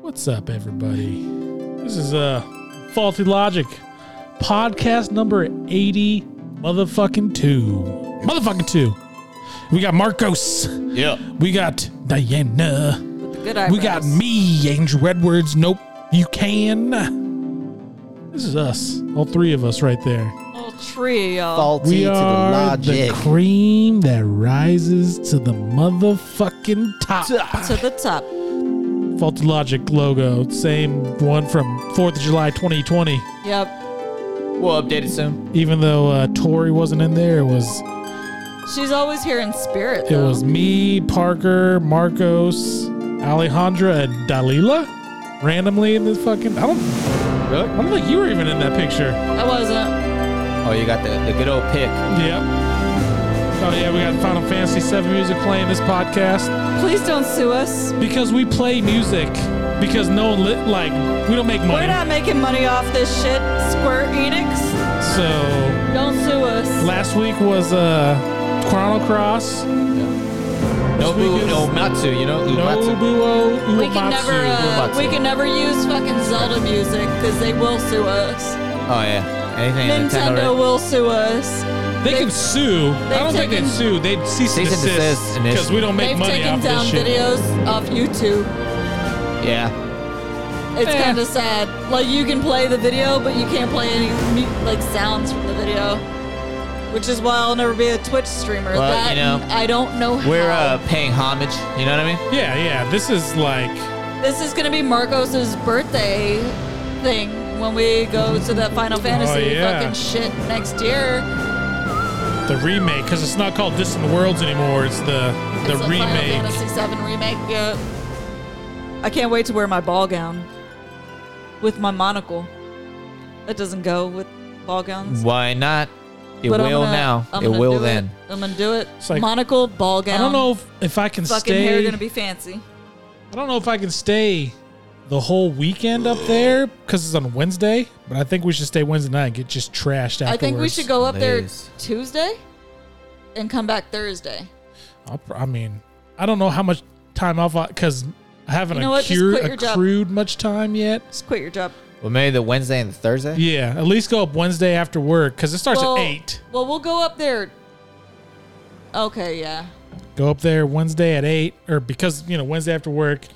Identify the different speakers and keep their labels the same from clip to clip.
Speaker 1: What's up, everybody? This is uh, Faulty Logic podcast number 80, motherfucking two. Motherfucking two. We got Marcos.
Speaker 2: Yeah.
Speaker 1: We got Diana.
Speaker 3: Good
Speaker 1: We got me, Andrew Edwards. Nope, you can. This is us, all three of us right there.
Speaker 3: little trio.
Speaker 2: Faulty
Speaker 1: We
Speaker 2: to the
Speaker 1: are the,
Speaker 2: logic.
Speaker 1: cream that rises to the motherfucking top.
Speaker 3: To the top.
Speaker 1: Faulty Logic logo, same one from 4th of July 2020.
Speaker 3: Yep.
Speaker 2: we'll update it soon.
Speaker 1: Even though uh, Tori wasn't in there, it was
Speaker 3: She's always here in spirit.
Speaker 1: it
Speaker 3: Though.
Speaker 1: was me, Parker, Marcos, Alejandra, and Dalila randomly in this fucking. I don't. I don't think you were even in that picture.
Speaker 3: I wasn't.
Speaker 2: Oh, you got the, the good old pick.
Speaker 1: Yep. Oh yeah, we got Final Fantasy VII music playing this podcast
Speaker 3: Please don't sue us.
Speaker 1: because we play music because no one li- like we don't make money.
Speaker 3: We're not making money off this shit. Square Enix,
Speaker 1: So
Speaker 3: don't sue us.
Speaker 1: last week was uh Chrono Cross,
Speaker 2: No,
Speaker 1: week
Speaker 2: bu-
Speaker 1: is-
Speaker 2: no Matsu, you know? Umatsu.
Speaker 1: Nobuo Uematsu.
Speaker 3: we can never uh,
Speaker 2: Uematsu.
Speaker 3: we can never use fucking Zelda music because they will sue us.
Speaker 2: Oh, yeah. Anything Nintendo,
Speaker 3: Nintendo
Speaker 2: Nintendo
Speaker 3: will sue us.
Speaker 1: They
Speaker 3: They've-
Speaker 1: can sue. I don't think they'd
Speaker 3: uh, taken-
Speaker 1: sue. They'd cease and
Speaker 2: Cease and
Speaker 1: desist
Speaker 2: desist initially.
Speaker 1: because we don't make
Speaker 3: They've
Speaker 1: money
Speaker 3: taken
Speaker 1: off
Speaker 3: down
Speaker 1: this shit.
Speaker 3: videos off YouTube.
Speaker 2: Yeah.
Speaker 3: It's
Speaker 1: Eh.
Speaker 3: kind of sad. Like you can play the video, but you can't play any mu- like sounds from the video, which is why I'll never be a Twitch streamer.
Speaker 2: Well,
Speaker 3: that
Speaker 2: you know,
Speaker 3: and I don't know how.
Speaker 2: We're uh, paying homage. You know what I mean?
Speaker 1: Yeah, yeah. This is like
Speaker 2: uh,
Speaker 3: this is gonna be Marcos's birthday thing when we go to that
Speaker 2: Oh,
Speaker 3: Final Fantasy
Speaker 1: yeah.
Speaker 3: fucking shit next year.
Speaker 1: the remake because it's not called Distant Worlds anymore. It's the the
Speaker 3: It's a Final
Speaker 1: remake.
Speaker 3: Fantasy Seven remake. Yeah. I can't wait to wear my ball gown with my monocle. That doesn't go with ball gowns.
Speaker 2: Why not? It
Speaker 3: But I'm
Speaker 2: will
Speaker 3: gonna-
Speaker 2: now.
Speaker 3: I'm
Speaker 2: it
Speaker 3: gonna
Speaker 2: will
Speaker 3: do
Speaker 2: then.
Speaker 3: I'm gonna do it.
Speaker 1: It's like-
Speaker 3: Monocle, ball gown.
Speaker 1: I don't know if, if I can
Speaker 3: Fucking
Speaker 1: stay.
Speaker 3: hair gonna be fancy.
Speaker 1: I don't know if I can stay the whole weekend up there because it's on Wednesday. But I think we should stay Wednesday night and get just trashed afterwards.
Speaker 3: I think we should go up there
Speaker 2: Nice.
Speaker 3: Tuesday and come back Thursday.
Speaker 1: I'll, pr- I mean, I don't know how much time off because I haven't
Speaker 3: You know what? Just
Speaker 1: accru-
Speaker 3: quit your job.
Speaker 1: accrued much time yet.
Speaker 3: Just quit your job.
Speaker 2: Well, maybe the Wednesday and the Thursday?
Speaker 1: Yeah, at least go up Wednesday after work because it starts
Speaker 3: Well-
Speaker 1: at eight.
Speaker 3: Well, we'll go up there. Okay, yeah.
Speaker 1: Go up there Wednesday at eight, or because you know Wednesday after work.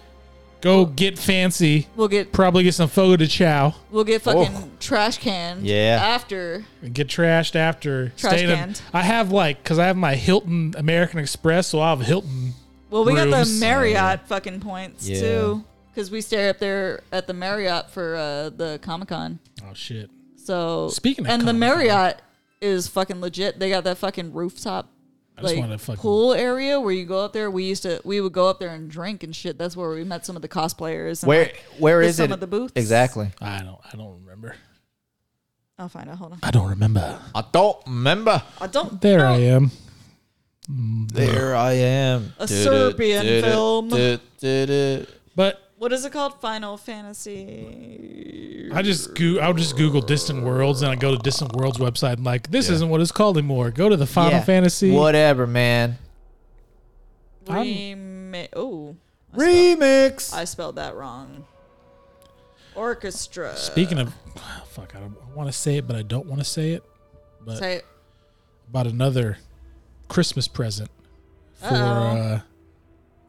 Speaker 1: Go get fancy.
Speaker 3: We'll get
Speaker 1: Probably get some photo to chow
Speaker 3: we'll get fucking
Speaker 2: Oh.
Speaker 3: trash canned.
Speaker 2: Yeah.
Speaker 3: After
Speaker 1: and get trashed after.
Speaker 3: Trash
Speaker 1: staying in-
Speaker 3: canned.
Speaker 1: I have like because I have my Hilton American Express, so I have Hilton.
Speaker 3: well, we got the
Speaker 1: Rooms.
Speaker 3: Marriott fucking points
Speaker 2: Yeah.
Speaker 3: too, because we stay up there at the Marriott for uh, the Comic Con.
Speaker 1: Oh shit!
Speaker 3: So
Speaker 1: Speaking of
Speaker 3: and the
Speaker 1: Comic-Con.
Speaker 3: Marriott is fucking legit. They got that fucking rooftop
Speaker 1: I just wanted
Speaker 3: like
Speaker 1: to fucking-
Speaker 3: pool area where you go up there. We used to we would go up there and drink and shit. That's where we met some of the cosplayers. And
Speaker 2: Where
Speaker 3: like-
Speaker 2: Where
Speaker 3: the
Speaker 2: is
Speaker 3: sum
Speaker 2: it?
Speaker 3: of the booths.
Speaker 2: Exactly.
Speaker 1: I don't. I don't remember.
Speaker 3: I'll find out. Hold on.
Speaker 1: I don't remember.
Speaker 2: I don't remember.
Speaker 3: I don't.
Speaker 1: There I
Speaker 3: don't-
Speaker 1: am.
Speaker 2: There I am.
Speaker 3: A Serbian film.
Speaker 2: film.
Speaker 1: But
Speaker 3: What is it called? Final Fantasy.
Speaker 1: I just go- I'll just Google Distant Worlds and I go to Distant Worlds website and like this isn't what it's called anymore. Go to the Final
Speaker 2: Yeah.
Speaker 1: Fantasy.
Speaker 2: Whatever, man.
Speaker 1: I'm-
Speaker 3: Rema- oh,
Speaker 2: Remix.
Speaker 3: I spelled that wrong. Orchestra.
Speaker 1: Speaking of, fuck, I, don't- I want to say it, but I don't want to say it. But
Speaker 3: Say it.
Speaker 1: about another Christmas present for
Speaker 3: Uh-oh.
Speaker 1: uh,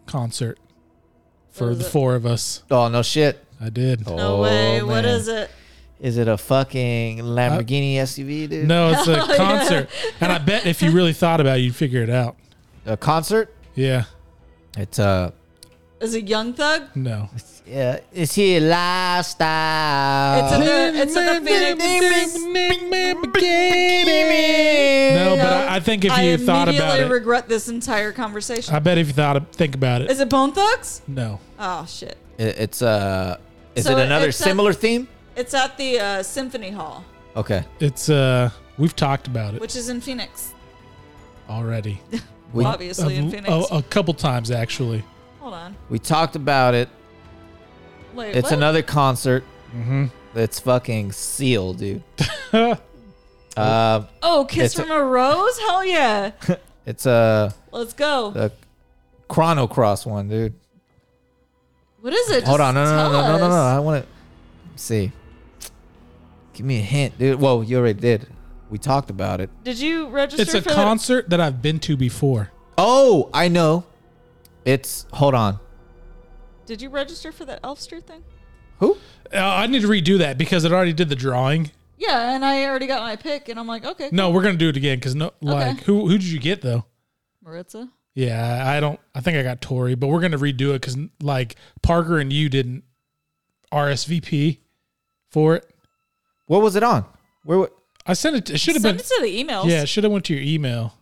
Speaker 1: concert for
Speaker 3: is
Speaker 1: the
Speaker 3: it?
Speaker 1: four of us.
Speaker 2: oh, no shit.
Speaker 1: I did.
Speaker 3: No
Speaker 2: Oh,
Speaker 3: way. What
Speaker 2: man.
Speaker 3: is it?
Speaker 2: Is it a
Speaker 3: Uh,
Speaker 2: fucking Lamborghini SUV, dude?
Speaker 1: No, it's a concert, and I bet if you really thought about it, you'd figure it out.
Speaker 2: A concert?
Speaker 1: Yeah.
Speaker 2: It's uh
Speaker 3: Is it Young Thug?
Speaker 1: No.
Speaker 2: yeah. It's here lifestyle.
Speaker 3: It's a- It's at the Phoenix.
Speaker 1: No,
Speaker 2: no,
Speaker 1: but I, I think if
Speaker 3: I
Speaker 1: you thought about
Speaker 3: immediately
Speaker 1: it,
Speaker 3: regret this entire conversation.
Speaker 1: I bet if you thought think about it,
Speaker 3: is it Bone Thugs?
Speaker 1: no.
Speaker 3: Oh shit!
Speaker 2: it's uh is
Speaker 3: So
Speaker 2: it another
Speaker 3: it's a-
Speaker 2: similar theme?
Speaker 3: It's at the uh, Symphony Hall,
Speaker 2: Okay.
Speaker 1: It's uh we've talked about it
Speaker 3: which is in Phoenix,
Speaker 1: already.
Speaker 2: We
Speaker 3: obviously in
Speaker 1: A-
Speaker 3: Phoenix.
Speaker 1: oh, a, a couple times actually.
Speaker 3: Hold on,
Speaker 2: we talked about it.
Speaker 3: wait.
Speaker 2: It's
Speaker 3: what?
Speaker 2: another concert. Mm-hmm. That's fucking sealed, dude. uh
Speaker 3: Oh, Kiss
Speaker 2: it's a-
Speaker 3: from a, Rose? Hell yeah!
Speaker 2: it's a,
Speaker 3: Let's go.
Speaker 2: a Chrono Cross one, dude.
Speaker 3: What is it?
Speaker 2: Hold
Speaker 3: Just
Speaker 2: on, no, no,
Speaker 3: tell
Speaker 2: no, no, no, no, no.
Speaker 3: us.
Speaker 2: I want to see. Give me a hint, dude. Whoa, you already did. We talked about it.
Speaker 3: Did you register?
Speaker 1: It's a
Speaker 3: for that?
Speaker 1: concert that I've been to before.
Speaker 2: Oh, I know. It's hold on.
Speaker 3: Did you register for that Elfster thing?
Speaker 2: Who?
Speaker 1: Uh, I need to redo that because it already did the drawing.
Speaker 3: Yeah, and I already got my pick, and I'm like, okay,
Speaker 1: No, we're gonna do it again because no, like who who did you get though?
Speaker 3: Maritza.
Speaker 1: Yeah, I don't. I think I got Tori, but we're gonna redo it because like Parker and you didn't RSVP for it.
Speaker 2: What was it on? Where? wa-
Speaker 1: I sent it. It should have
Speaker 3: Send
Speaker 1: been.
Speaker 3: it to the emails.
Speaker 1: Yeah, it should have went to your email.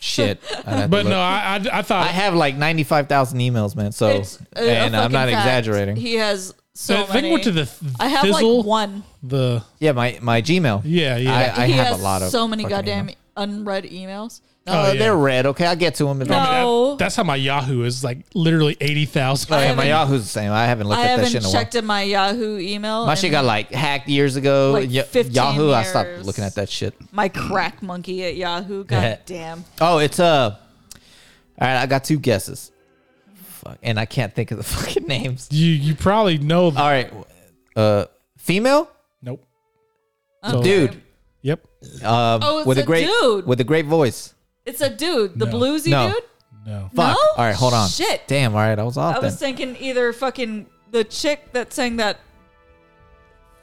Speaker 2: Shit. I'd have to
Speaker 1: But
Speaker 2: look.
Speaker 1: no, I I, I thought
Speaker 2: I have like ninety-five thousand emails, man. So,
Speaker 3: It's uh, a- a
Speaker 2: and I'm
Speaker 3: fucking
Speaker 2: not
Speaker 3: fact.
Speaker 2: exaggerating.
Speaker 3: He has so
Speaker 1: I
Speaker 3: many.
Speaker 1: think went to the
Speaker 3: I have
Speaker 1: Thizzle,
Speaker 3: like one.
Speaker 1: the
Speaker 2: yeah, my my Gmail.
Speaker 1: Yeah, yeah.
Speaker 2: I, I
Speaker 3: he
Speaker 2: have
Speaker 3: has
Speaker 2: a lot of
Speaker 3: so many
Speaker 2: fucking
Speaker 3: goddamn e-, uh,
Speaker 2: emails.
Speaker 3: unread emails.
Speaker 2: No,
Speaker 1: Oh, yeah.
Speaker 2: they're red. Okay, I'll get to them.
Speaker 1: I mean, that-
Speaker 3: No.
Speaker 1: that's how my Yahoo is like literally eighty thousand.
Speaker 2: Oh, yeah,
Speaker 3: haven't-
Speaker 2: my Yahoo's the same. I haven't looked
Speaker 3: I
Speaker 2: at that
Speaker 3: haven't
Speaker 2: shit in a while.
Speaker 3: checked in my Yahoo email.
Speaker 2: My
Speaker 3: and
Speaker 2: shit got like hacked years ago.
Speaker 3: Like
Speaker 2: Ya-
Speaker 3: 15
Speaker 2: Yahoo, I stopped
Speaker 3: years.
Speaker 2: looking at that shit.
Speaker 3: my crack monkey at Yahoo.
Speaker 2: Yeah.
Speaker 3: God damn.
Speaker 2: Oh, it's uh. All right, I got two guesses. Fuck, and I can't think of the fucking names.
Speaker 1: You you probably know. The,
Speaker 2: All right, uh, female
Speaker 1: nope.
Speaker 3: Okay.
Speaker 2: dude.
Speaker 1: Yep.
Speaker 2: Um,
Speaker 3: Oh, it's
Speaker 2: with a
Speaker 3: a
Speaker 2: great
Speaker 3: dude.
Speaker 2: with a great voice.
Speaker 3: It's a dude, the
Speaker 1: No.
Speaker 3: bluesy
Speaker 2: No.
Speaker 3: dude.
Speaker 1: No.
Speaker 2: Fuck.
Speaker 3: No?
Speaker 2: All right, hold on.
Speaker 3: Shit.
Speaker 2: Damn. All right, I was off
Speaker 3: I
Speaker 2: then.
Speaker 3: was thinking either fucking the chick that sang that.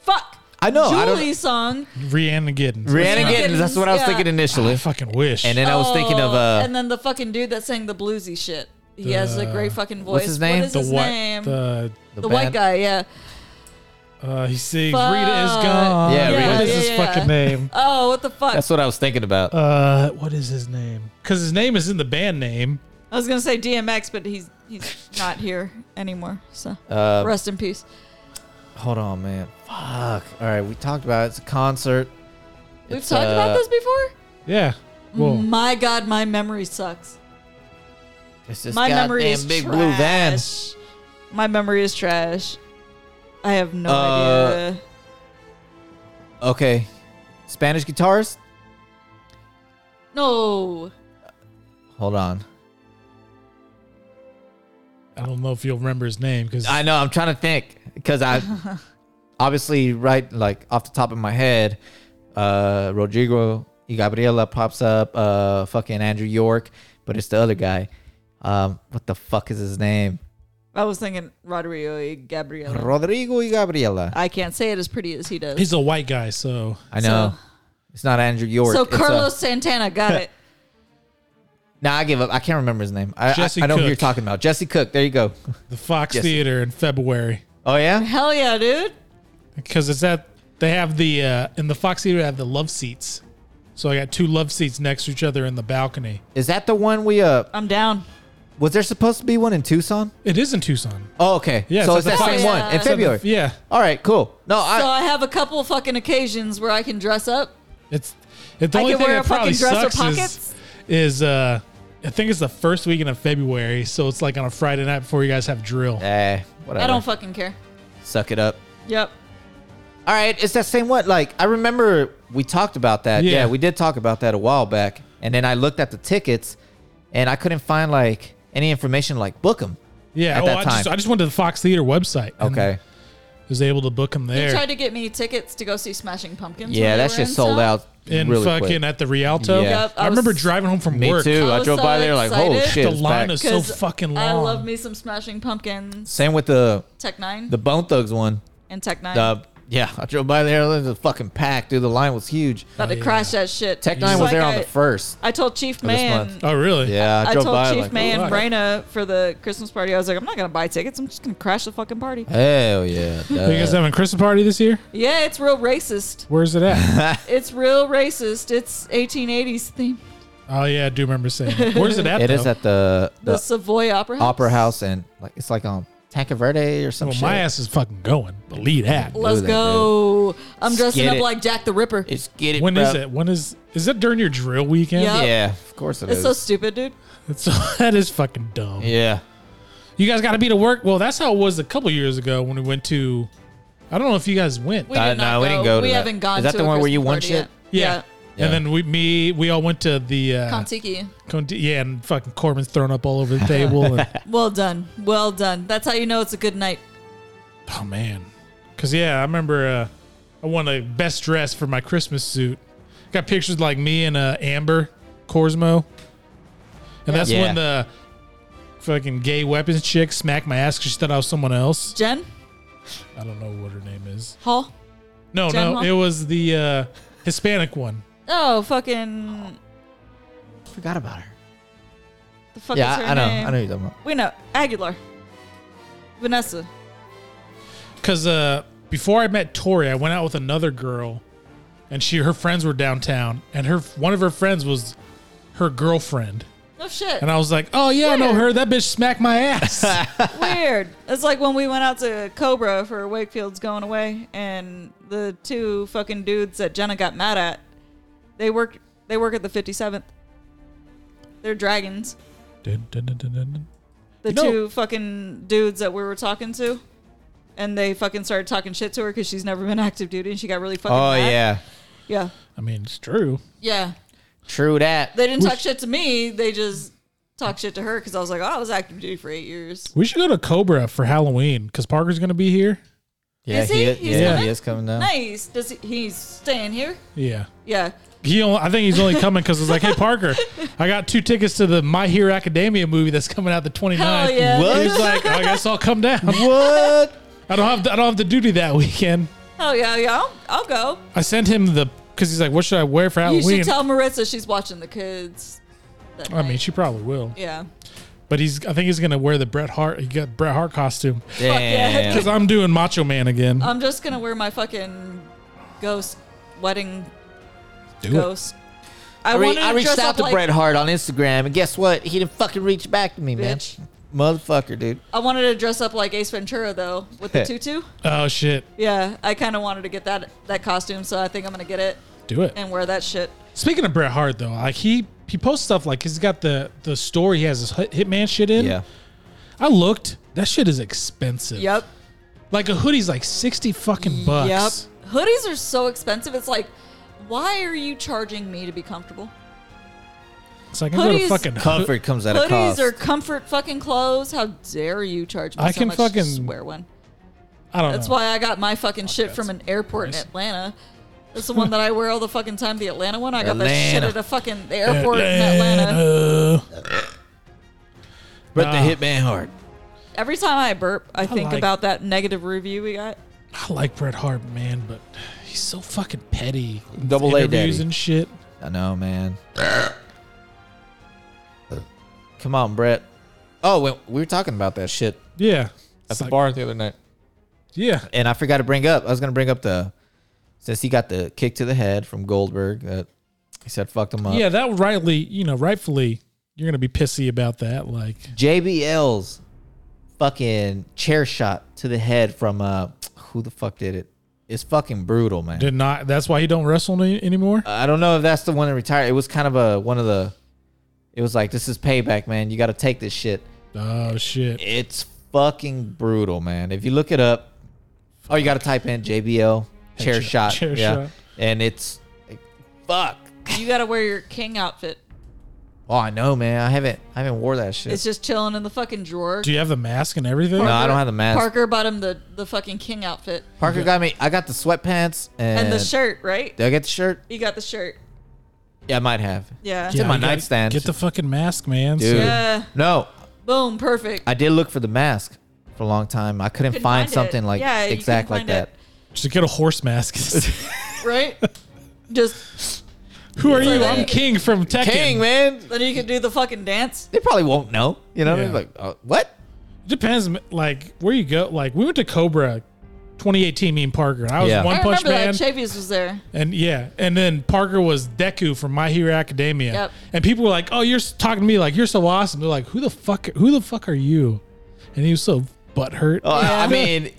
Speaker 3: Fuck.
Speaker 2: I know, I don't-
Speaker 3: Julie song.
Speaker 1: Rihanna Giddens.
Speaker 2: Rihanna
Speaker 3: Giddens,
Speaker 2: Giddens. That's what I was
Speaker 3: yeah.
Speaker 2: thinking
Speaker 1: I
Speaker 2: initially,
Speaker 1: fucking wish.
Speaker 2: and then I was thinking of
Speaker 3: Oh,
Speaker 2: uh.
Speaker 3: and then the fucking dude that sang the bluesy shit. He has a
Speaker 1: The-
Speaker 3: great fucking voice.
Speaker 2: What's his name?
Speaker 3: What is
Speaker 1: the
Speaker 3: his
Speaker 1: white
Speaker 3: name? The,
Speaker 1: the
Speaker 2: band.
Speaker 3: white guy. Yeah.
Speaker 1: uh, he sings
Speaker 3: Fuck.
Speaker 1: Rita is gone.
Speaker 2: Yeah, Yeah,
Speaker 1: What
Speaker 2: Rita.
Speaker 1: is
Speaker 3: yeah,
Speaker 1: his
Speaker 3: yeah.
Speaker 1: fucking name?
Speaker 3: Oh, what the fuck?
Speaker 2: That's what I was thinking about.
Speaker 1: Uh, what is his name? Because his name is in the band name.
Speaker 3: I was gonna say DMX, but he's he's not here anymore. So
Speaker 2: Uh,
Speaker 3: rest in peace.
Speaker 2: Hold on, man. Fuck. All right, we talked about it. it's a concert.
Speaker 3: We've
Speaker 2: It's,
Speaker 3: talked
Speaker 2: uh,
Speaker 3: about this before.
Speaker 1: Yeah. Well,
Speaker 3: My God, my memory sucks.
Speaker 2: It's this
Speaker 3: my memory
Speaker 2: goddamn
Speaker 3: is
Speaker 2: big
Speaker 3: trash.
Speaker 2: blue van.
Speaker 3: My memory is trash. I have no
Speaker 2: Uh,
Speaker 3: idea.
Speaker 2: Okay, Spanish guitarist.
Speaker 3: No.
Speaker 2: Hold on.
Speaker 1: I don't know if you'll remember his name because
Speaker 2: I know. I'm trying to think because I obviously right like off the top of my head, uh, Rodrigo y Gabriela pops up. Uh, fucking Andrew York, but it's the other guy. Um, what the fuck is his name?
Speaker 3: I was thinking Rodrigo y Gabriel.
Speaker 2: Rodrigo y Gabriela.
Speaker 3: I can't say it as pretty as he does.
Speaker 1: he's a white guy, so
Speaker 2: I know.
Speaker 3: So-
Speaker 2: it's not Andrew York.
Speaker 3: so
Speaker 2: it's, uh,
Speaker 3: Carlos Santana got it.
Speaker 2: Nah, I give up. I can't remember his name. I, I,
Speaker 1: Jesse
Speaker 2: I know who
Speaker 1: Cook.
Speaker 2: you're talking about. Jesse Cook. There you go.
Speaker 1: the Fox
Speaker 2: Yes.
Speaker 1: Theater in February
Speaker 2: Oh yeah.
Speaker 3: Hell yeah, dude.
Speaker 1: because it's at they have the uh, in the Fox Theater they have the love seats. So I got two love seats next to each other in the balcony.
Speaker 2: Is that the one we uh?
Speaker 3: I'm down.
Speaker 2: Was there supposed to be one in Tucson?
Speaker 1: It is in Tucson.
Speaker 2: Oh okay.
Speaker 1: Yeah,
Speaker 2: So
Speaker 1: so
Speaker 2: it's
Speaker 1: the
Speaker 2: that
Speaker 1: Fox-
Speaker 2: same
Speaker 3: Oh,
Speaker 2: one
Speaker 3: yeah.
Speaker 2: in February.
Speaker 1: Yeah,
Speaker 2: All right. Cool. No, I.
Speaker 3: So I have a couple fucking occasions where I can dress up.
Speaker 1: It's it's the
Speaker 3: I
Speaker 1: only
Speaker 3: can
Speaker 1: thing
Speaker 3: wear
Speaker 1: that
Speaker 3: a fucking
Speaker 1: probably
Speaker 3: dress with
Speaker 1: sucks is,
Speaker 3: pockets?
Speaker 1: is uh I think it's the first weekend of February, so it's like on a Friday night before you guys have drill.
Speaker 2: eh, whatever.
Speaker 3: I don't fucking care.
Speaker 2: Suck it up.
Speaker 3: Yep.
Speaker 2: All right, it's that same one. Like I remember we talked about that.
Speaker 1: Yeah.
Speaker 2: Yeah. we did talk about that a while back. And then I looked at the tickets, and I couldn't find like any information like book them.
Speaker 1: Yeah,
Speaker 2: At
Speaker 1: well,
Speaker 2: that
Speaker 1: I just
Speaker 2: time.
Speaker 1: I just went to the Fox Theater website. and
Speaker 2: Okay.
Speaker 1: was able to book them
Speaker 3: He
Speaker 1: there
Speaker 3: tried to get me tickets to go see Smashing Pumpkins.
Speaker 2: yeah,
Speaker 3: when they
Speaker 2: that
Speaker 3: were
Speaker 2: shit
Speaker 3: in
Speaker 2: sold
Speaker 3: town.
Speaker 2: out
Speaker 1: in
Speaker 2: really
Speaker 1: fucking
Speaker 2: quick.
Speaker 1: at the Rialto.
Speaker 2: Yeah.
Speaker 3: Yep,
Speaker 1: I,
Speaker 3: I was-
Speaker 1: remember driving home from
Speaker 2: Me
Speaker 1: work.
Speaker 2: too.
Speaker 3: I
Speaker 2: I,
Speaker 3: was
Speaker 2: drove
Speaker 3: so
Speaker 2: by there like, oh
Speaker 3: excited.
Speaker 2: shit,
Speaker 1: The
Speaker 2: it's
Speaker 1: line
Speaker 2: back.
Speaker 1: is so
Speaker 3: 'Cause
Speaker 1: fucking long.
Speaker 3: I love me some Smashing Pumpkins,
Speaker 2: Same with the
Speaker 3: Tech Nine,
Speaker 2: the Bone Thugs one.
Speaker 3: and Tech Nine.
Speaker 2: Uh, yeah, I drove by there. It was fucking packed, dude. The line was huge.
Speaker 3: About to
Speaker 1: Oh, yeah.
Speaker 3: crash that shit.
Speaker 2: Tech
Speaker 3: Just
Speaker 2: Nine was
Speaker 3: like
Speaker 2: there on
Speaker 3: I-
Speaker 2: the first.
Speaker 3: I told Chief
Speaker 2: this
Speaker 3: Man.
Speaker 2: month.
Speaker 1: Oh really?
Speaker 2: Yeah, I,
Speaker 3: I
Speaker 2: drove
Speaker 3: told
Speaker 2: by.
Speaker 3: Chief
Speaker 2: like,
Speaker 3: Man
Speaker 1: "Fuck."
Speaker 3: Raina for the Christmas party. I was like, I'm not gonna buy tickets. I'm just gonna crash the fucking party.
Speaker 2: Hell yeah. duh.
Speaker 1: Are you guys having a Christmas party this year?
Speaker 3: Yeah, it's real racist.
Speaker 1: Where's it at?
Speaker 3: It's real racist. It's 1880s theme.
Speaker 1: oh yeah, I do remember saying. That. Where's it at?
Speaker 2: it is
Speaker 1: though?
Speaker 2: at the,
Speaker 3: The,
Speaker 2: the
Speaker 3: Savoy Opera House.
Speaker 2: Opera House and like it's like on Tanca Verde or some
Speaker 1: Well,
Speaker 2: shit.
Speaker 1: Oh, my ass is fucking going. Believe that.
Speaker 3: Let's
Speaker 2: that,
Speaker 3: go. I'm
Speaker 2: Let's
Speaker 3: dressing
Speaker 2: get
Speaker 3: up
Speaker 2: it.
Speaker 3: like Jack the Ripper.
Speaker 2: It's get it.
Speaker 1: When
Speaker 2: bro.
Speaker 1: is it? When is is it during your drill weekend?
Speaker 3: Yeah.
Speaker 2: Yeah, of course it
Speaker 3: It's
Speaker 2: is.
Speaker 3: so stupid, dude.
Speaker 1: It's, that is fucking dumb.
Speaker 2: yeah.
Speaker 1: You guys got to be to work. Well, that's how it was a couple years ago when we went to. I don't know if you guys went.
Speaker 3: We did
Speaker 2: Uh,
Speaker 3: not
Speaker 2: no, we didn't go to
Speaker 3: We
Speaker 2: that.
Speaker 3: haven't gone.
Speaker 2: Is that
Speaker 3: to
Speaker 2: the
Speaker 3: a
Speaker 2: one where you
Speaker 3: Christmas
Speaker 2: won
Speaker 3: party
Speaker 2: shit?
Speaker 1: Yeah.
Speaker 3: Yet.
Speaker 2: Yeah.
Speaker 1: And then we, me, we all went to the uh,
Speaker 3: Kontiki.
Speaker 1: Conti- yeah, and fucking Corbin's thrown up all over the table. and,
Speaker 3: Well done. Well done. That's how you know it's a good night.
Speaker 1: oh man, because yeah, I remember uh, I won a best dress for my Christmas suit. Got pictures like me and uh, Amber Corsmo, and that's
Speaker 2: Yeah.
Speaker 1: when the fucking gay weapons chick smacked my ass because she thought I was someone else.
Speaker 3: Jen?
Speaker 1: I don't know what her name is.
Speaker 3: Hall?
Speaker 1: No,
Speaker 3: Jen
Speaker 1: no,
Speaker 3: Hall?
Speaker 1: it was the uh, Hispanic one.
Speaker 3: Oh, fucking.
Speaker 2: Forgot about her.
Speaker 3: The fuck
Speaker 2: yeah,
Speaker 3: is her
Speaker 2: I, I know.
Speaker 3: name?
Speaker 2: I know you're talking about.
Speaker 3: We know. Aguilar. Vanessa.
Speaker 1: because uh, before I met Tori, I went out with another girl, and she her friends were downtown, and her one of her friends was her girlfriend,
Speaker 3: No shit.
Speaker 1: and I was like, oh yeah, I know
Speaker 3: Weird.
Speaker 1: her. That bitch smacked my ass.
Speaker 3: Weird. It's like when we went out to Cobra for Wakefield's going away, and the two fucking dudes that Jenna got mad at, they work. They work at the 57th. They're dragons.
Speaker 1: Dun, dun, dun, dun, dun, dun.
Speaker 3: The
Speaker 1: You know-
Speaker 3: two fucking dudes that we were talking to, and they fucking started talking shit to her because she's never been active duty, and she got really fucking.
Speaker 2: Oh
Speaker 3: mad.
Speaker 2: yeah,
Speaker 3: Yeah.
Speaker 1: I mean, it's true.
Speaker 3: Yeah.
Speaker 2: true that.
Speaker 3: They didn't talk shit to me. They just talked shit to her because I was like, oh, I was active duty for eight years.
Speaker 1: We should go to Cobra for Halloween because Parker's gonna be here.
Speaker 2: Yeah,
Speaker 3: Is he?
Speaker 2: He,
Speaker 3: He's
Speaker 2: yeah,
Speaker 3: coming?
Speaker 2: he is coming down.
Speaker 3: Nice. Does he, he's staying here?
Speaker 1: Yeah.
Speaker 3: Yeah.
Speaker 1: He only, I think he's only coming because it's like, hey Parker, I got two tickets to the My Hero Academia movie that's coming out the 29th.
Speaker 3: Hell yeah.
Speaker 2: What?
Speaker 1: He's like, I guess I'll come down.
Speaker 2: What?
Speaker 1: I don't have I don't have the duty that weekend.
Speaker 3: Hell yeah, yeah. I'll, I'll go.
Speaker 1: I sent him the because he's like, "What should I wear for
Speaker 3: You
Speaker 1: Halloween?"
Speaker 3: should tell Marissa she's watching the kids. that
Speaker 1: I mean,
Speaker 3: night.
Speaker 1: she probably will,
Speaker 3: yeah.
Speaker 1: but he's. I think he's gonna wear the Bret Hart. He got Bret Hart costume
Speaker 3: yeah. Uh,
Speaker 2: Damn.
Speaker 1: because I'm doing Macho Man again.
Speaker 3: I'm just gonna wear my fucking ghost wedding
Speaker 1: Do
Speaker 3: ghost. I,
Speaker 2: I, re-
Speaker 3: wanted
Speaker 2: I
Speaker 3: to
Speaker 2: reached
Speaker 3: dress
Speaker 2: out
Speaker 3: up
Speaker 2: to
Speaker 3: like,
Speaker 2: Bret Hart on Instagram, and guess what? He didn't fucking reach back to me,
Speaker 3: Bitch.
Speaker 2: man. Motherfucker, dude.
Speaker 3: I wanted to dress up like Ace Ventura though with the tutu.
Speaker 1: Oh shit,
Speaker 3: Yeah, I kind of wanted to get that that costume, so I think I'm gonna get it
Speaker 1: do it.
Speaker 3: and wear that shit.
Speaker 1: Speaking of Bret Hart though, like he he posts stuff like he's got the the store he has his hit- hitman shit in. I looked. That shit is expensive.
Speaker 3: Yep.
Speaker 1: Like a hoodie's like sixty fucking bucks.
Speaker 3: Yep. Hoodies are so expensive. It's like, why are you charging me to be comfortable?
Speaker 1: It's like I can go to
Speaker 3: Hoodies-
Speaker 1: fucking
Speaker 2: Comfort comes at a
Speaker 3: Hoodies
Speaker 2: cost.
Speaker 3: are comfort fucking clothes. How dare you charge me
Speaker 1: I
Speaker 3: so
Speaker 1: can
Speaker 3: much
Speaker 1: fucking-
Speaker 3: to swear one?
Speaker 1: I don't
Speaker 3: That's
Speaker 1: know.
Speaker 3: why I got my fucking shit from an airport
Speaker 1: nice.
Speaker 3: in Atlanta. That's the one that I wear all the fucking time. The Atlanta one. I got that shit
Speaker 2: Atlanta.
Speaker 3: at a fucking the airport in Atlanta.
Speaker 2: Bret
Speaker 1: Nah.
Speaker 2: the Hitman Hart.
Speaker 3: Every time I burp, I, think
Speaker 1: like-
Speaker 3: about that negative review we got.
Speaker 1: I like Bret Hart, man, but he's so fucking petty.
Speaker 2: Double A
Speaker 1: Interviews
Speaker 2: daddy.
Speaker 1: and shit.
Speaker 2: I know, man. Come on, Brett. Oh, we, we were talking about that shit
Speaker 1: Yeah.
Speaker 2: at
Speaker 1: It's
Speaker 2: the
Speaker 1: like-
Speaker 2: bar the other night.
Speaker 1: Yeah.
Speaker 2: and I forgot to bring up. I was gonna bring up the since he got the kick to the head from Goldberg. Uh, he said fucked him up.
Speaker 1: Yeah, that rightly, you know, rightfully, you're gonna be pissy about that. Like,
Speaker 2: JBL's fucking chair shot to the head from uh who the fuck did it? It's fucking brutal, man.
Speaker 1: did not. That's why he don't wrestle any, anymore.
Speaker 2: I don't know if that's the one that retired. It was kind of a one of the. It was like this is payback, man. You got to take this shit.
Speaker 1: Oh shit.
Speaker 2: It's fucking brutal, man. If you look it up, oh, you got to type in JBL chair
Speaker 1: Headshot.
Speaker 2: shot,
Speaker 1: Chair
Speaker 2: yeah,
Speaker 1: shot.
Speaker 2: and it's like, fuck.
Speaker 3: You got to wear your king outfit.
Speaker 2: Oh, I know, man. I haven't, I haven't wore that shit.
Speaker 3: It's just chilling in the fucking drawer.
Speaker 1: Do you have the mask and everything?
Speaker 2: no, I don't have the mask. Parker,
Speaker 3: Parker bought him the the fucking king outfit
Speaker 2: got me. I got the sweatpants and,
Speaker 3: and the shirt, right?
Speaker 2: Did I get the shirt?
Speaker 3: You got the shirt.
Speaker 2: Yeah, I might have.
Speaker 3: Yeah.
Speaker 1: Yeah,
Speaker 2: in my
Speaker 1: you gotta
Speaker 2: nightstand.
Speaker 1: Get the fucking mask, man.
Speaker 2: Dude.
Speaker 3: Yeah.
Speaker 2: No,
Speaker 3: Uh, Boom. Perfect.
Speaker 2: I did look for the mask for a long time. I couldn't
Speaker 3: Couldn't
Speaker 2: find,
Speaker 3: find it.
Speaker 2: something like
Speaker 3: Yeah, you
Speaker 2: exact like
Speaker 3: couldn't find
Speaker 2: that.
Speaker 3: it.
Speaker 1: Just get a horse mask.
Speaker 3: right? Just
Speaker 1: Who are you?
Speaker 3: like-
Speaker 1: I'm King from Tekken.
Speaker 2: King, man.
Speaker 3: then you can do the fucking dance.
Speaker 2: They probably won't know. You know,
Speaker 1: Yeah.
Speaker 2: they're like uh, what?
Speaker 1: Depends, like where you go. Like we went to Cobra, 2018. Me and Parker. I was
Speaker 2: Yeah.
Speaker 1: One
Speaker 3: I
Speaker 1: Punch
Speaker 3: remember
Speaker 1: Man,
Speaker 3: that Chavius was there.
Speaker 1: and yeah, and then Parker was Deku from My Hero Academia.
Speaker 3: Yep.
Speaker 1: And people were like, "Oh, you're s- talking to me like you're so awesome." They're like, "Who the fuck? Who the fuck are you?" And he was so butthurt.
Speaker 2: Oh, I-
Speaker 3: Yeah.
Speaker 2: I mean,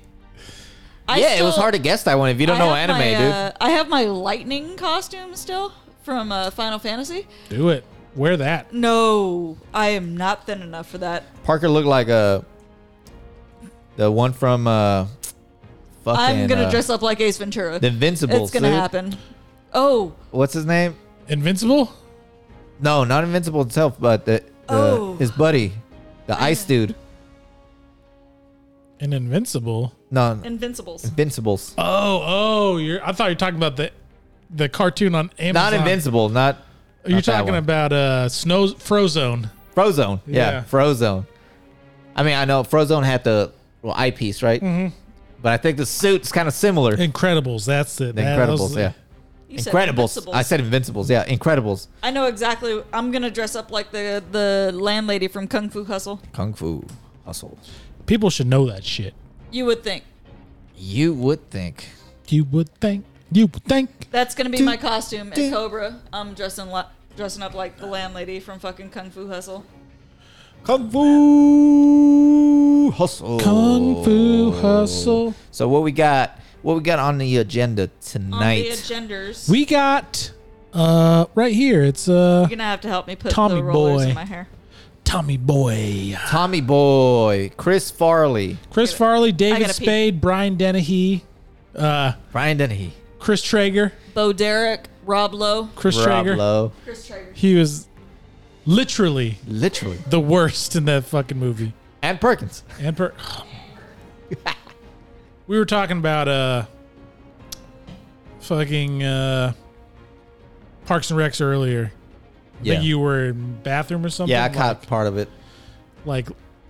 Speaker 3: I
Speaker 2: yeah, it
Speaker 3: still-
Speaker 2: was hard to guess that one if you don't
Speaker 3: I
Speaker 2: know
Speaker 3: have
Speaker 2: anime,
Speaker 3: my,
Speaker 2: dude.
Speaker 3: uh, I have my lightning costume still from uh, Final Fantasy.
Speaker 1: Do it. Wear that.
Speaker 3: No, I am not thin enough for that.
Speaker 2: Parker looked like uh the one from uh fucking
Speaker 3: I'm gonna
Speaker 2: uh,
Speaker 3: dress up like Ace Ventura.
Speaker 2: the Invincible.
Speaker 3: it's gonna
Speaker 2: dude.
Speaker 3: happen. Oh,
Speaker 2: What's his name?
Speaker 1: Invincible?
Speaker 2: No, not Invincible itself, but the, the
Speaker 3: Oh.
Speaker 2: his buddy, the ice dude.
Speaker 1: An Invincible?
Speaker 2: No,
Speaker 3: Invincibles.
Speaker 2: Invincibles.
Speaker 1: Oh, oh, you're I thought you were talking about the the cartoon on
Speaker 2: Not
Speaker 1: Amazon.
Speaker 2: Invincible. Not
Speaker 1: You're
Speaker 2: not that
Speaker 1: talking
Speaker 2: one.
Speaker 1: about uh Snow Frozone.
Speaker 2: Frozone. Yeah,
Speaker 1: Yeah.
Speaker 2: Frozone. I mean, I know Frozone had the well, eyepiece, right? Mm-hmm. But I think the suit's kind of similar.
Speaker 1: Incredibles, that's it.
Speaker 2: The
Speaker 1: That- that was-
Speaker 2: Incredibles, yeah.
Speaker 3: You said
Speaker 2: Incredibles. I
Speaker 3: Invincibles.
Speaker 2: said Invincibles, yeah. Incredibles.
Speaker 3: I know exactly. I'm gonna dress up like the the landlady from Kung Fu Hustle.
Speaker 2: Kung Fu Hustle.
Speaker 1: People should know that shit.
Speaker 3: You would think
Speaker 2: You would think.
Speaker 1: You would think. You would think.
Speaker 3: that's gonna be my costume
Speaker 2: do-
Speaker 3: at Cobra. I'm dressing li- dressing up like the landlady from fucking Kung Fu Hustle.
Speaker 2: Kung Fu Hustle.
Speaker 1: Kung Fu Hustle.
Speaker 2: So what we got? What we got on the agenda
Speaker 3: On
Speaker 2: tonight?
Speaker 3: the agenders.
Speaker 1: We got uh right here. It's uh
Speaker 3: You're gonna have to help me put
Speaker 1: Tommy
Speaker 3: the rollers
Speaker 1: boy.
Speaker 3: in my hair.
Speaker 1: Tommy Boy,
Speaker 2: Tommy Boy, Chris Farley,
Speaker 1: Chris Farley, David
Speaker 3: gotta pee.
Speaker 1: Spade, Brian Dennehy, uh
Speaker 2: Brian Dennehy,
Speaker 1: Chris Traeger,
Speaker 3: Bo Derek, Rob Lowe,
Speaker 1: Chris
Speaker 2: Rob
Speaker 1: Traeger.
Speaker 2: Lowe.
Speaker 3: Chris Traeger.
Speaker 1: He was literally
Speaker 2: Literally.
Speaker 1: the worst in that fucking movie.
Speaker 2: And Perkins.
Speaker 1: And per- we were talking about uh fucking uh Parks and Recs earlier. Yeah.
Speaker 2: Yeah.
Speaker 1: you were in bathroom or something.
Speaker 2: yeah, I
Speaker 1: like-
Speaker 2: caught part of it.
Speaker 1: Like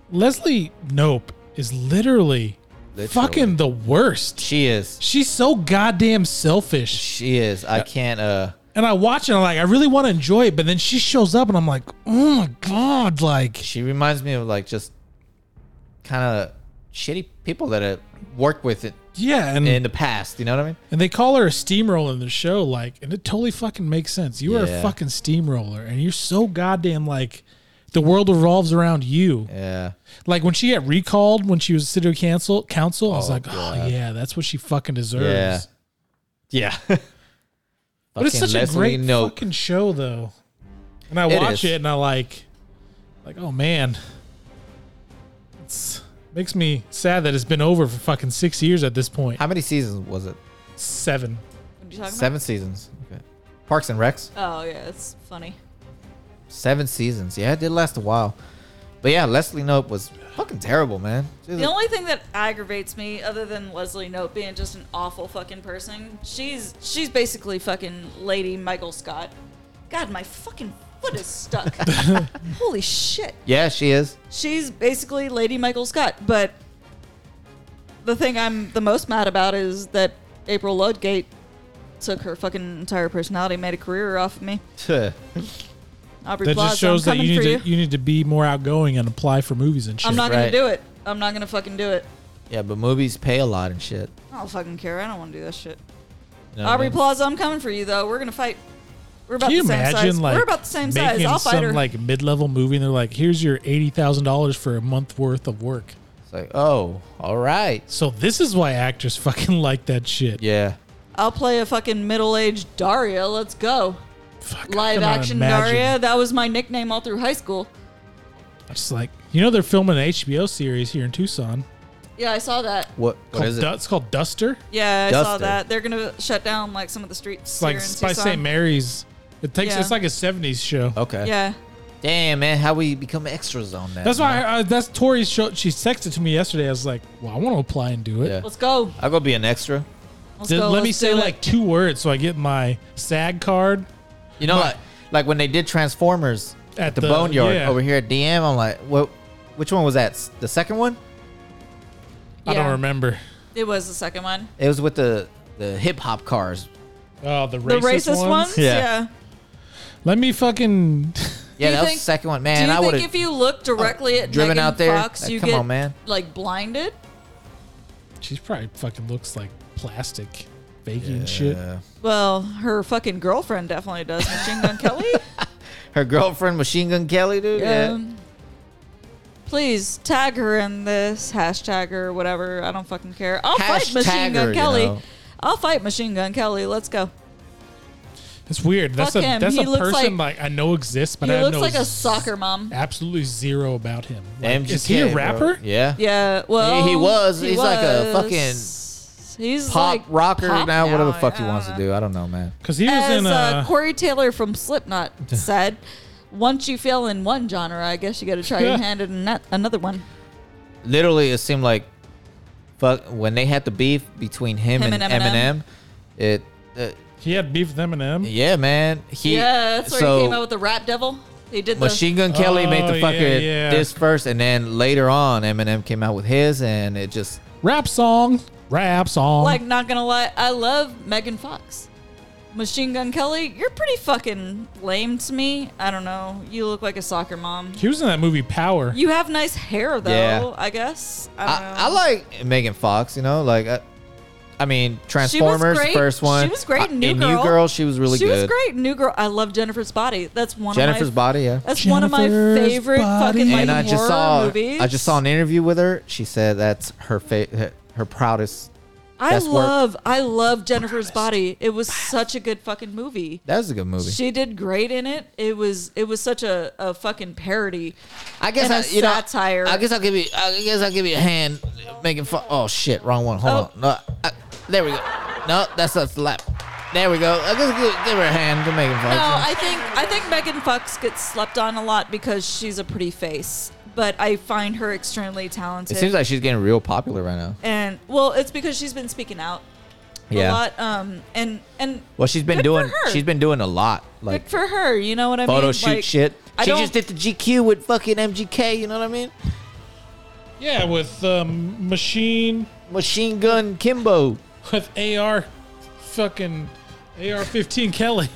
Speaker 1: Leslie Nope is literally,
Speaker 2: Literally.
Speaker 1: fucking the worst.
Speaker 2: She is.
Speaker 1: She's so goddamn selfish.
Speaker 2: She is. I can't uh
Speaker 1: And I watch it and I'm like, I really want to enjoy it, but then she shows up and I'm like, oh my god, like
Speaker 2: she reminds me of like just kind of shitty people that I worked with it
Speaker 1: yeah, and
Speaker 2: in
Speaker 1: and,
Speaker 2: the past, you know what I mean?
Speaker 1: they call her a steamroller in the show, like, and it totally fucking makes sense. You are a
Speaker 2: Yeah.
Speaker 1: fucking steamroller, and you're so goddamn like the world revolves around you.
Speaker 2: Yeah.
Speaker 1: Like when she got recalled when she was city council council, I was
Speaker 2: Oh,
Speaker 1: like, oh
Speaker 2: God.
Speaker 1: yeah, that's what she fucking deserves.
Speaker 2: Yeah. Yeah.
Speaker 1: But it's such a great fucking show, though. And I
Speaker 2: It
Speaker 1: watch
Speaker 2: is.
Speaker 1: it and I like, like, oh man, it's makes me sad that it's been over for fucking six years at this point.
Speaker 2: How many seasons was it?
Speaker 1: Seven.
Speaker 3: What are you talking
Speaker 2: Seven seasons. Okay. Parks and Recs.
Speaker 3: about? Oh yeah, it's funny.
Speaker 2: Seven seasons. Yeah, it did last a while. But yeah, Leslie Nope was fucking terrible, man. She was
Speaker 3: The
Speaker 2: a-
Speaker 3: only thing that aggravates me, other than Leslie Nope being just an awful fucking person, she's she's basically fucking Lady Michael Scott. God, my fucking foot is stuck. Holy shit.
Speaker 2: yeah, she is.
Speaker 3: She's basically Lady Michael Scott, but the thing I'm the most mad about is that April Ludgate took her fucking entire personality, made a career off of me. Aubrey
Speaker 1: That
Speaker 3: Plaza,
Speaker 1: just shows that
Speaker 3: I'm coming
Speaker 1: you need
Speaker 3: for
Speaker 1: to
Speaker 3: you.
Speaker 1: you. need to be more outgoing and apply for movies and shit.
Speaker 3: I'm not
Speaker 2: Right.
Speaker 3: gonna do it. I'm not gonna fucking do it.
Speaker 2: yeah, but movies pay a lot and shit.
Speaker 3: I don't fucking care. I don't want to do that shit.
Speaker 2: You know what I
Speaker 3: Aubrey
Speaker 2: mean?
Speaker 3: Plaza, I'm coming for you though. We're gonna fight. We're about
Speaker 1: Can you
Speaker 3: the same
Speaker 1: imagine
Speaker 3: size.
Speaker 1: like
Speaker 3: We're about the same size.
Speaker 1: making
Speaker 3: I'll
Speaker 1: some
Speaker 3: fight her.
Speaker 1: like mid-level movie and they're like, here's your eighty thousand dollars for a month worth of work.
Speaker 2: It's like, oh, all right.
Speaker 1: So this is why actors fucking like that shit.
Speaker 2: Yeah.
Speaker 3: I'll play a fucking middle-aged Daria. Let's go.
Speaker 1: Fuck, I
Speaker 3: Live
Speaker 1: cannot
Speaker 3: action
Speaker 1: imagine.
Speaker 3: Daria. That was my nickname all through high school.
Speaker 1: I'm Just like you know, they're filming an HBO series here in Tucson.
Speaker 3: Yeah, I saw that.
Speaker 2: What? What
Speaker 1: called
Speaker 2: is it?
Speaker 1: Du- it's called Duster.
Speaker 3: Yeah, I saw
Speaker 2: Duster.
Speaker 3: that. They're gonna shut down like some of the streets.
Speaker 1: It's like
Speaker 3: here in
Speaker 1: by
Speaker 3: Tucson.
Speaker 1: St. Mary's. It takes.
Speaker 3: Yeah.
Speaker 1: It's like a '70s show.
Speaker 2: Okay.
Speaker 3: Yeah.
Speaker 2: Damn, man, how we become extras on that?
Speaker 1: That's why.
Speaker 2: man?
Speaker 1: I, I, that's Tori's show. She texted to me yesterday. I was like, "Well, I want to apply and do it."
Speaker 2: Yeah.
Speaker 3: Let's go.
Speaker 2: I'll go be an extra.
Speaker 3: Let's
Speaker 1: Did-
Speaker 3: go.
Speaker 1: let
Speaker 3: Let's
Speaker 1: me say
Speaker 3: do it.
Speaker 1: like two words so I get my SAG card.
Speaker 2: You know, like, like when they did Transformers
Speaker 1: At
Speaker 2: at the,
Speaker 1: the-
Speaker 2: Boneyard
Speaker 1: yeah.
Speaker 2: over here at DM, I'm like, what? Which one was that? S- The second one?
Speaker 1: I don't
Speaker 3: Yeah.
Speaker 1: remember.
Speaker 3: It was the second one.
Speaker 2: It was with the the hip hop cars.
Speaker 1: Oh, the racist,
Speaker 3: the racist
Speaker 1: ones?
Speaker 3: ones.
Speaker 2: Yeah.
Speaker 1: Let me fucking.
Speaker 2: Yeah,
Speaker 3: you
Speaker 2: that was
Speaker 3: think-
Speaker 2: the second one.
Speaker 3: Do
Speaker 2: Man,
Speaker 3: you
Speaker 2: I would
Speaker 3: think if
Speaker 2: have.
Speaker 3: you look directly at
Speaker 2: driven
Speaker 3: Megan
Speaker 2: out there,
Speaker 3: Fox,
Speaker 2: like,
Speaker 3: you
Speaker 2: come
Speaker 3: get
Speaker 2: on, man.
Speaker 3: like blinded?
Speaker 1: She probably fucking looks like plastic, baking and shit.
Speaker 3: Well, her fucking girlfriend definitely does. Machine Gun Kelly.
Speaker 2: Her girlfriend, Machine Gun Kelly, dude. Yeah.
Speaker 3: Um, Please tag her in this hashtag or whatever. I don't fucking care. I'll fight Machine
Speaker 2: Hashtag
Speaker 3: Gun
Speaker 2: her, you
Speaker 3: Kelly.
Speaker 2: know.
Speaker 3: I'll fight Machine Gun Kelly. Let's go.
Speaker 1: It's weird. That's
Speaker 3: Fuck
Speaker 1: a
Speaker 3: him.
Speaker 1: that's
Speaker 3: He
Speaker 1: a
Speaker 3: looks
Speaker 1: person
Speaker 3: like-
Speaker 1: like, I know exists, but
Speaker 3: he
Speaker 1: I
Speaker 3: looks
Speaker 1: know
Speaker 3: like a soccer mom.
Speaker 1: absolutely zero about him. Like,
Speaker 2: MGK,
Speaker 1: is he a
Speaker 2: bro.
Speaker 1: rapper?
Speaker 2: Yeah.
Speaker 3: Yeah. Well,
Speaker 2: he was. He's like a fucking-
Speaker 3: was. He's
Speaker 2: pop
Speaker 3: like
Speaker 2: rocker
Speaker 3: pop
Speaker 2: now, whatever the fuck he
Speaker 3: I
Speaker 2: wants
Speaker 3: don't
Speaker 2: to
Speaker 3: know.
Speaker 2: do. I don't know, man.
Speaker 1: Because he was
Speaker 3: As
Speaker 1: in
Speaker 3: uh,
Speaker 1: uh,
Speaker 3: Corey Taylor from Slipknot said, "Once you fail in one genre, I guess you got to try your hand in ano- another one."
Speaker 2: Literally, it seemed like fuck when they had the beef between him,
Speaker 3: Him
Speaker 2: and,
Speaker 3: and
Speaker 2: Eminem.
Speaker 3: Eminem.
Speaker 2: It, uh,
Speaker 1: he had beef with Eminem.
Speaker 2: yeah, man. He
Speaker 3: yeah, that's where
Speaker 2: so
Speaker 3: he came out with the Rap Devil. He did the
Speaker 2: Machine Gun Kelly made
Speaker 1: Oh,
Speaker 2: the
Speaker 1: yeah,
Speaker 2: fucking
Speaker 1: yeah.
Speaker 2: this first, and then later on Eminem came out with his, and it just
Speaker 1: Rap song, rap song.
Speaker 3: like. Not gonna lie, I love Megan Fox. Machine Gun Kelly, you're pretty fucking lame to me. I don't know. You look like a soccer mom.
Speaker 1: he was in that movie Power.
Speaker 3: You have nice hair though.
Speaker 2: Yeah.
Speaker 3: I guess. I, don't
Speaker 2: I,
Speaker 3: know.
Speaker 2: I like Megan Fox, you know, like I, I mean Transformers
Speaker 3: great.
Speaker 2: first one.
Speaker 3: She was great in
Speaker 2: I-
Speaker 3: New Girl.
Speaker 2: New Girl, she was really
Speaker 3: she
Speaker 2: good.
Speaker 3: was great. New Girl. I love Jennifer's Body. That's one
Speaker 2: Jennifer's
Speaker 3: of my
Speaker 2: Body, yeah.
Speaker 3: That's one of my
Speaker 1: Jennifer's
Speaker 3: favorite
Speaker 1: Body.
Speaker 3: fucking like
Speaker 2: And I just
Speaker 3: horror
Speaker 2: saw
Speaker 3: movies.
Speaker 2: I just saw an interview with her. She said that's her fa- her- her proudest.
Speaker 3: I
Speaker 2: best work.
Speaker 3: love I love Jennifer's Body. It was such a good fucking movie.
Speaker 2: That was a good movie.
Speaker 3: She did great in it. It was it was such a, a fucking parody.
Speaker 2: I guess
Speaker 3: and
Speaker 2: I
Speaker 3: a
Speaker 2: you know
Speaker 3: satire.
Speaker 2: I guess I'll give you I guess I'll give you a hand Megan Fox. Oh shit, wrong one. Hold
Speaker 3: Oh.
Speaker 2: on. No, I, there we go. No, that's not the lap. There we go. I guess give, give her a hand to Megan Fox.
Speaker 3: No, I think I think Megan Fox gets slept on a lot because she's a pretty face. But I find her extremely talented.
Speaker 2: it seems like she's getting real popular right now.
Speaker 3: and well, it's because she's been speaking out a
Speaker 2: Yeah.
Speaker 3: lot. Um and and
Speaker 2: Well, she's been
Speaker 3: Good for
Speaker 2: doing.
Speaker 3: her.
Speaker 2: She's been doing a lot, like
Speaker 3: good for her, you know what I mean?
Speaker 2: photo shoot
Speaker 3: Like,
Speaker 2: shit.
Speaker 3: I
Speaker 2: she
Speaker 3: don't-
Speaker 2: just did the GQ with fucking MGK. You know what I mean?
Speaker 1: Yeah, with um, Machine,
Speaker 2: Machine Gun Kimbo.
Speaker 1: with AR, fucking AR 15 Kelly.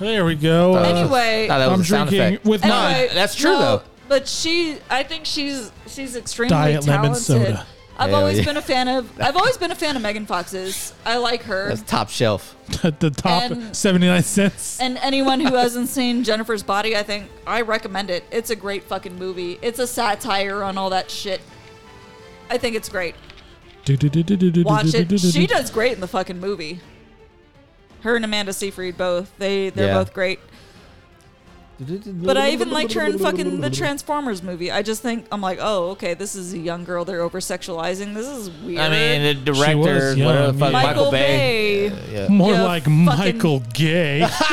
Speaker 1: there we go. Uh,
Speaker 3: Anyway,
Speaker 2: Nah, that was
Speaker 1: I'm
Speaker 2: a sound
Speaker 1: drinking
Speaker 2: effect.
Speaker 1: with my.
Speaker 3: Anyway,
Speaker 2: No, that's true, though.
Speaker 3: But she, I think she's she's extremely
Speaker 1: Diet
Speaker 3: talented.
Speaker 1: lemon soda.
Speaker 3: I've
Speaker 2: Hell
Speaker 3: always
Speaker 2: yeah.
Speaker 3: been a fan of. I've always been a fan of Megan Fox's. I like her.
Speaker 2: That's top shelf.
Speaker 1: at the top
Speaker 3: And-
Speaker 1: 79 cents.
Speaker 3: and anyone who hasn't seen Jennifer's Body, I think I recommend it. It's a great fucking movie. It's a satire on all that shit. I think it's great. Watch it. She does great in the fucking movie. Her and Amanda Seyfried both. They they're
Speaker 2: Yeah.
Speaker 3: both great. But I even liked her in fucking the Transformers movie. I just think I'm like, oh, okay, this is a young girl. They're over sexualizing. This is weird.
Speaker 2: I mean, the
Speaker 1: She
Speaker 2: director,
Speaker 1: was young,
Speaker 2: whatever the fuck,
Speaker 1: yeah.
Speaker 2: Michael,
Speaker 3: Michael
Speaker 2: Bay.
Speaker 3: Bay.
Speaker 2: Yeah.
Speaker 1: More
Speaker 3: Yeah,
Speaker 1: like
Speaker 3: fucking-
Speaker 1: Michael Gay.
Speaker 2: Let's give,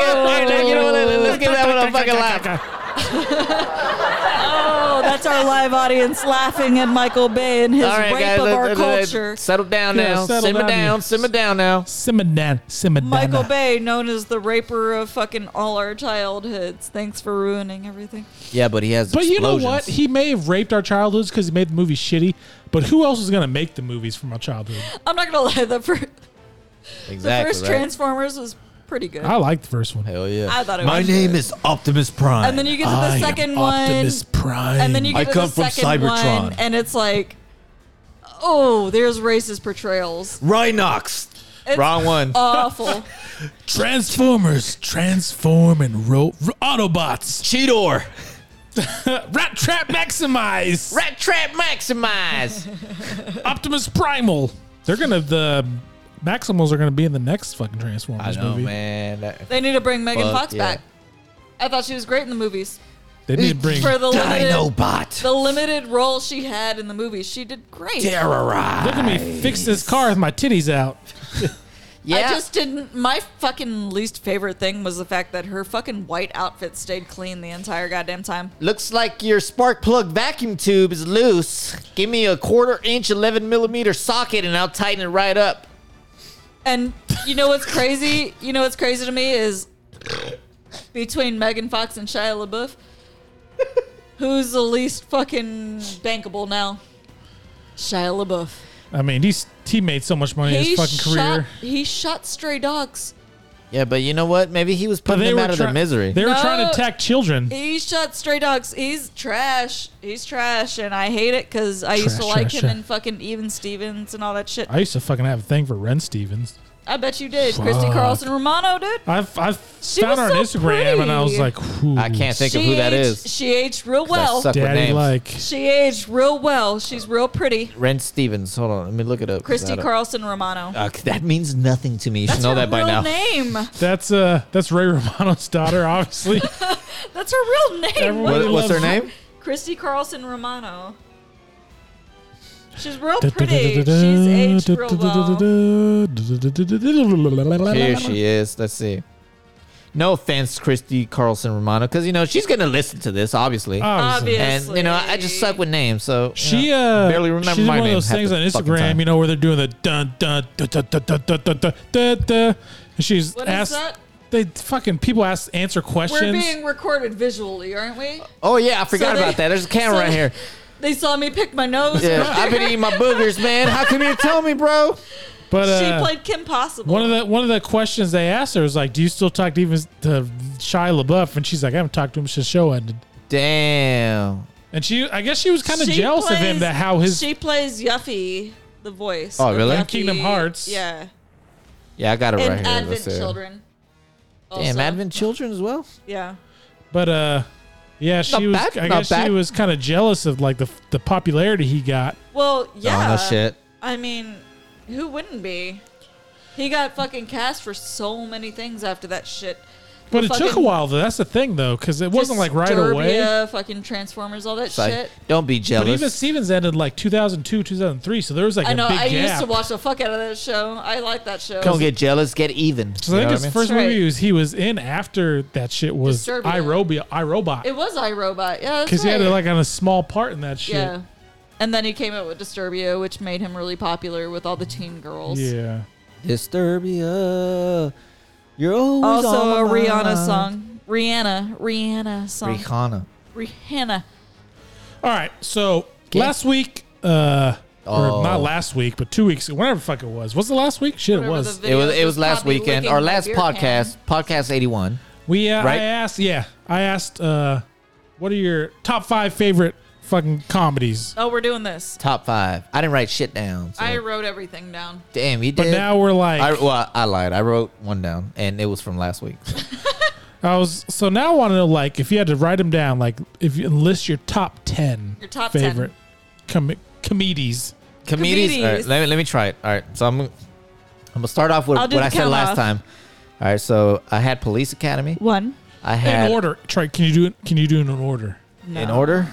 Speaker 2: hey, you know what, let's give that one a fucking laugh.
Speaker 3: Oh, that's our live audience laughing at Michael Bay and his
Speaker 2: All right,
Speaker 3: rape
Speaker 2: guys,
Speaker 3: of
Speaker 2: let-
Speaker 3: our
Speaker 2: let- let-
Speaker 3: culture.
Speaker 2: settle down
Speaker 1: Yeah,
Speaker 2: now.
Speaker 1: settle
Speaker 2: simmer
Speaker 1: down,
Speaker 2: down,
Speaker 1: you-
Speaker 2: simmer down now.
Speaker 1: Simmer down. Simmer down.
Speaker 3: Michael Bay, known as the raper of fucking all our childhoods. Thanks for ruining everything.
Speaker 2: Yeah, but he has.
Speaker 1: But you know what?
Speaker 2: explosions.
Speaker 1: He may have raped our childhoods because he made the movie shitty. But who else was gonna make the movies from our childhood?
Speaker 3: I'm not gonna lie, the, fir- the
Speaker 2: Exactly.
Speaker 3: first
Speaker 2: right.
Speaker 3: Transformers was pretty good.
Speaker 1: I liked the first one.
Speaker 2: Hell yeah.
Speaker 3: I thought it was good.
Speaker 2: is Optimus Prime.
Speaker 3: and then you get to the
Speaker 1: I am
Speaker 3: second one.
Speaker 1: Optimus Prime.
Speaker 3: And then you
Speaker 2: I
Speaker 3: get to
Speaker 2: come
Speaker 3: the
Speaker 2: from
Speaker 3: second
Speaker 2: Cybertron.
Speaker 3: one, and it's like, oh, there's racist portrayals.
Speaker 2: Rhinox.
Speaker 3: It's
Speaker 2: Wrong one.
Speaker 3: Awful.
Speaker 1: Transformers transform and ro- ro- Autobots.
Speaker 2: Cheetor.
Speaker 1: Rat Trap Maximize.
Speaker 2: Rat Trap Maximize.
Speaker 1: Optimus Primal. They're gonna the Maximals are gonna be in the next fucking
Speaker 2: I
Speaker 1: Transformers
Speaker 2: know,
Speaker 1: movie.
Speaker 2: man. That-
Speaker 3: They need to bring Megan
Speaker 2: Fuck
Speaker 3: Fox
Speaker 2: yeah.
Speaker 3: back. I thought she was great in the movies.
Speaker 1: They need to bring
Speaker 3: For the limited,
Speaker 2: Dinobot.
Speaker 3: the limited role she had in the movies, she did great.
Speaker 1: Look at
Speaker 2: Terrorize.
Speaker 1: me fix this car with my titties out.
Speaker 2: Yeah.
Speaker 3: I just didn't. My fucking least favorite thing was the fact that her fucking white outfit stayed clean the entire goddamn time.
Speaker 2: Looks like your spark plug vacuum tube is loose. Give me a quarter inch, 11 millimeter socket, and I'll tighten it right up.
Speaker 3: And you know what's crazy? You know what's crazy to me is between Megan Fox and Shia LaBeouf, who's the least fucking bankable now? Shia LaBeouf.
Speaker 1: I mean, he's he made so much money in his fucking
Speaker 3: shot.
Speaker 1: career.
Speaker 3: He shot stray dogs.
Speaker 2: Yeah, but you know what? Maybe he was
Speaker 1: But
Speaker 2: putting them out of
Speaker 1: try-
Speaker 2: their misery.
Speaker 1: They were trying to
Speaker 3: No.
Speaker 1: attack children.
Speaker 3: He shot stray dogs. He's trash. He's trash, and I hate it because I used to
Speaker 1: Trash,
Speaker 3: like
Speaker 1: trash,
Speaker 3: him
Speaker 1: trash.
Speaker 3: and fucking Even Stevens and all that shit.
Speaker 1: I used to fucking have a thing for Ren Stevens.
Speaker 3: I bet you did. Christy
Speaker 1: Fuck.
Speaker 3: Carlson Romano, dude.
Speaker 1: I've I've
Speaker 3: She
Speaker 1: found
Speaker 3: was
Speaker 1: her on
Speaker 3: so
Speaker 1: Instagram and I was
Speaker 3: pretty.
Speaker 1: like, Whew,
Speaker 2: I can't think of who that
Speaker 3: aged,
Speaker 2: is.
Speaker 3: She aged real
Speaker 2: 'cause I
Speaker 3: well.
Speaker 2: suck with
Speaker 1: Daddy
Speaker 2: names.
Speaker 1: like
Speaker 3: She aged real well. She's real pretty.
Speaker 2: Ren Stevens. Hold on. Let me look it up. 'cause I
Speaker 3: Christy
Speaker 2: don't-
Speaker 3: Carlson Romano.
Speaker 2: Uh, that means nothing to me. You should
Speaker 3: That's
Speaker 2: know
Speaker 3: her
Speaker 2: that by
Speaker 3: real
Speaker 2: now.
Speaker 3: name.
Speaker 1: that's uh that's Ray Romano's daughter, obviously.
Speaker 3: That's her real name.
Speaker 1: Everyone-
Speaker 3: What?
Speaker 2: What- what's her
Speaker 1: Loves-
Speaker 2: name?
Speaker 3: Christy Carlson Romano. She's real pretty. She's aged real well.
Speaker 2: Here she is. Let's see. No offense, Christy Carlson Romano, because you know she's gonna listen to this, obviously.
Speaker 1: Obviously.
Speaker 3: Obvious.
Speaker 2: and you know, I just suck with names, so you
Speaker 1: Oh. She
Speaker 2: know,
Speaker 1: uh,
Speaker 2: barely remember
Speaker 1: she did
Speaker 2: my
Speaker 1: one
Speaker 2: name.
Speaker 1: of those
Speaker 2: half
Speaker 1: things
Speaker 2: the
Speaker 1: on
Speaker 2: fucking
Speaker 1: Instagram,
Speaker 2: time.
Speaker 1: you know, where they're doing the dun dun dun dun dun dun dun dun dun dun dun. And she's
Speaker 3: What is
Speaker 1: asked.
Speaker 3: that?
Speaker 1: They fucking people ask answer
Speaker 3: We're
Speaker 1: questions.
Speaker 3: being recorded visually, aren't we?
Speaker 2: Oh yeah, I forgot
Speaker 3: they-
Speaker 2: about that. There's a camera
Speaker 3: so
Speaker 2: right
Speaker 3: they-
Speaker 2: here.
Speaker 3: They saw me pick my nose.
Speaker 2: Yeah, I've been eating my boogers, man. How come you didn't tell me, bro?
Speaker 1: but
Speaker 3: She
Speaker 1: uh,
Speaker 3: played Kim Possible.
Speaker 1: one of the one of the questions they asked her was like, "Do you still talk to even to Shia LaBeouf?" And she's like, "I haven't talked to him since the show ended."
Speaker 2: Damn.
Speaker 1: And she, I guess, she was kind of
Speaker 3: She
Speaker 1: jealous of him
Speaker 3: plays-
Speaker 1: that how his
Speaker 3: she plays Yuffie, the voice.
Speaker 2: Oh,
Speaker 3: of
Speaker 2: really? In
Speaker 3: Yuffie.
Speaker 1: Kingdom Hearts.
Speaker 3: Yeah,
Speaker 2: Yeah, I got it
Speaker 3: and
Speaker 2: right here. Let's
Speaker 3: Advent
Speaker 2: see.
Speaker 3: Children.
Speaker 2: Damn,
Speaker 3: also.
Speaker 2: Advent Children as well.
Speaker 3: Yeah,
Speaker 1: But uh, yeah, she was.
Speaker 2: bad,
Speaker 1: I
Speaker 2: not
Speaker 1: guess she
Speaker 2: bad.
Speaker 1: was kind of jealous of like the the popularity he got.
Speaker 3: well, yeah.
Speaker 2: Oh no shit.
Speaker 3: I mean, who wouldn't be? He got fucking cast for so many things after that shit.
Speaker 1: But it took a
Speaker 3: Fucking
Speaker 1: while. Though. That's the thing, though, because it wasn't like right away.
Speaker 3: Disturbia, Fucking Transformers, all that
Speaker 2: It's like,
Speaker 3: shit.
Speaker 2: don't be
Speaker 1: But
Speaker 2: jealous.
Speaker 1: even Stevens ended like 2002, 2003, so there was like
Speaker 3: I
Speaker 1: a
Speaker 3: know.
Speaker 1: big
Speaker 3: I
Speaker 1: gap.
Speaker 3: used to watch the fuck out of that show. I like that show.
Speaker 2: don't get jealous. Get even.
Speaker 1: so
Speaker 2: You
Speaker 1: I think
Speaker 2: know
Speaker 1: his
Speaker 2: what I mean?
Speaker 1: first
Speaker 3: That's
Speaker 1: movie
Speaker 3: right.
Speaker 1: was- he was in after that shit was
Speaker 3: Disturbia.
Speaker 1: iRobia, iRobot,
Speaker 3: It was iRobot. Yeah,
Speaker 1: because
Speaker 3: because
Speaker 1: he had like on a small part in that shit.
Speaker 3: yeah. And then he came out with Disturbia, which made him really popular with all the teen girls.
Speaker 1: Yeah.
Speaker 2: Disturbia. You're always
Speaker 3: Also a
Speaker 2: on my
Speaker 3: Rihanna
Speaker 2: mind.
Speaker 3: song. Rihanna. Rihanna song.
Speaker 2: Rihanna.
Speaker 3: Rihanna.
Speaker 1: All right. So
Speaker 2: Okay.
Speaker 1: last week, uh,
Speaker 2: Oh.
Speaker 1: or not last week, but two weeks, whenever the fuck it was. Was the last week? Shit,
Speaker 3: Whatever
Speaker 1: it
Speaker 3: the
Speaker 1: was.
Speaker 2: It
Speaker 3: video
Speaker 2: was. It was
Speaker 3: just
Speaker 2: last
Speaker 3: caught me
Speaker 2: weekend.
Speaker 3: licking
Speaker 2: Our
Speaker 3: my
Speaker 2: last
Speaker 3: beer can.
Speaker 2: podcast. Podcast eighty one.
Speaker 1: We uh,
Speaker 2: Right?
Speaker 1: I asked, yeah, I asked, uh, what are your top five favorite fucking comedies?
Speaker 3: Oh, we're doing this.
Speaker 2: Top five. I didn't write shit down. so-
Speaker 3: I wrote everything down.
Speaker 2: Damn, you
Speaker 1: But
Speaker 2: did.
Speaker 1: now we're like,
Speaker 2: I
Speaker 1: I,
Speaker 2: well, I lied. I wrote one down, and it was from last week.
Speaker 1: was so now I want to know like if you had to write them down, like if you list your top ten,
Speaker 3: Your top 10.
Speaker 1: favorite com- comedies.
Speaker 2: Comedies. All right,
Speaker 3: Comedies.
Speaker 2: let me let me try it. All right, so I'm I'm gonna start off with
Speaker 3: I'll
Speaker 2: what
Speaker 3: do
Speaker 2: I
Speaker 3: the
Speaker 2: said
Speaker 3: count
Speaker 2: last
Speaker 3: off.
Speaker 2: time. All right, so I had Police Academy.
Speaker 3: One.
Speaker 2: I
Speaker 1: In
Speaker 2: had
Speaker 1: order, try. Can you do it? Can you do it in order?
Speaker 3: No.
Speaker 2: In order?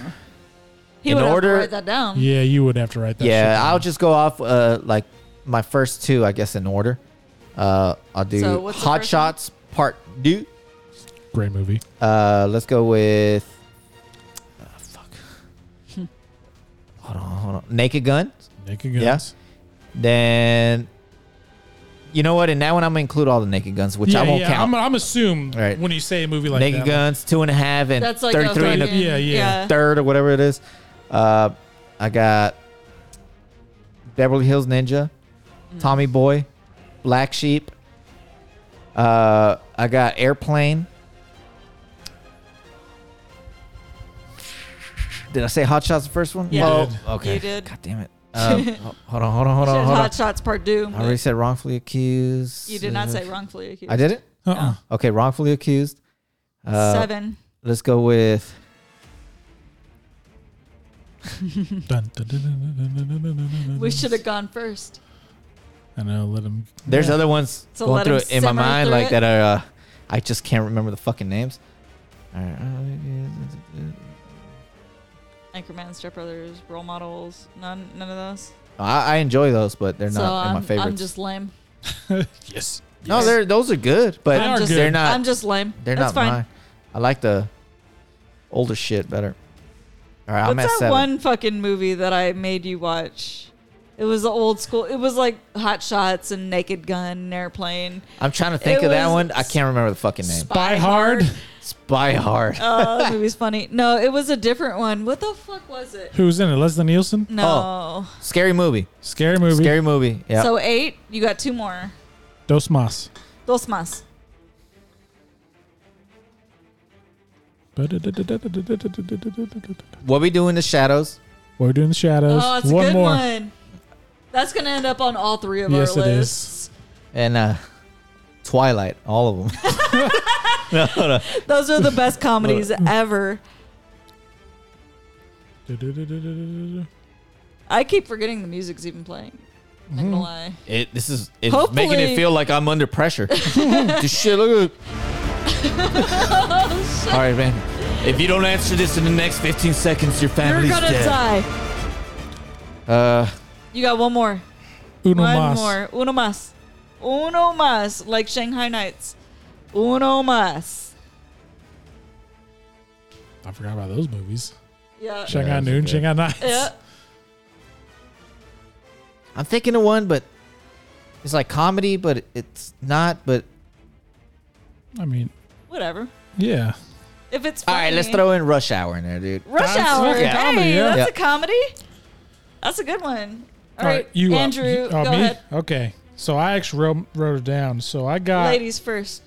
Speaker 3: He
Speaker 2: in
Speaker 3: would
Speaker 2: order-
Speaker 3: Have to write that down.
Speaker 1: Yeah, you would have to write that. shit
Speaker 2: Yeah,
Speaker 1: down.
Speaker 2: I'll just go off uh like my first two, I guess, in order. Uh, I'll do
Speaker 3: So what's the
Speaker 2: Hot
Speaker 3: first
Speaker 2: Shots Part Two.
Speaker 1: great movie.
Speaker 2: Uh, let's go with. ah, fuck. hold on, hold on. Naked Gun.
Speaker 1: Naked
Speaker 2: Yeah.
Speaker 1: Guns.
Speaker 2: Then, you know what? In that one, I'm gonna include all the Naked Guns, which I won't count.
Speaker 1: I'm, I'm assumed
Speaker 2: All right.
Speaker 1: when you say a movie like
Speaker 2: Naked
Speaker 1: that.
Speaker 2: Guns, two and a half, and
Speaker 3: That's like a
Speaker 2: 33 and a
Speaker 3: fucking-
Speaker 1: Yeah, yeah.
Speaker 2: third or whatever it is. Uh, I got Beverly Hills Ninja,
Speaker 3: Mm.
Speaker 2: Tommy Boy, Black Sheep. Uh, I got Airplane. Did I say Hot Shots the first one?
Speaker 3: Yeah.
Speaker 1: You
Speaker 2: Oh,
Speaker 1: did.
Speaker 2: okay.
Speaker 3: You did.
Speaker 2: God damn it. Um, ho- hold on, hold on, hold
Speaker 3: Shit,
Speaker 2: on, hold on.
Speaker 3: Hot Shots Part Two.
Speaker 2: I already said wrongfully accused.
Speaker 3: You did not
Speaker 2: Uh,
Speaker 3: say wrongfully accused.
Speaker 2: I did it.
Speaker 1: Uh-uh.
Speaker 2: Okay, wrongfully accused. Uh,
Speaker 3: Seven.
Speaker 2: Let's go with
Speaker 1: Dun, dun, dun, dun, dun, dun, dun, dun, dun, dun,
Speaker 3: We
Speaker 2: mm.
Speaker 1: dun.
Speaker 3: should have gone first.
Speaker 1: I know. Let him.
Speaker 2: There's other ones
Speaker 3: So
Speaker 2: going
Speaker 3: let
Speaker 2: through
Speaker 3: them
Speaker 2: it in my
Speaker 3: simmer
Speaker 2: mind,
Speaker 3: through
Speaker 2: like
Speaker 3: it.
Speaker 2: that are. Uh, I just can't remember the fucking names. All right.
Speaker 3: Anchorman, Step Brothers, Role Models. None, none of those.
Speaker 2: I, I enjoy those, but they're
Speaker 3: so
Speaker 2: not in
Speaker 3: I'm,
Speaker 2: my favorites.
Speaker 3: I'm just lame.
Speaker 1: Yes.
Speaker 2: no, they're those are good, but
Speaker 1: They are
Speaker 3: I'm just,
Speaker 1: good.
Speaker 2: they're not.
Speaker 3: I'm just lame.
Speaker 2: they're
Speaker 3: That's
Speaker 2: not
Speaker 3: fine.
Speaker 2: mine. I like the older shit better. All right, I'm
Speaker 3: What's
Speaker 2: at
Speaker 3: that
Speaker 2: seven.
Speaker 3: one fucking movie that I made you watch? It was the old school. It was like Hot Shots and Naked Gun, and Airplane.
Speaker 2: I'm trying to think
Speaker 3: It
Speaker 2: of that
Speaker 3: was
Speaker 2: one. I can't remember the fucking name.
Speaker 1: Spy Hard.
Speaker 2: Spy Hard.
Speaker 3: Oh, that movie's funny. No, it was a different one. What the fuck was it?
Speaker 1: Who's in it? Leslie Nielsen.
Speaker 3: No.
Speaker 1: Oh.
Speaker 2: Scary movie.
Speaker 1: Scary movie.
Speaker 2: Scary movie. Yeah.
Speaker 3: So eight. You got two more.
Speaker 1: Dos Mas.
Speaker 3: Dos más.
Speaker 1: We're
Speaker 2: what we do in the shadows.
Speaker 1: doing the shadows.
Speaker 3: Oh, it's a
Speaker 1: one
Speaker 3: good
Speaker 1: more.
Speaker 3: one. That's gonna end up on all three of
Speaker 1: Yes,
Speaker 3: our
Speaker 1: it is.
Speaker 3: lists.
Speaker 2: and uh, Twilight, all of them. no, no.
Speaker 3: Those are the
Speaker 1: Uh,
Speaker 3: best comedies ever. I keep forgetting the music's even playing. I'm not
Speaker 1: Mm-hmm.
Speaker 3: gonna lie.
Speaker 2: It, this is it's making it
Speaker 3: Hopefully-
Speaker 2: feel like I'm under pressure. Just shit, look.
Speaker 3: Oh,
Speaker 2: at- All right, man. If you don't answer this in the next 15 seconds, your
Speaker 3: You're
Speaker 2: family's
Speaker 3: gonna
Speaker 2: dead.
Speaker 3: die.
Speaker 2: Uh,
Speaker 3: You got one more.
Speaker 1: Uno
Speaker 3: one
Speaker 1: mas.
Speaker 3: more. Uno mas. Uno mas. Like Shanghai Nights. Uno mas.
Speaker 1: I forgot about those movies.
Speaker 3: Yeah.
Speaker 1: Shanghai
Speaker 2: those are
Speaker 1: Noon,
Speaker 2: good.
Speaker 1: Shanghai Nights.
Speaker 3: yeah.
Speaker 2: I'm thinking of one, but it's like comedy, but it's not. But
Speaker 1: I mean,
Speaker 3: Whatever.
Speaker 1: yeah.
Speaker 3: If it's
Speaker 2: all
Speaker 3: funny.
Speaker 2: right, let's throw in Rush Hour in there, dude.
Speaker 3: Rush
Speaker 1: That's
Speaker 3: Hour.
Speaker 1: fucking
Speaker 3: Hey,
Speaker 1: comedy, yeah.
Speaker 3: that's
Speaker 2: Yeah.
Speaker 3: a comedy. That's a good one. All right,
Speaker 1: Uh, you up.
Speaker 3: Andrew,
Speaker 1: You- oh,
Speaker 3: go
Speaker 1: me?
Speaker 3: ahead.
Speaker 1: Okay. So I actually wrote, wrote it down. So I got
Speaker 3: Ladies first.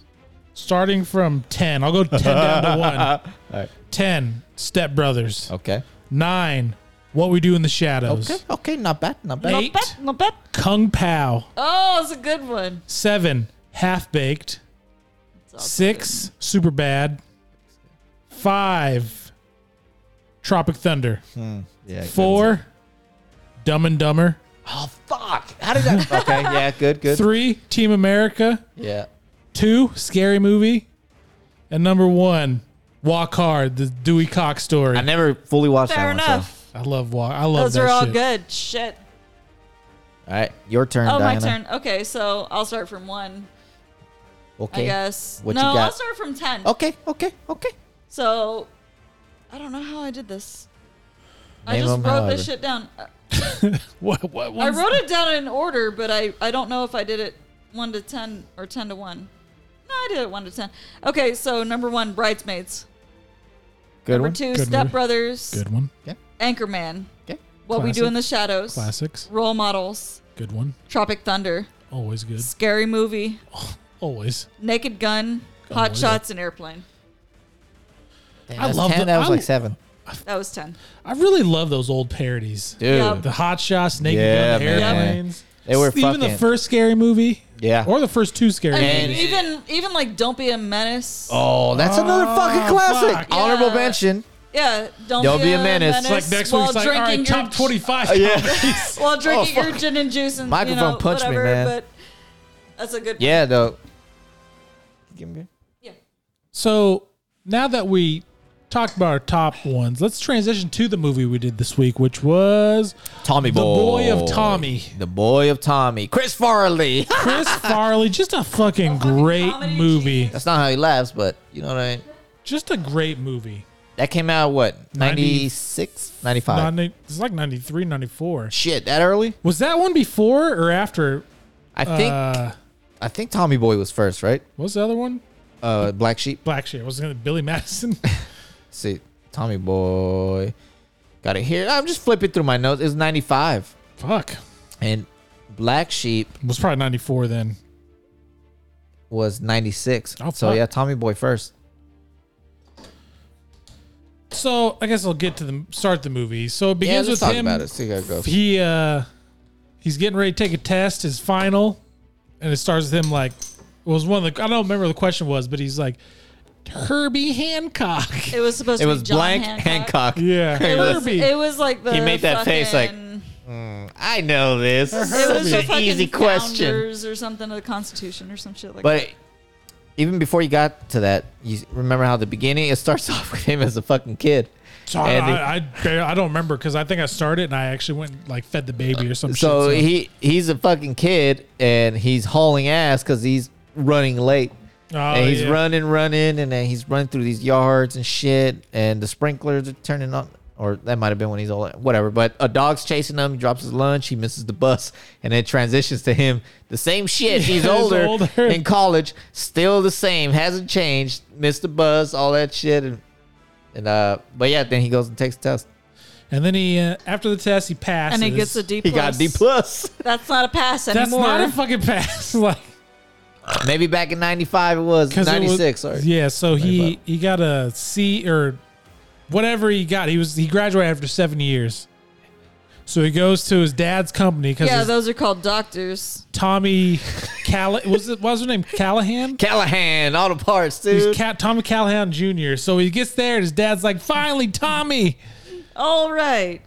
Speaker 1: starting from ten. I'll go ten down to one.
Speaker 2: All right.
Speaker 1: Ten. Step Brothers.
Speaker 2: Okay.
Speaker 1: Nine. What We Do in the Shadows.
Speaker 2: Okay. Okay. Not bad. Not bad.
Speaker 1: Eight.
Speaker 3: Not bad, not bad.
Speaker 1: Kung Pao.
Speaker 3: Oh, it's a good one.
Speaker 1: Seven. Half Baked.
Speaker 3: It's also
Speaker 1: Six. Super Bad. Five. Tropic Thunder.
Speaker 2: Yeah. good.
Speaker 1: Four. Dumb and Dumber.
Speaker 2: Oh fuck! How did that? okay. Yeah. Good. Good.
Speaker 1: Three. Team America.
Speaker 2: Yeah.
Speaker 1: Two. Scary Movie. And number one. Walk Hard. The Dewey Cox story.
Speaker 2: I
Speaker 1: I,
Speaker 2: never fully watched
Speaker 3: good. Fair
Speaker 2: that one.
Speaker 3: enough.
Speaker 1: love Walk. I love
Speaker 3: Those
Speaker 1: that
Speaker 3: are all
Speaker 1: shit.
Speaker 3: good. Shit.
Speaker 2: So. All right. Your turn.
Speaker 3: Oh, my
Speaker 2: Diana.
Speaker 3: turn. Okay, so I'll start from one,
Speaker 2: Okay.
Speaker 3: I guess.
Speaker 2: What
Speaker 3: no,
Speaker 2: you got? Oh.
Speaker 3: I'll start from ten.
Speaker 2: Okay. Okay. Okay.
Speaker 3: So, I don't know how I did this. I
Speaker 2: Name
Speaker 3: just
Speaker 2: them
Speaker 3: wrote
Speaker 2: however.
Speaker 3: this shit down. Uh,
Speaker 1: What, what,
Speaker 3: I
Speaker 1: one's-
Speaker 3: wrote it down in order, but I, I don't know if I did it 1 to 10 or 10 to 1. No, I did it 1 to 10. Okay, so number 1, Bridesmaids.
Speaker 2: Good
Speaker 3: number
Speaker 2: one.
Speaker 3: 2,
Speaker 1: Good
Speaker 3: Step
Speaker 1: movie.
Speaker 3: Brothers.
Speaker 1: Good one.
Speaker 3: Anchorman.
Speaker 2: Okay.
Speaker 3: What We Do
Speaker 1: Classic.
Speaker 3: in the Shadows.
Speaker 1: Classics.
Speaker 3: Role Models.
Speaker 1: Good one.
Speaker 3: Tropic Thunder.
Speaker 1: Always good.
Speaker 3: Scary Movie.
Speaker 1: Always.
Speaker 3: Naked Gun.
Speaker 1: Oh,
Speaker 3: Hot
Speaker 1: yeah.
Speaker 3: Shots and Airplane.
Speaker 2: Damn,
Speaker 1: I
Speaker 2: that's
Speaker 1: love
Speaker 2: 10,
Speaker 1: the-
Speaker 2: That was
Speaker 1: I-
Speaker 2: like seven.
Speaker 3: That was 10.
Speaker 1: I really love those old parodies.
Speaker 2: Dude.
Speaker 3: Yeah.
Speaker 1: The hot shots, naked
Speaker 2: Yeah,
Speaker 1: gun,
Speaker 2: man.
Speaker 1: airplanes.
Speaker 2: They were
Speaker 1: even the
Speaker 2: fucking-
Speaker 1: first scary movie.
Speaker 2: Yeah.
Speaker 1: Or the first two scary
Speaker 3: I mean,
Speaker 2: And-
Speaker 1: movies.
Speaker 3: even, even like Don't Be a Menace.
Speaker 2: Oh, that's another fucking
Speaker 1: Oh,
Speaker 2: classic.
Speaker 1: fuck.
Speaker 2: Honorable
Speaker 3: Yeah.
Speaker 2: mention.
Speaker 3: Yeah, don't,
Speaker 2: Don't be a menace.
Speaker 1: It's like next week's like, all right,
Speaker 3: your-
Speaker 1: top 25.
Speaker 3: While drinking
Speaker 2: Oh,
Speaker 3: your gin and juice and
Speaker 2: Microphone
Speaker 3: you know,
Speaker 2: punched me,
Speaker 3: whatever,
Speaker 2: man.
Speaker 3: But that's a good.
Speaker 2: Yeah, though. Give me.
Speaker 3: yeah.
Speaker 1: So now that we talked about our top ones, let's transition to the movie we did this week, which was
Speaker 2: Tommy
Speaker 1: The
Speaker 2: Boy.
Speaker 1: Boy of Tommy.
Speaker 2: The Boy of Tommy. Chris Farley.
Speaker 1: Chris Farley. Just a fucking great
Speaker 3: comedy
Speaker 1: movie.
Speaker 2: That's not how he laughs, but you know what I mean?
Speaker 1: Just a great movie.
Speaker 2: That came out, what, 96? 95.
Speaker 1: Ninety- It's like 93, 94.
Speaker 2: Shit, that early?
Speaker 1: Was that one before or after?
Speaker 2: I think
Speaker 1: uh,
Speaker 2: I think Tommy Boy was first, right?
Speaker 1: what's the other one?
Speaker 2: Uh, Black Sheep.
Speaker 1: Black shit. Was it Billy Madison?
Speaker 2: Let's see, Tommy Boy. Got it here. I'm just flipping through my notes. It was 95.
Speaker 1: Fuck.
Speaker 2: And Black Sheep
Speaker 1: It was probably 94 then.
Speaker 2: was 96.
Speaker 1: Oh,
Speaker 2: so
Speaker 1: fuck.
Speaker 2: yeah, Tommy Boy first.
Speaker 1: So I guess I'll get to the start the movie. So it
Speaker 2: Yeah,
Speaker 1: begins
Speaker 2: let's
Speaker 1: with
Speaker 2: talk
Speaker 1: him.
Speaker 2: about it. See how it goes.
Speaker 1: He uh, he's getting ready to take a test, his final, and it starts with him like it was one of the I don't remember what the question was, but he's like Herbie Hancock.
Speaker 3: It was supposed
Speaker 2: It
Speaker 3: to
Speaker 2: was
Speaker 3: be John
Speaker 2: blank
Speaker 3: Hancock.
Speaker 2: Hancock.
Speaker 1: Yeah,
Speaker 3: It was,
Speaker 1: Herbie.
Speaker 3: it was like the
Speaker 2: He made that face like,
Speaker 3: fucking-
Speaker 2: I know this.
Speaker 3: it was the
Speaker 2: Such an
Speaker 3: fucking
Speaker 2: easy question.
Speaker 3: founders or something of the Constitution or some shit like
Speaker 2: But even before you got to that, you remember how the beginning it starts off with him as a fucking kid.
Speaker 1: so I,
Speaker 2: And he-
Speaker 1: I, I bar- I don't remember because I think I started and I actually went like fed the baby or some
Speaker 2: so
Speaker 1: shit.
Speaker 2: he he's a fucking kid and he's hauling ass because he's running late.
Speaker 1: Oh,
Speaker 2: and he's
Speaker 1: yeah.
Speaker 2: running, running, and then he's running through these yards and shit. And the sprinklers are turning on, or that might have been when he's all whatever. But a dog's chasing him. He drops his lunch. He misses the bus, and it transitions to him the same shit. he's
Speaker 1: he's
Speaker 2: older,
Speaker 1: older.
Speaker 2: in college, still the same, hasn't changed. Missed the bus, all that shit, and and uh, but yeah, then he goes and takes the test.
Speaker 1: and then he uh, after the test he passed
Speaker 3: and he gets a D
Speaker 2: He
Speaker 3: plus.
Speaker 2: got D plus.
Speaker 3: That's not a pass
Speaker 1: That's
Speaker 3: anymore.
Speaker 1: not a fucking pass. like.
Speaker 2: Maybe back in '95 it was
Speaker 1: it was-
Speaker 2: '96. Sorry.
Speaker 1: Yeah, so he
Speaker 2: 95.
Speaker 1: he got a C or whatever he got. He was he graduated after seven years. So he goes to his dad's company because
Speaker 3: yeah, those are called doctors.
Speaker 1: Tommy Calla was it what was her name Callahan.
Speaker 2: Callahan, all the parts,
Speaker 1: He's
Speaker 2: dude.
Speaker 1: Ca- Tommy Callahan Jr. So he gets there and his dad's like, "Finally, Tommy!"
Speaker 3: All right.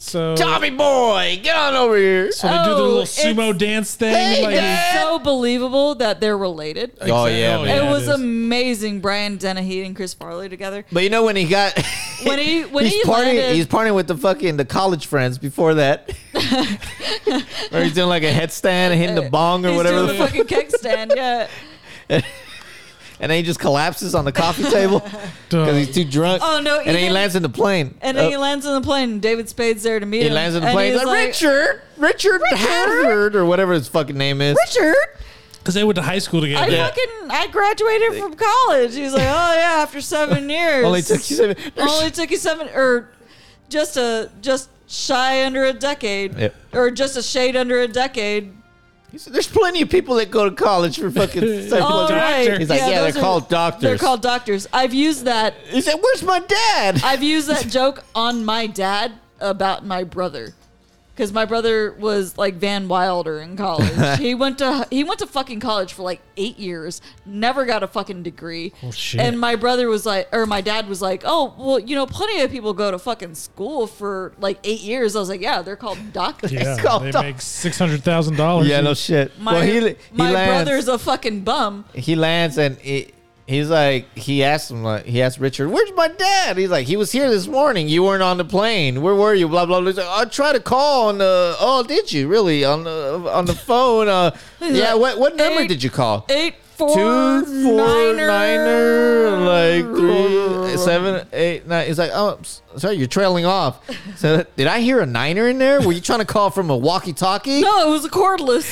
Speaker 1: So
Speaker 2: Tommy boy, get on over here.
Speaker 1: so they do their
Speaker 3: Oh,
Speaker 1: little sumo
Speaker 3: it's-
Speaker 1: dance thing.
Speaker 2: Hey,
Speaker 1: like,
Speaker 2: Dad!
Speaker 3: It's so believable that they're related.
Speaker 2: Oh, yeah, man.
Speaker 3: it was
Speaker 1: is.
Speaker 3: amazing. Brian Dennehy and Chris Farley together.
Speaker 2: But you know when he got
Speaker 3: When he when
Speaker 2: he's
Speaker 3: he
Speaker 2: partying
Speaker 3: landed,
Speaker 2: he's partying with the fucking the college friends before that. or he's doing like a headstand and hitting the bong or
Speaker 3: He's
Speaker 2: whatever
Speaker 3: doing
Speaker 2: the
Speaker 3: the
Speaker 2: fuck.
Speaker 3: fucking keg stand. Yeah.
Speaker 2: And then he just collapses on the coffee table
Speaker 1: Oh.
Speaker 2: because he's too drunk.
Speaker 3: Oh, no,
Speaker 2: And then he
Speaker 3: even-
Speaker 2: lands in the plane.
Speaker 3: And then
Speaker 2: Uh,
Speaker 3: he lands on the plane. and David Spade's there to meet
Speaker 2: he
Speaker 3: him.
Speaker 2: lands in the
Speaker 3: and
Speaker 2: plane.
Speaker 3: he's
Speaker 2: He's like, Richard, Richard, Hazard, or whatever his fucking name is.
Speaker 3: Richard,
Speaker 1: Because they went to high school
Speaker 3: I
Speaker 1: together.
Speaker 2: Yeah.
Speaker 3: fucking I graduated from college. He's like, oh yeah, after seven years.
Speaker 2: Only took you seven.
Speaker 3: Only took you seven or just a just shy under a decade.
Speaker 2: Yep.
Speaker 3: Or just a shade under a decade.
Speaker 2: He said, There's plenty of people that go to college for fucking
Speaker 1: Oh,
Speaker 3: All
Speaker 2: psychology.
Speaker 1: doctor.
Speaker 3: right.
Speaker 2: He's like, yeah,
Speaker 3: those
Speaker 2: they're
Speaker 3: are-
Speaker 2: called doctors.
Speaker 3: They're called doctors. I've used that.
Speaker 2: He said, "Where's my dad?"
Speaker 3: I've used that joke on my dad about my brother. Because my brother was like Van Wilder in college. he went to he went to fucking college for like eight years, never got a fucking degree.
Speaker 1: Oh, shit.
Speaker 3: And my brother was like, or my dad was like, oh well, you know, plenty of people go to fucking school for like eight years. I was like, yeah, they're called doctors.
Speaker 1: Yeah,
Speaker 2: It's called
Speaker 1: they
Speaker 2: doc-
Speaker 1: make six hundred thousand dollars.
Speaker 2: yeah, no shit.
Speaker 3: My,
Speaker 2: well, he
Speaker 3: my
Speaker 2: he lands.
Speaker 3: brother's a fucking bum.
Speaker 2: he lands and he, he's like, he asked him, like, he asked Richard, "Where's my dad?" He's like, "He was here this morning. You weren't on the plane. Where were you?" Blah blah blah. He's like, I tried to call on the. Oh, did you really on the on the phone? Uh,
Speaker 3: He's
Speaker 2: yeah.
Speaker 3: like,
Speaker 2: what what number
Speaker 3: eight-
Speaker 2: did you call?
Speaker 3: Eight four
Speaker 2: Two four
Speaker 3: niner.
Speaker 2: niner like three seven eight nine. He's like, oh, s- sorry, you're trailing off. So did I hear a niner in there? Were you trying to call from a walkie-talkie?
Speaker 3: No, it was a cordless.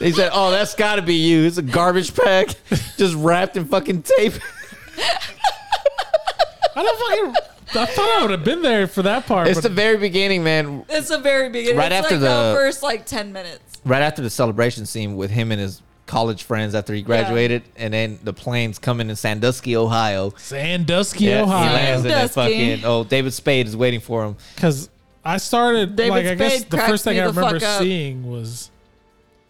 Speaker 2: They said, "Oh, that's got to be you. It's a garbage pack, just wrapped in fucking tape."
Speaker 1: I don't fucking. I thought I would have been there for that part.
Speaker 2: It's
Speaker 1: but
Speaker 2: the very beginning, man.
Speaker 3: It's the very beginning.
Speaker 2: Right
Speaker 3: it's
Speaker 2: after
Speaker 3: like
Speaker 2: the-
Speaker 3: first like ten minutes.
Speaker 2: Right after the celebration scene with him and his college friends after he graduated, and then the planes coming in Sandusky, Ohio.
Speaker 1: Sandusky,
Speaker 2: Yeah, he
Speaker 1: Ohio.
Speaker 2: lands in that
Speaker 3: Sandusky.
Speaker 2: fucking. Oh, David Spade is waiting for him.
Speaker 1: Because I started
Speaker 3: David
Speaker 1: like I guess
Speaker 3: Spade
Speaker 1: the
Speaker 3: cracks
Speaker 1: first thing
Speaker 3: me
Speaker 1: I
Speaker 3: the
Speaker 1: remember
Speaker 3: fuck up.
Speaker 1: seeing was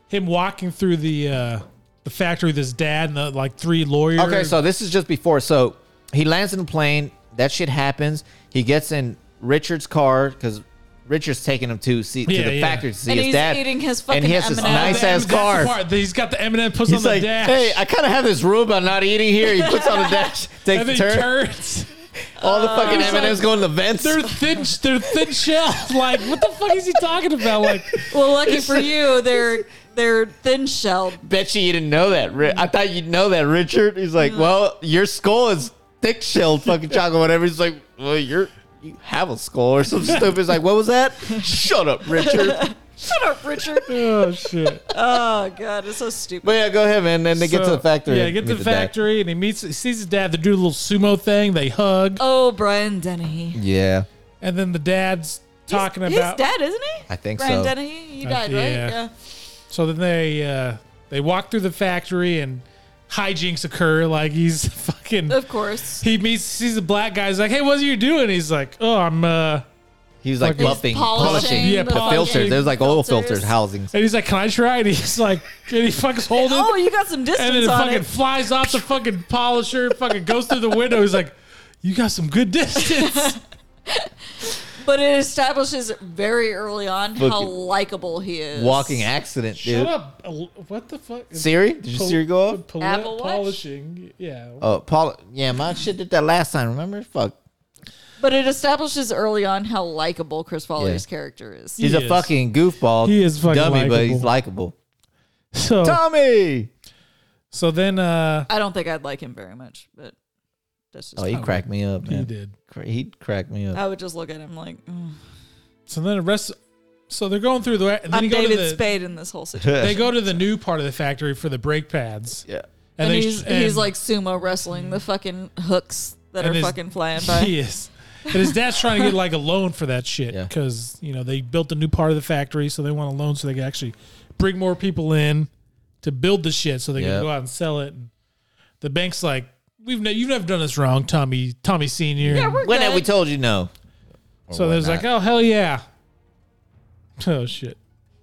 Speaker 1: him walking through the uh, the factory with his dad and the like three lawyers.
Speaker 2: Okay, so this is just before. So he lands in the plane. That shit happens. He gets in Richard's car because Richard's taking him to see
Speaker 1: Yeah,
Speaker 2: to the
Speaker 1: yeah.
Speaker 2: factory to see
Speaker 3: And
Speaker 2: his
Speaker 3: he's
Speaker 2: dad.
Speaker 3: eating his
Speaker 2: and he
Speaker 3: fucking
Speaker 2: has this
Speaker 3: M&Ms.
Speaker 2: nice
Speaker 1: The
Speaker 2: ass
Speaker 1: M- that's the
Speaker 2: car.
Speaker 1: part. He's got the Eminem puts on
Speaker 2: He's
Speaker 1: the
Speaker 2: like,
Speaker 1: dash.
Speaker 2: hey, I kind of have this rule about not eating here. He puts on the dash, takes
Speaker 1: and
Speaker 2: a
Speaker 1: then
Speaker 2: turn.
Speaker 1: he turns.
Speaker 2: All the fucking
Speaker 1: he's
Speaker 2: M&Ms
Speaker 1: like-
Speaker 2: go in the vents.
Speaker 1: They're thin. They're thin shells. Like what the fuck is he talking about? Like
Speaker 3: Well, lucky for you, they're they're thin shelled.
Speaker 2: Bet you you didn't know that. Ri- I thought you'd know that, Richard. He's
Speaker 3: Mm.
Speaker 2: like, well, your skull is thick shelled fucking chocolate, whatever. He's like, well, you're you have a skull or some stupid. He's like, what was that? Shut up, Richard.
Speaker 3: Shut up, Richard.
Speaker 1: oh shit.
Speaker 3: oh god, it's so stupid.
Speaker 2: But yeah, go ahead, man. Then they get to
Speaker 1: So-
Speaker 2: the factory.
Speaker 1: Yeah,
Speaker 2: and
Speaker 1: get to
Speaker 2: meet
Speaker 1: the
Speaker 2: dad.
Speaker 1: factory, and he meets, he sees his dad. They do a little sumo thing. They hug,
Speaker 3: Oh, Brian Dennehy.
Speaker 2: Yeah,
Speaker 1: and then the dad's talking
Speaker 3: he's,
Speaker 1: about.
Speaker 3: he's dead, isn't he?
Speaker 2: I think so.
Speaker 3: Brian Dennehy, he
Speaker 1: Uh,
Speaker 3: died, right?
Speaker 1: yeah.
Speaker 3: Yeah.
Speaker 1: So then they uh, they walk through the factory, and hijinks occur. Like he's fucking.
Speaker 3: Of course.
Speaker 1: He meets sees the black guy. He's like, "Hey, what are you doing?" He's like, "Oh, I'm." uh
Speaker 2: He's like
Speaker 1: He's
Speaker 2: buffing,
Speaker 3: polishing
Speaker 2: polishing,
Speaker 1: Yeah,
Speaker 2: the,
Speaker 1: the fucking
Speaker 2: filters. There's like oil
Speaker 3: filters.
Speaker 2: filters, housings.
Speaker 1: And he's like, "Can I try?" And he's like, and he fucking holding.
Speaker 3: Oh, you got some
Speaker 1: and then
Speaker 3: distance
Speaker 1: it
Speaker 3: on
Speaker 1: fucking
Speaker 3: it.
Speaker 1: flies off the fucking polisher, fucking goes through the window. He's like, "You got some good distance."
Speaker 3: But it establishes very early on how
Speaker 2: Fucking-
Speaker 3: likable he is.
Speaker 2: Walking accident, dude.
Speaker 1: Shut up! Al- What the fuck? Is
Speaker 2: Siri, did your
Speaker 1: pol-
Speaker 2: Siri go off?
Speaker 1: pol-
Speaker 3: Apple Watch?
Speaker 1: polishing, yeah.
Speaker 2: Oh, Paul. Yeah, my shit did that last time. Remember? Fuck.
Speaker 3: But it establishes early on how likable Chris Waller's
Speaker 2: Yeah.
Speaker 3: character is.
Speaker 2: He's
Speaker 1: He
Speaker 2: a
Speaker 1: is.
Speaker 2: fucking goofball.
Speaker 1: He is fucking
Speaker 2: dummy, but
Speaker 1: likable. Oh.
Speaker 2: he's likable.
Speaker 1: So,
Speaker 2: Tommy.
Speaker 1: so then uh,
Speaker 3: I don't think I'd like him very much, but that's just
Speaker 2: Oh, he
Speaker 3: how-
Speaker 2: cracked me up,
Speaker 1: he
Speaker 2: man.
Speaker 1: did.
Speaker 2: Cra- He cracked me up.
Speaker 3: I would just look at him like, mm.
Speaker 1: So then the rest. So they're going through the. And then
Speaker 3: I'm
Speaker 1: you go
Speaker 3: David
Speaker 1: to the,
Speaker 3: Spade in this whole situation.
Speaker 1: They go to the new part of the factory for the brake pads,
Speaker 2: Yeah.
Speaker 3: And,
Speaker 1: they
Speaker 3: he's,
Speaker 1: sh-
Speaker 3: he's like sumo wrestling the fucking hooks that
Speaker 1: And
Speaker 3: are
Speaker 1: his-
Speaker 3: fucking flying by.
Speaker 1: He is. And his dad's trying to get like a loan for that shit
Speaker 2: Yeah.
Speaker 1: because you know they built a new part of the factory, so they want a loan so they can actually bring more people in to build the shit, so they
Speaker 2: Yep.
Speaker 1: can go out and sell it. And the bank's like, "We've ne- you've never done this wrong, Tommy Tommy Senior."
Speaker 3: Yeah, we're
Speaker 2: When
Speaker 3: good.
Speaker 2: have we told you no? Or
Speaker 1: so there's like,
Speaker 2: whatnot.
Speaker 1: "Oh hell yeah!" Oh shit!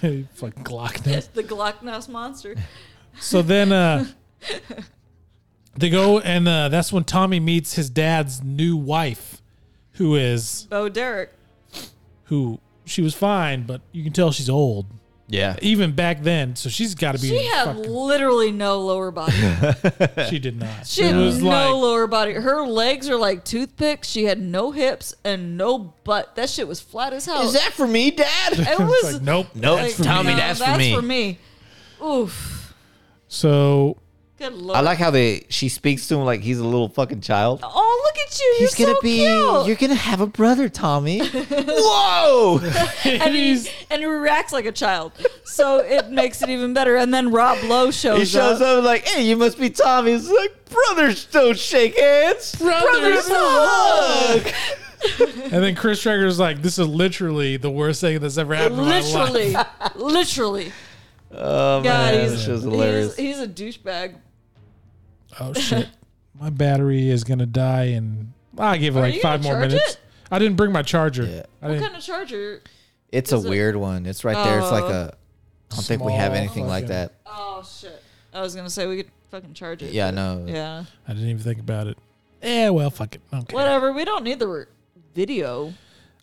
Speaker 1: Fucking Glock now.
Speaker 3: the Glocknass monster.
Speaker 1: So then uh, they go, and uh, that's when Tommy meets his dad's new wife, who is
Speaker 3: Bo Derek.
Speaker 1: who she was fine, but you can tell she's old.
Speaker 2: Yeah.
Speaker 1: even back then. So she's got to be.
Speaker 3: She had
Speaker 1: fucking-
Speaker 3: literally no lower body.
Speaker 1: she did not.
Speaker 3: She
Speaker 1: it
Speaker 3: had
Speaker 1: was
Speaker 3: no
Speaker 1: like
Speaker 3: lower body. Her legs are like toothpicks. She had no hips and no butt. That shit was flat as hell.
Speaker 2: Is that for me, Dad?
Speaker 3: it was
Speaker 1: like, nope.
Speaker 2: nope.
Speaker 3: like,
Speaker 2: Tommy,
Speaker 3: no,
Speaker 2: that's, for me.
Speaker 3: Oof.
Speaker 1: So
Speaker 3: Good lord.
Speaker 2: I like how they she speaks to him like he's a little fucking child.
Speaker 3: Oh, look at you.
Speaker 2: He's
Speaker 3: you're
Speaker 2: gonna
Speaker 3: so
Speaker 2: be.
Speaker 3: cute.
Speaker 2: You're gonna have a brother, Tommy. Whoa!
Speaker 3: and he,
Speaker 1: he's-
Speaker 3: and he reacts like a child. So it makes it even better. And then Rob Lowe shows,
Speaker 2: he shows up like, "Hey, you must be Tommy." He's like, "Brothers don't shake hands.
Speaker 1: Brothers
Speaker 2: hug."
Speaker 1: and then Chris Traeger's like, "This is literally the worst thing that's ever happened." in my life."
Speaker 3: Literally. literally.
Speaker 2: Oh
Speaker 3: God,
Speaker 2: man,
Speaker 3: he's,
Speaker 2: this show's
Speaker 3: he's,
Speaker 2: hilarious.
Speaker 3: he's a douchebag.
Speaker 1: Oh shit! My battery is gonna die, and I give it
Speaker 3: Are
Speaker 1: like
Speaker 3: you
Speaker 1: five
Speaker 3: gonna
Speaker 1: more
Speaker 3: charge
Speaker 1: minutes.
Speaker 3: it?
Speaker 1: I didn't bring my charger.
Speaker 2: Yeah.
Speaker 1: I
Speaker 3: What
Speaker 1: didn't.
Speaker 3: kind of charger?
Speaker 2: it's a
Speaker 3: is it-
Speaker 2: weird one. It's right there. It's like
Speaker 3: Oh.
Speaker 2: a. I don't think we have
Speaker 1: Small
Speaker 2: anything like
Speaker 1: fucking-
Speaker 2: that.
Speaker 3: Oh, shit. I was going to say we could fucking charge it.
Speaker 2: Yeah,
Speaker 3: but-
Speaker 2: no.
Speaker 3: Yeah.
Speaker 1: I didn't even think about it. Yeah, well, fuck it. Okay.
Speaker 3: Whatever. We don't need the re- video.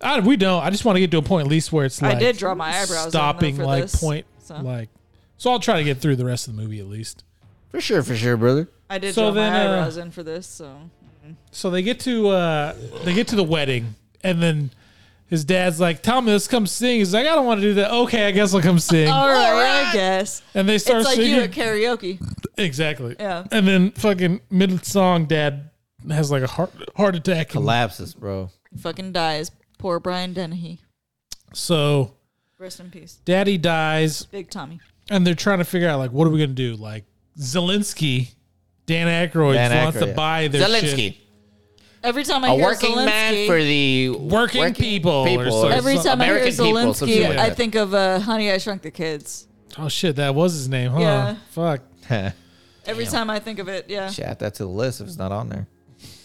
Speaker 1: I, we don't. I just want to get to a point at least where it's
Speaker 3: I
Speaker 1: like
Speaker 3: did draw my eyebrows in, though,
Speaker 1: stopping
Speaker 3: for
Speaker 1: like
Speaker 3: this,
Speaker 1: point
Speaker 3: so.
Speaker 1: like. So I'll try to get through the rest of the movie at least.
Speaker 2: For sure, for sure, brother.
Speaker 3: I did
Speaker 1: So
Speaker 3: draw
Speaker 1: then,
Speaker 3: my
Speaker 1: uh,
Speaker 3: eyebrows in for this, so.
Speaker 1: So they get to uh they get to the wedding, and then his dad's like, "Tommy, let's come sing." He's like, "I don't want to do that." Okay, I guess I'll come sing.
Speaker 3: All right, I guess.
Speaker 1: and they start
Speaker 3: Oh, It's like you
Speaker 1: singing
Speaker 3: at karaoke.
Speaker 1: exactly.
Speaker 3: Yeah.
Speaker 1: And then fucking mid song, dad has like a heart heart attack. and-
Speaker 2: Collapses, bro.
Speaker 3: Fucking dies. Poor Brian Dennehy.
Speaker 1: so
Speaker 3: Rest in peace.
Speaker 1: daddy dies,
Speaker 3: Big Tommy.
Speaker 1: and they're trying to figure out like, what are we gonna do? Like Zelensky, Dan Aykroyd
Speaker 2: Dan
Speaker 1: wants
Speaker 2: Aykroyd,
Speaker 1: to
Speaker 2: yeah.
Speaker 1: buy their shit.
Speaker 2: Zelensky,
Speaker 3: Every time I
Speaker 2: a
Speaker 3: hear
Speaker 2: working
Speaker 3: Zelensky,
Speaker 2: man for the
Speaker 1: Working people or
Speaker 2: people.
Speaker 1: something.
Speaker 3: every
Speaker 1: some
Speaker 3: time I hear
Speaker 2: American people,
Speaker 3: Zelensky,
Speaker 2: some shit like
Speaker 3: I
Speaker 2: that.
Speaker 3: think of uh, Honey, I Shrunk the Kids.
Speaker 1: Oh shit, that was his name, huh?
Speaker 3: Yeah.
Speaker 1: Fuck.
Speaker 3: Every time I think of it, yeah.
Speaker 2: Should add that to the list if it's not on there.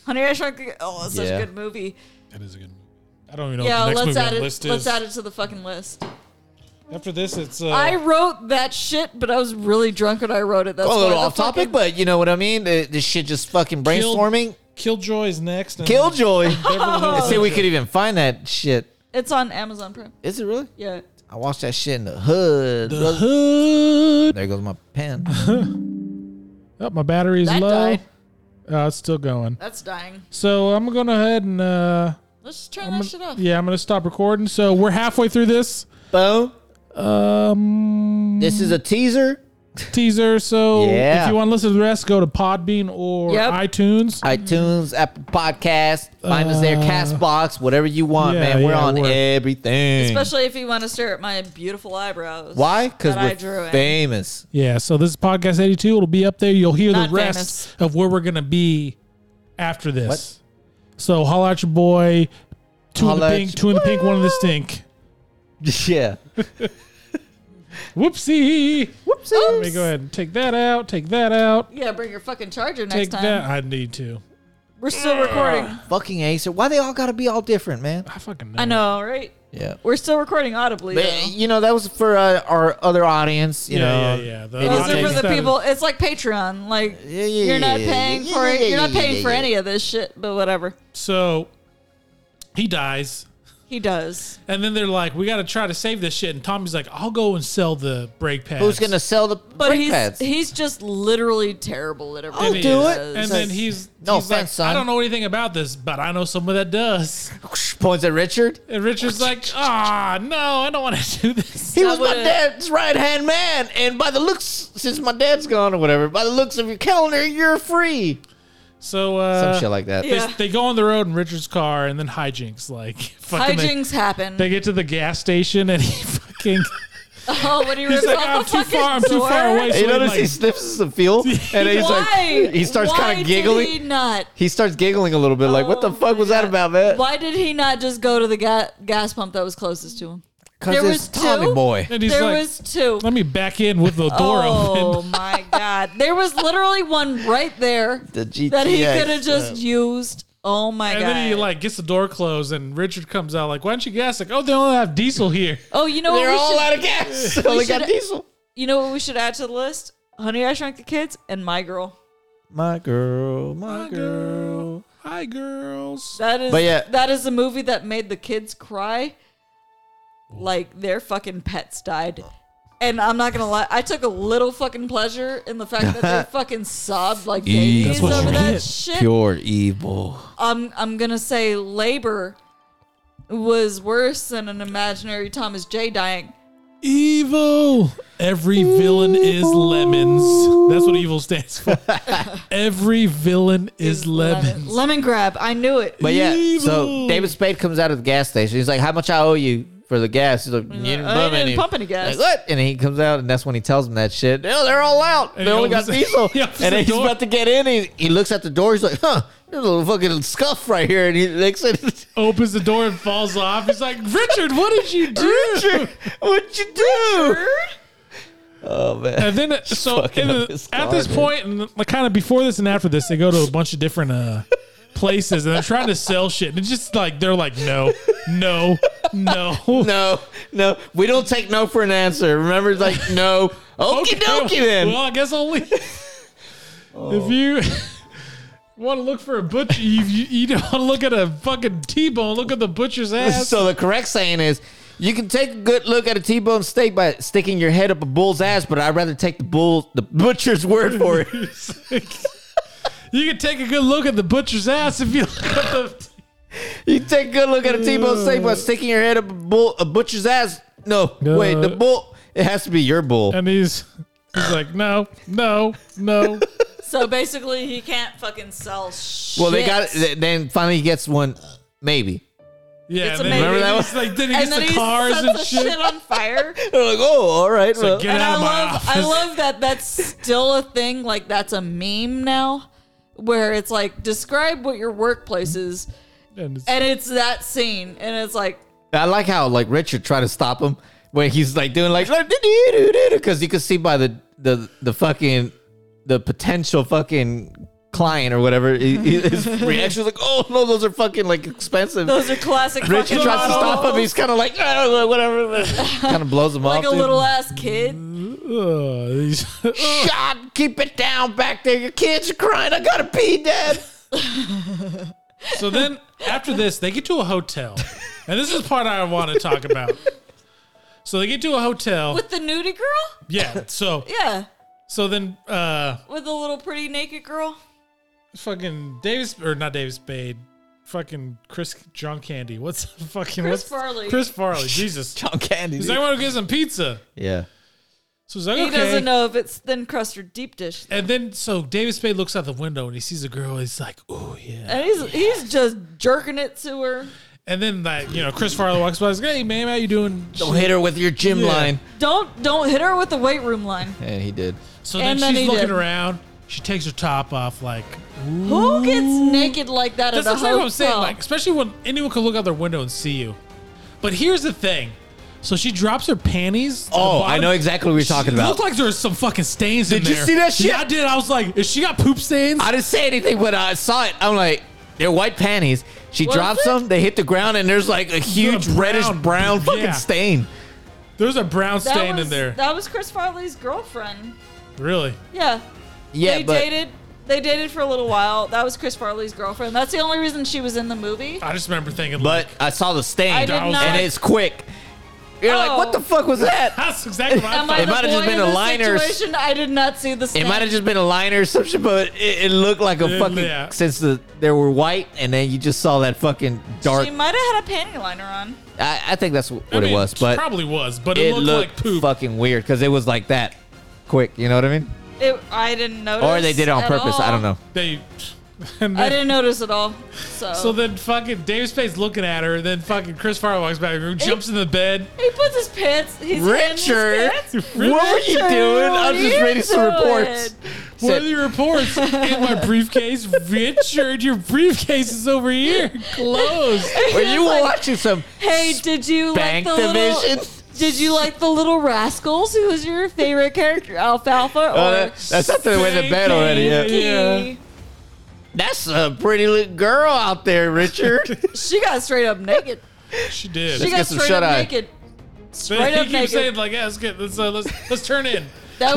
Speaker 3: Honey, I Shrunk the Kids. Oh, it's such
Speaker 2: Yeah.
Speaker 3: a good movie.
Speaker 1: That is a good movie. I don't even know what
Speaker 3: yeah,
Speaker 1: Oh, the next
Speaker 3: let's
Speaker 1: movie on
Speaker 3: add
Speaker 1: the
Speaker 3: it.
Speaker 1: list
Speaker 3: Let's
Speaker 1: is.
Speaker 3: add it to the fucking list.
Speaker 1: After this, it's. Uh,
Speaker 3: I wrote that shit, but I was really drunk when I wrote it. That's
Speaker 2: a
Speaker 3: why
Speaker 2: little
Speaker 3: the
Speaker 2: off topic,
Speaker 3: fucking-
Speaker 2: but you know what I mean. Uh, This shit just fucking
Speaker 1: Kill-
Speaker 2: brainstorming.
Speaker 1: Killjoy is next. And
Speaker 2: Killjoy. Let's see if
Speaker 1: Killjoy.
Speaker 2: we could even find that shit.
Speaker 3: It's on Amazon Prime.
Speaker 2: Is it really?
Speaker 3: Yeah.
Speaker 2: I watched that shit in the hood.
Speaker 1: The
Speaker 2: brother.
Speaker 1: hood.
Speaker 2: There goes my pen.
Speaker 1: Oh, my battery's
Speaker 3: That
Speaker 1: low.
Speaker 3: died.
Speaker 1: Uh, it's still going.
Speaker 3: That's dying.
Speaker 1: So I'm going to ahead and. Uh,
Speaker 3: Let's just turn
Speaker 1: I'm
Speaker 3: that
Speaker 1: gonna-
Speaker 3: shit off.
Speaker 1: yeah, I'm going to stop recording. So we're halfway through this
Speaker 2: Boom.
Speaker 1: um,
Speaker 2: This is a teaser.
Speaker 1: teaser. So
Speaker 2: Yeah.
Speaker 1: if you want to listen to the rest, go to Podbean or
Speaker 3: Yep.
Speaker 1: iTunes.
Speaker 2: iTunes, Apple Podcast, find us there,
Speaker 1: Uh,
Speaker 2: Castbox, whatever you want,
Speaker 1: yeah,
Speaker 2: man. We're
Speaker 1: yeah,
Speaker 2: on
Speaker 1: we're-
Speaker 2: everything.
Speaker 3: Especially if you want to stare at my beautiful eyebrows.
Speaker 2: Why? Because
Speaker 3: that I
Speaker 2: we're
Speaker 3: drew in.
Speaker 2: famous.
Speaker 1: Yeah, so this is podcast 82. It'll be up there. You'll hear
Speaker 3: Not
Speaker 1: the rest
Speaker 3: famous.
Speaker 1: of where we're going to be after this. So holla at your boy. Two
Speaker 2: Holla at
Speaker 1: in the pink,
Speaker 2: your
Speaker 1: two in the pink, one in the stink.
Speaker 2: yeah.
Speaker 1: Whoopsie. Let me
Speaker 2: Whoopsies.
Speaker 1: go ahead and take that out. Take that out.
Speaker 3: Yeah, bring your fucking charger next
Speaker 1: Take
Speaker 3: time.
Speaker 1: that. I need to.
Speaker 3: We're still recording.
Speaker 2: Fucking Acer. Why they all gotta be all different, man?
Speaker 1: I fucking know.
Speaker 3: I know, right?
Speaker 2: Yeah.
Speaker 3: We're still recording audibly.
Speaker 2: But,
Speaker 3: though.
Speaker 2: you know, that was for uh, our other audience, you
Speaker 1: Yeah,
Speaker 2: know.
Speaker 1: yeah, yeah. The
Speaker 2: It
Speaker 3: Those
Speaker 2: is-
Speaker 3: are
Speaker 1: audience.
Speaker 3: for the
Speaker 1: Instead of-
Speaker 3: people. It's like Patreon. Like
Speaker 2: Yeah, yeah,
Speaker 3: you're not
Speaker 2: yeah, yeah,
Speaker 3: paying
Speaker 2: yeah,
Speaker 3: for
Speaker 2: yeah,
Speaker 3: it. You're not
Speaker 2: yeah,
Speaker 3: paying
Speaker 2: yeah,
Speaker 3: for
Speaker 2: yeah.
Speaker 3: any of this shit. But whatever.
Speaker 1: So he dies.
Speaker 3: He does.
Speaker 1: And then they're like, we got to try to save this shit. And Tommy's like, I'll go and sell the brake pads.
Speaker 2: Who's gonna sell the
Speaker 3: But
Speaker 2: brake
Speaker 3: he's
Speaker 2: pads?
Speaker 3: he's just literally terrible at everything.
Speaker 2: I'll
Speaker 1: he
Speaker 2: do
Speaker 1: is.
Speaker 2: it.
Speaker 1: And then he's,
Speaker 2: No
Speaker 1: he's
Speaker 2: offense,
Speaker 1: like,
Speaker 2: son.
Speaker 1: I don't know anything about this, but I know someone that does.
Speaker 2: Points at Richard.
Speaker 1: And Richard's like, ah, no, I don't want to do this.
Speaker 2: He
Speaker 3: I
Speaker 2: was my
Speaker 3: would've-
Speaker 2: dad's right hand man, and by the looks, since my dad's gone or whatever, by the looks of your calendar, you're free.
Speaker 1: So uh,
Speaker 2: Some shit like that.
Speaker 1: they,
Speaker 3: Yeah.
Speaker 1: they go on the road in Richard's car, and then hijinks. Like fucking, they-
Speaker 3: hijinks happen.
Speaker 1: They, get to the gas station, and he fucking
Speaker 3: oh, when he rips
Speaker 1: he's like,
Speaker 3: off
Speaker 1: I'm
Speaker 3: the
Speaker 1: too
Speaker 3: fucking
Speaker 1: far, I'm too far
Speaker 3: door?
Speaker 1: away. So
Speaker 2: You
Speaker 1: he,
Speaker 2: notice
Speaker 1: like,
Speaker 2: he sniffs some fuel, and he's
Speaker 3: Why?
Speaker 2: like, he starts
Speaker 3: Why
Speaker 2: kind
Speaker 3: did
Speaker 2: of giggling.
Speaker 3: He
Speaker 2: He,
Speaker 3: not.
Speaker 2: starts giggling a little bit, like, "What the
Speaker 3: Oh
Speaker 2: fuck
Speaker 3: my
Speaker 2: was that
Speaker 3: God.
Speaker 2: about, man?"
Speaker 3: Why did he not just go to the ga- gas pump that was closest to him?
Speaker 2: Because
Speaker 3: there
Speaker 2: it's
Speaker 3: was
Speaker 2: Tommy
Speaker 3: two?
Speaker 2: Boy.
Speaker 1: and he's
Speaker 3: there
Speaker 1: like,
Speaker 3: was two.
Speaker 1: let me back in with the door
Speaker 3: oh
Speaker 1: open.
Speaker 3: my god! There was literally one right there
Speaker 2: The
Speaker 3: that he
Speaker 2: GTX,
Speaker 3: could have just used. Oh my
Speaker 1: And
Speaker 3: god!
Speaker 1: then he like gets the door closed, and Richard comes out like, "Why don't you gas?" Like, "Oh, they only have diesel here."
Speaker 3: oh, you know what?
Speaker 2: They're
Speaker 3: we
Speaker 2: all
Speaker 3: should,
Speaker 2: out of gas. Only got
Speaker 3: should-
Speaker 2: diesel.
Speaker 3: You know what we should add to the list? Honey, I Shrunk the Kids and My Girl.
Speaker 2: My girl, my girl.
Speaker 1: Hi, girls.
Speaker 3: That is
Speaker 2: But yeah.
Speaker 3: that is the movie that made the kids cry. Like their fucking pets died And I'm not gonna lie, I took a little fucking pleasure in the fact that they fucking sobbed like
Speaker 2: Ew.
Speaker 3: babies
Speaker 2: That's what
Speaker 3: over
Speaker 2: you
Speaker 3: that
Speaker 1: get.
Speaker 3: shit.
Speaker 2: Pure evil.
Speaker 3: I'm I'm gonna say labor was worse than an imaginary Thomas J dying.
Speaker 1: Evil. Every villain is lemons. That's what evil stands for. Every villain is
Speaker 3: lemon.
Speaker 1: lemons.
Speaker 3: Lemon grab, I knew it.
Speaker 2: But yeah,
Speaker 1: Evil.
Speaker 2: so David Spade comes out of the gas station. He's like, "How much I owe you for the gas?" He's like, "You didn't
Speaker 3: I
Speaker 2: pump
Speaker 3: didn't
Speaker 2: any."
Speaker 3: pump any gas.
Speaker 2: Like, what? And he comes out, and that's when he tells him that shit. Oh, they're all out.
Speaker 1: And
Speaker 2: they
Speaker 1: he
Speaker 2: only got
Speaker 1: opens the-
Speaker 2: diesel.
Speaker 1: he opens
Speaker 2: and
Speaker 1: the
Speaker 2: he's
Speaker 1: door.
Speaker 2: about to get in. He, he looks at the door. He's like, "Huh, there's a little fucking scuff right here." And he looks at
Speaker 1: Opens the door and falls off. He's like, Richard, what did you do?
Speaker 2: Richard, what'd you do? Oh man.
Speaker 1: And then, so
Speaker 2: fucking
Speaker 1: in
Speaker 2: up
Speaker 1: the-
Speaker 2: his
Speaker 1: at
Speaker 2: car,
Speaker 1: this
Speaker 2: dude.
Speaker 1: point, and like kind of before this and after this, they go to a bunch of different uh, places and they're trying to sell shit. And it's just like, they're like, no, no, no.
Speaker 2: No, no, we don't take no for an answer. Remember, it's like no, okie dokie then.
Speaker 1: Well, I guess I'll leave. If you want to look for a butcher, you, you, you don't want to look at a fucking T-bone. Look at the butcher's ass.
Speaker 2: So the correct saying is, you can take a good look at a T-bone steak by sticking your head up a bull's ass, but I'd rather take the bull, the butcher's word for it.
Speaker 1: you can take a good look at the butcher's ass if you look at the.
Speaker 2: you take a good look at a T-bone steak
Speaker 1: Uh.
Speaker 2: by sticking your head up a bull, a butcher's ass. No, wait, the bull. It has to be your bull.
Speaker 1: Uh. And he's he's like, no, no, no.
Speaker 3: So basically, he can't fucking sell shit.
Speaker 2: Well, they got it. Then finally he gets one, maybe.
Speaker 1: Yeah,
Speaker 3: It's
Speaker 1: and then,
Speaker 3: amazing.
Speaker 2: Remember that
Speaker 1: he's like, then he
Speaker 3: And
Speaker 1: gets
Speaker 3: then
Speaker 1: the
Speaker 3: he
Speaker 1: cars
Speaker 3: sets
Speaker 1: and
Speaker 3: the
Speaker 1: shit.
Speaker 3: shit on fire.
Speaker 2: They're like, oh, all right.
Speaker 1: like,
Speaker 2: well,
Speaker 1: get
Speaker 3: and
Speaker 1: out
Speaker 3: I
Speaker 1: of my
Speaker 3: love,
Speaker 1: office.
Speaker 3: I love that that's still a thing. Like that's a meme now, where it's like describe what your workplace is,
Speaker 1: And it's-
Speaker 3: and it's that scene, and it's like
Speaker 2: I like how like Richard tried to stop him when he's like doing like because you can see by the the the fucking the potential fucking client or whatever he- he- his reaction is like oh no those are fucking like expensive.
Speaker 3: those are classic.
Speaker 2: Richard
Speaker 3: fucking
Speaker 2: tries to stop him.
Speaker 3: models.
Speaker 2: He's kind of like "Ah, whatever, kind of blows him
Speaker 3: like
Speaker 2: off.
Speaker 3: a
Speaker 2: dude.
Speaker 3: little ass kid.
Speaker 1: Ugh, he's-
Speaker 2: God, keep it down back there. Your kids are crying. I gotta pee, Dad.
Speaker 1: So then after this, they get to a hotel. And this is the part I want to talk about. So they get to a hotel.
Speaker 3: With the nudie girl?
Speaker 1: Yeah. So
Speaker 3: Yeah.
Speaker 1: so then uh
Speaker 3: With the little pretty naked girl?
Speaker 1: fucking Davis or not Davis Spade, fucking Chris John Candy. What's fucking
Speaker 3: Chris
Speaker 1: what's,
Speaker 3: Farley.
Speaker 1: Chris Farley. Jesus.
Speaker 2: John Candy.
Speaker 1: He's
Speaker 2: dude.
Speaker 1: like, I want to get some pizza.
Speaker 2: Yeah.
Speaker 1: So he's like,
Speaker 3: He
Speaker 1: okay.
Speaker 3: doesn't know if it's thin crust or deep dish.
Speaker 1: And then so Davis Spade looks out the window and he sees a girl. He's like, oh yeah.
Speaker 3: And he's he's just jerking it to her. And
Speaker 1: And then like you know Chris Farley walks by. He's like, hey man, how you doing?
Speaker 2: Don't hit her with your gym
Speaker 1: Yeah.
Speaker 2: line.
Speaker 3: Don't don't hit her with the weight room line.
Speaker 2: And he did.
Speaker 1: So then
Speaker 3: And then
Speaker 1: she's
Speaker 3: he
Speaker 1: looking
Speaker 3: did.
Speaker 1: around. She takes her top off like.
Speaker 3: Who gets naked like that
Speaker 1: That's
Speaker 3: at a
Speaker 1: exactly
Speaker 3: hotel?
Speaker 1: what I'm saying. Like, especially when anyone can look out their window and see you. But here's the thing. So she drops her panties. to the
Speaker 2: Oh, I
Speaker 1: bottom.
Speaker 2: know exactly what you're
Speaker 1: She-
Speaker 2: talking
Speaker 1: it
Speaker 2: about.
Speaker 1: Looked like there was some fucking stains in
Speaker 2: Did
Speaker 1: there.
Speaker 2: you see that shit?
Speaker 1: Yeah, I did. I was like, is she got poop stains?
Speaker 2: I didn't say anything, but I saw it. I'm like, they're white panties. She drops
Speaker 3: it?
Speaker 2: them, they hit the ground, and there's like a huge
Speaker 1: brown-
Speaker 2: reddish brown fucking
Speaker 1: yeah.
Speaker 2: stain.
Speaker 1: There's a brown
Speaker 3: that
Speaker 1: stain
Speaker 3: was,
Speaker 1: in there.
Speaker 3: That was Chris Farley's girlfriend.
Speaker 1: really?
Speaker 3: Yeah.
Speaker 2: Yeah,
Speaker 3: they
Speaker 2: but
Speaker 3: dated they dated for a little while. That was Chris Farley's girlfriend. That's the only reason she was in the movie.
Speaker 1: I just remember thinking,
Speaker 2: but
Speaker 1: like,
Speaker 2: I saw the stain,
Speaker 3: I did
Speaker 1: I was
Speaker 3: not
Speaker 1: like-
Speaker 2: and it's quick. You're like, what
Speaker 3: Oh.
Speaker 2: the fuck was that?
Speaker 1: that's exactly what I
Speaker 3: Am I
Speaker 1: thought.
Speaker 2: It
Speaker 3: the
Speaker 2: might have just
Speaker 3: boy
Speaker 2: been
Speaker 3: in
Speaker 2: a
Speaker 3: this
Speaker 2: liner.
Speaker 3: Situation? I did not see the.
Speaker 2: It
Speaker 3: stain.
Speaker 2: might have just been a liner or some shit, but it, it looked like a
Speaker 1: Yeah,
Speaker 2: fucking
Speaker 1: yeah.
Speaker 2: since the they were white, and then you just saw that fucking dark.
Speaker 3: She might have had a panty liner on.
Speaker 2: I, I think that's what
Speaker 1: I mean,
Speaker 2: it was, but
Speaker 1: probably was. But it,
Speaker 2: it
Speaker 1: looked,
Speaker 2: looked
Speaker 1: like poop.
Speaker 2: fucking weird because it was like that quick. You know what I mean?
Speaker 3: It, I didn't notice.
Speaker 2: Or they did it on
Speaker 3: at
Speaker 2: purpose. I
Speaker 3: all.
Speaker 2: don't know.
Speaker 1: They. And
Speaker 3: I
Speaker 1: then,
Speaker 3: didn't notice at all. So,
Speaker 1: so then fucking Davis Spade's looking at her, and then fucking Chris Farley walks back in the room, jumps in the bed.
Speaker 3: he puts his pants. He's
Speaker 2: Richard,
Speaker 3: in his pants.
Speaker 2: what were you
Speaker 3: Richard,
Speaker 2: doing?
Speaker 3: what
Speaker 2: I'm
Speaker 3: are
Speaker 2: just
Speaker 3: you
Speaker 2: reading some
Speaker 3: doing?
Speaker 2: reports.
Speaker 1: What are
Speaker 2: Said-
Speaker 1: the reports in my briefcase? Richard, your briefcase is over here. Closed.
Speaker 2: Were you
Speaker 3: Like,
Speaker 2: watching some
Speaker 3: Hey, did you
Speaker 2: Bank
Speaker 3: like the little?
Speaker 2: Division?
Speaker 3: Did you like the Little Rascals? Who was your favorite character, Alfalfa or
Speaker 2: Oh, that- that's after they went to bed already. Yeah.
Speaker 3: Pinky?
Speaker 1: Yeah.
Speaker 2: That's a pretty little girl out there, Richard.
Speaker 3: She got straight up naked.
Speaker 1: She did.
Speaker 2: Let's
Speaker 3: She got
Speaker 2: get some
Speaker 3: straight
Speaker 2: shut
Speaker 3: up
Speaker 2: eye.
Speaker 3: naked.
Speaker 1: But
Speaker 3: Straight
Speaker 1: he
Speaker 3: up
Speaker 1: keeps saying
Speaker 3: naked.
Speaker 1: like, yeah, let's get let's uh, let's let's turn in.
Speaker 3: That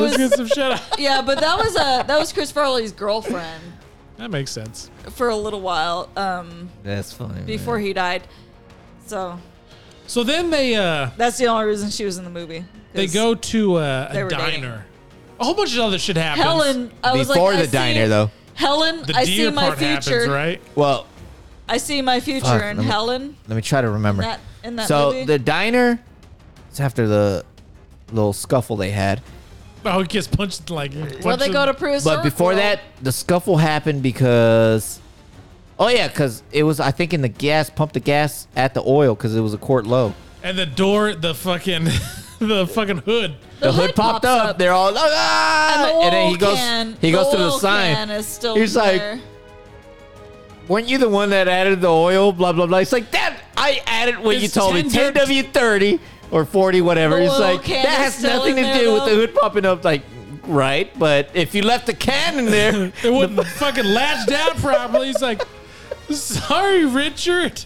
Speaker 1: let's
Speaker 3: was
Speaker 1: get some shut eye.
Speaker 3: yeah, but that was uh that was Chris Farley's girlfriend
Speaker 1: That makes sense.
Speaker 3: for a little while um
Speaker 2: That's funny.
Speaker 3: before he died. So
Speaker 1: So then they uh,
Speaker 3: That's the only reason she was in the movie.
Speaker 1: they
Speaker 3: 'cause
Speaker 1: go to uh,
Speaker 3: They
Speaker 1: a
Speaker 3: were
Speaker 1: diner.
Speaker 3: dating.
Speaker 1: A whole bunch of other shit happens.
Speaker 3: Helen. I was like,
Speaker 2: Before
Speaker 3: I
Speaker 2: the
Speaker 3: see-
Speaker 2: diner, though.
Speaker 3: Helen,
Speaker 1: the
Speaker 3: I
Speaker 1: deer
Speaker 3: see my
Speaker 1: part
Speaker 3: future.
Speaker 1: happens, right?
Speaker 2: Well,
Speaker 3: I see my future
Speaker 2: Fuck, let
Speaker 3: in
Speaker 2: me-
Speaker 3: Helen.
Speaker 2: let me try to remember.
Speaker 3: In that- in that
Speaker 2: so
Speaker 3: movie?
Speaker 2: the diner, it's after the little scuffle they had.
Speaker 1: Oh, he gets punched like.
Speaker 3: Well, they
Speaker 1: punching-
Speaker 3: go to Prue's.
Speaker 2: But before
Speaker 3: Circle.
Speaker 2: that, the scuffle happened because, oh yeah, because it was I think in the gas pump the gas at the oil because it was a quart low.
Speaker 1: and the door, the fucking, the fucking hood.
Speaker 2: The, hood, popped
Speaker 3: pops
Speaker 2: up. They're all ah!
Speaker 3: And, the
Speaker 2: and then he
Speaker 3: oil
Speaker 2: goes
Speaker 3: can-
Speaker 2: he goes to the
Speaker 3: oil
Speaker 2: sign.
Speaker 3: can Is still
Speaker 2: He's like,
Speaker 3: there.
Speaker 2: Weren't you the one that added the oil? Blah blah blah. It's like that. I added what you
Speaker 1: It's
Speaker 2: told me.
Speaker 1: 10
Speaker 2: Ten W thirty or forty, whatever.
Speaker 3: The
Speaker 2: It's
Speaker 3: oil
Speaker 2: like
Speaker 3: can
Speaker 2: that
Speaker 3: is
Speaker 2: has
Speaker 3: still
Speaker 2: nothing to
Speaker 3: in
Speaker 2: do
Speaker 3: there,
Speaker 2: with the
Speaker 3: though.
Speaker 2: hood popping up. Like right, but if you left the can in there,
Speaker 1: It wouldn't fucking latch down properly. He's like, "Sorry, Richard."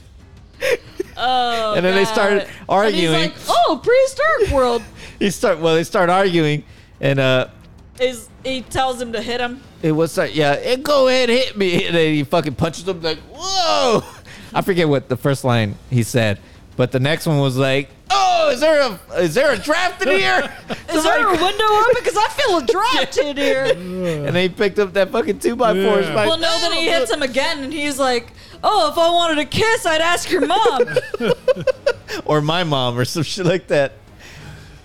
Speaker 3: oh,
Speaker 2: and then they
Speaker 3: God.
Speaker 2: started
Speaker 3: And he's
Speaker 2: arguing.
Speaker 3: like, oh, prehistoric world.
Speaker 2: you start well. They start arguing, and uh,
Speaker 3: Is he tells him to hit him?
Speaker 2: It was like, yeah, it, go ahead, hit me. And then he fucking punches him like, whoa. I forget what the first line he said, but the next one was like, oh, is there a is there a draft in here?
Speaker 3: Is there a window open? Because I feel a draft in here.
Speaker 2: and they picked up that fucking two by four.
Speaker 1: Yeah.
Speaker 3: Well, no, then he hits him again, and he's like, oh, if I wanted a kiss, I'd ask your mom.
Speaker 2: or my mom or some shit like that.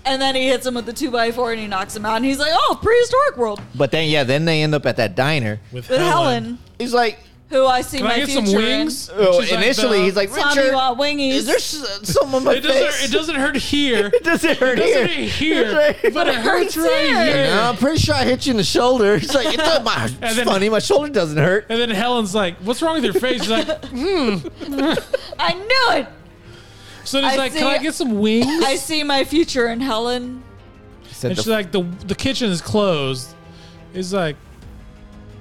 Speaker 3: and then he hits him with the two by four, and he knocks him out, and he's like, oh, prehistoric world
Speaker 2: But then yeah, then they end up at that diner.
Speaker 3: with Helen,
Speaker 2: He's like,
Speaker 3: who I see
Speaker 1: Can
Speaker 3: my
Speaker 1: I get
Speaker 3: future
Speaker 1: some wings?
Speaker 3: in.
Speaker 2: oh,
Speaker 1: She's like,
Speaker 2: initially
Speaker 1: "Duh."
Speaker 2: he's like,
Speaker 3: Tommy
Speaker 2: Richard,
Speaker 3: want wingies.
Speaker 2: is there s- some on my
Speaker 1: It
Speaker 2: face?
Speaker 1: doesn't, it doesn't hurt here.
Speaker 2: It doesn't hurt
Speaker 1: doesn't
Speaker 2: here.
Speaker 1: hurt here, but it hurts right
Speaker 3: here.
Speaker 1: here.
Speaker 2: No, I'm pretty sure I hit you in the shoulder. It's like, it's not my, it's
Speaker 1: then-
Speaker 2: funny, my shoulder doesn't hurt.
Speaker 1: And then Helen's like, "What's wrong with your face?" She's like,
Speaker 3: I knew it.
Speaker 1: "So he's
Speaker 3: I
Speaker 1: like,
Speaker 3: see-
Speaker 1: can I get some wings?"
Speaker 3: I see my future in Helen.
Speaker 2: Said
Speaker 1: and
Speaker 2: the
Speaker 1: she's like, "the The kitchen is closed." He's like,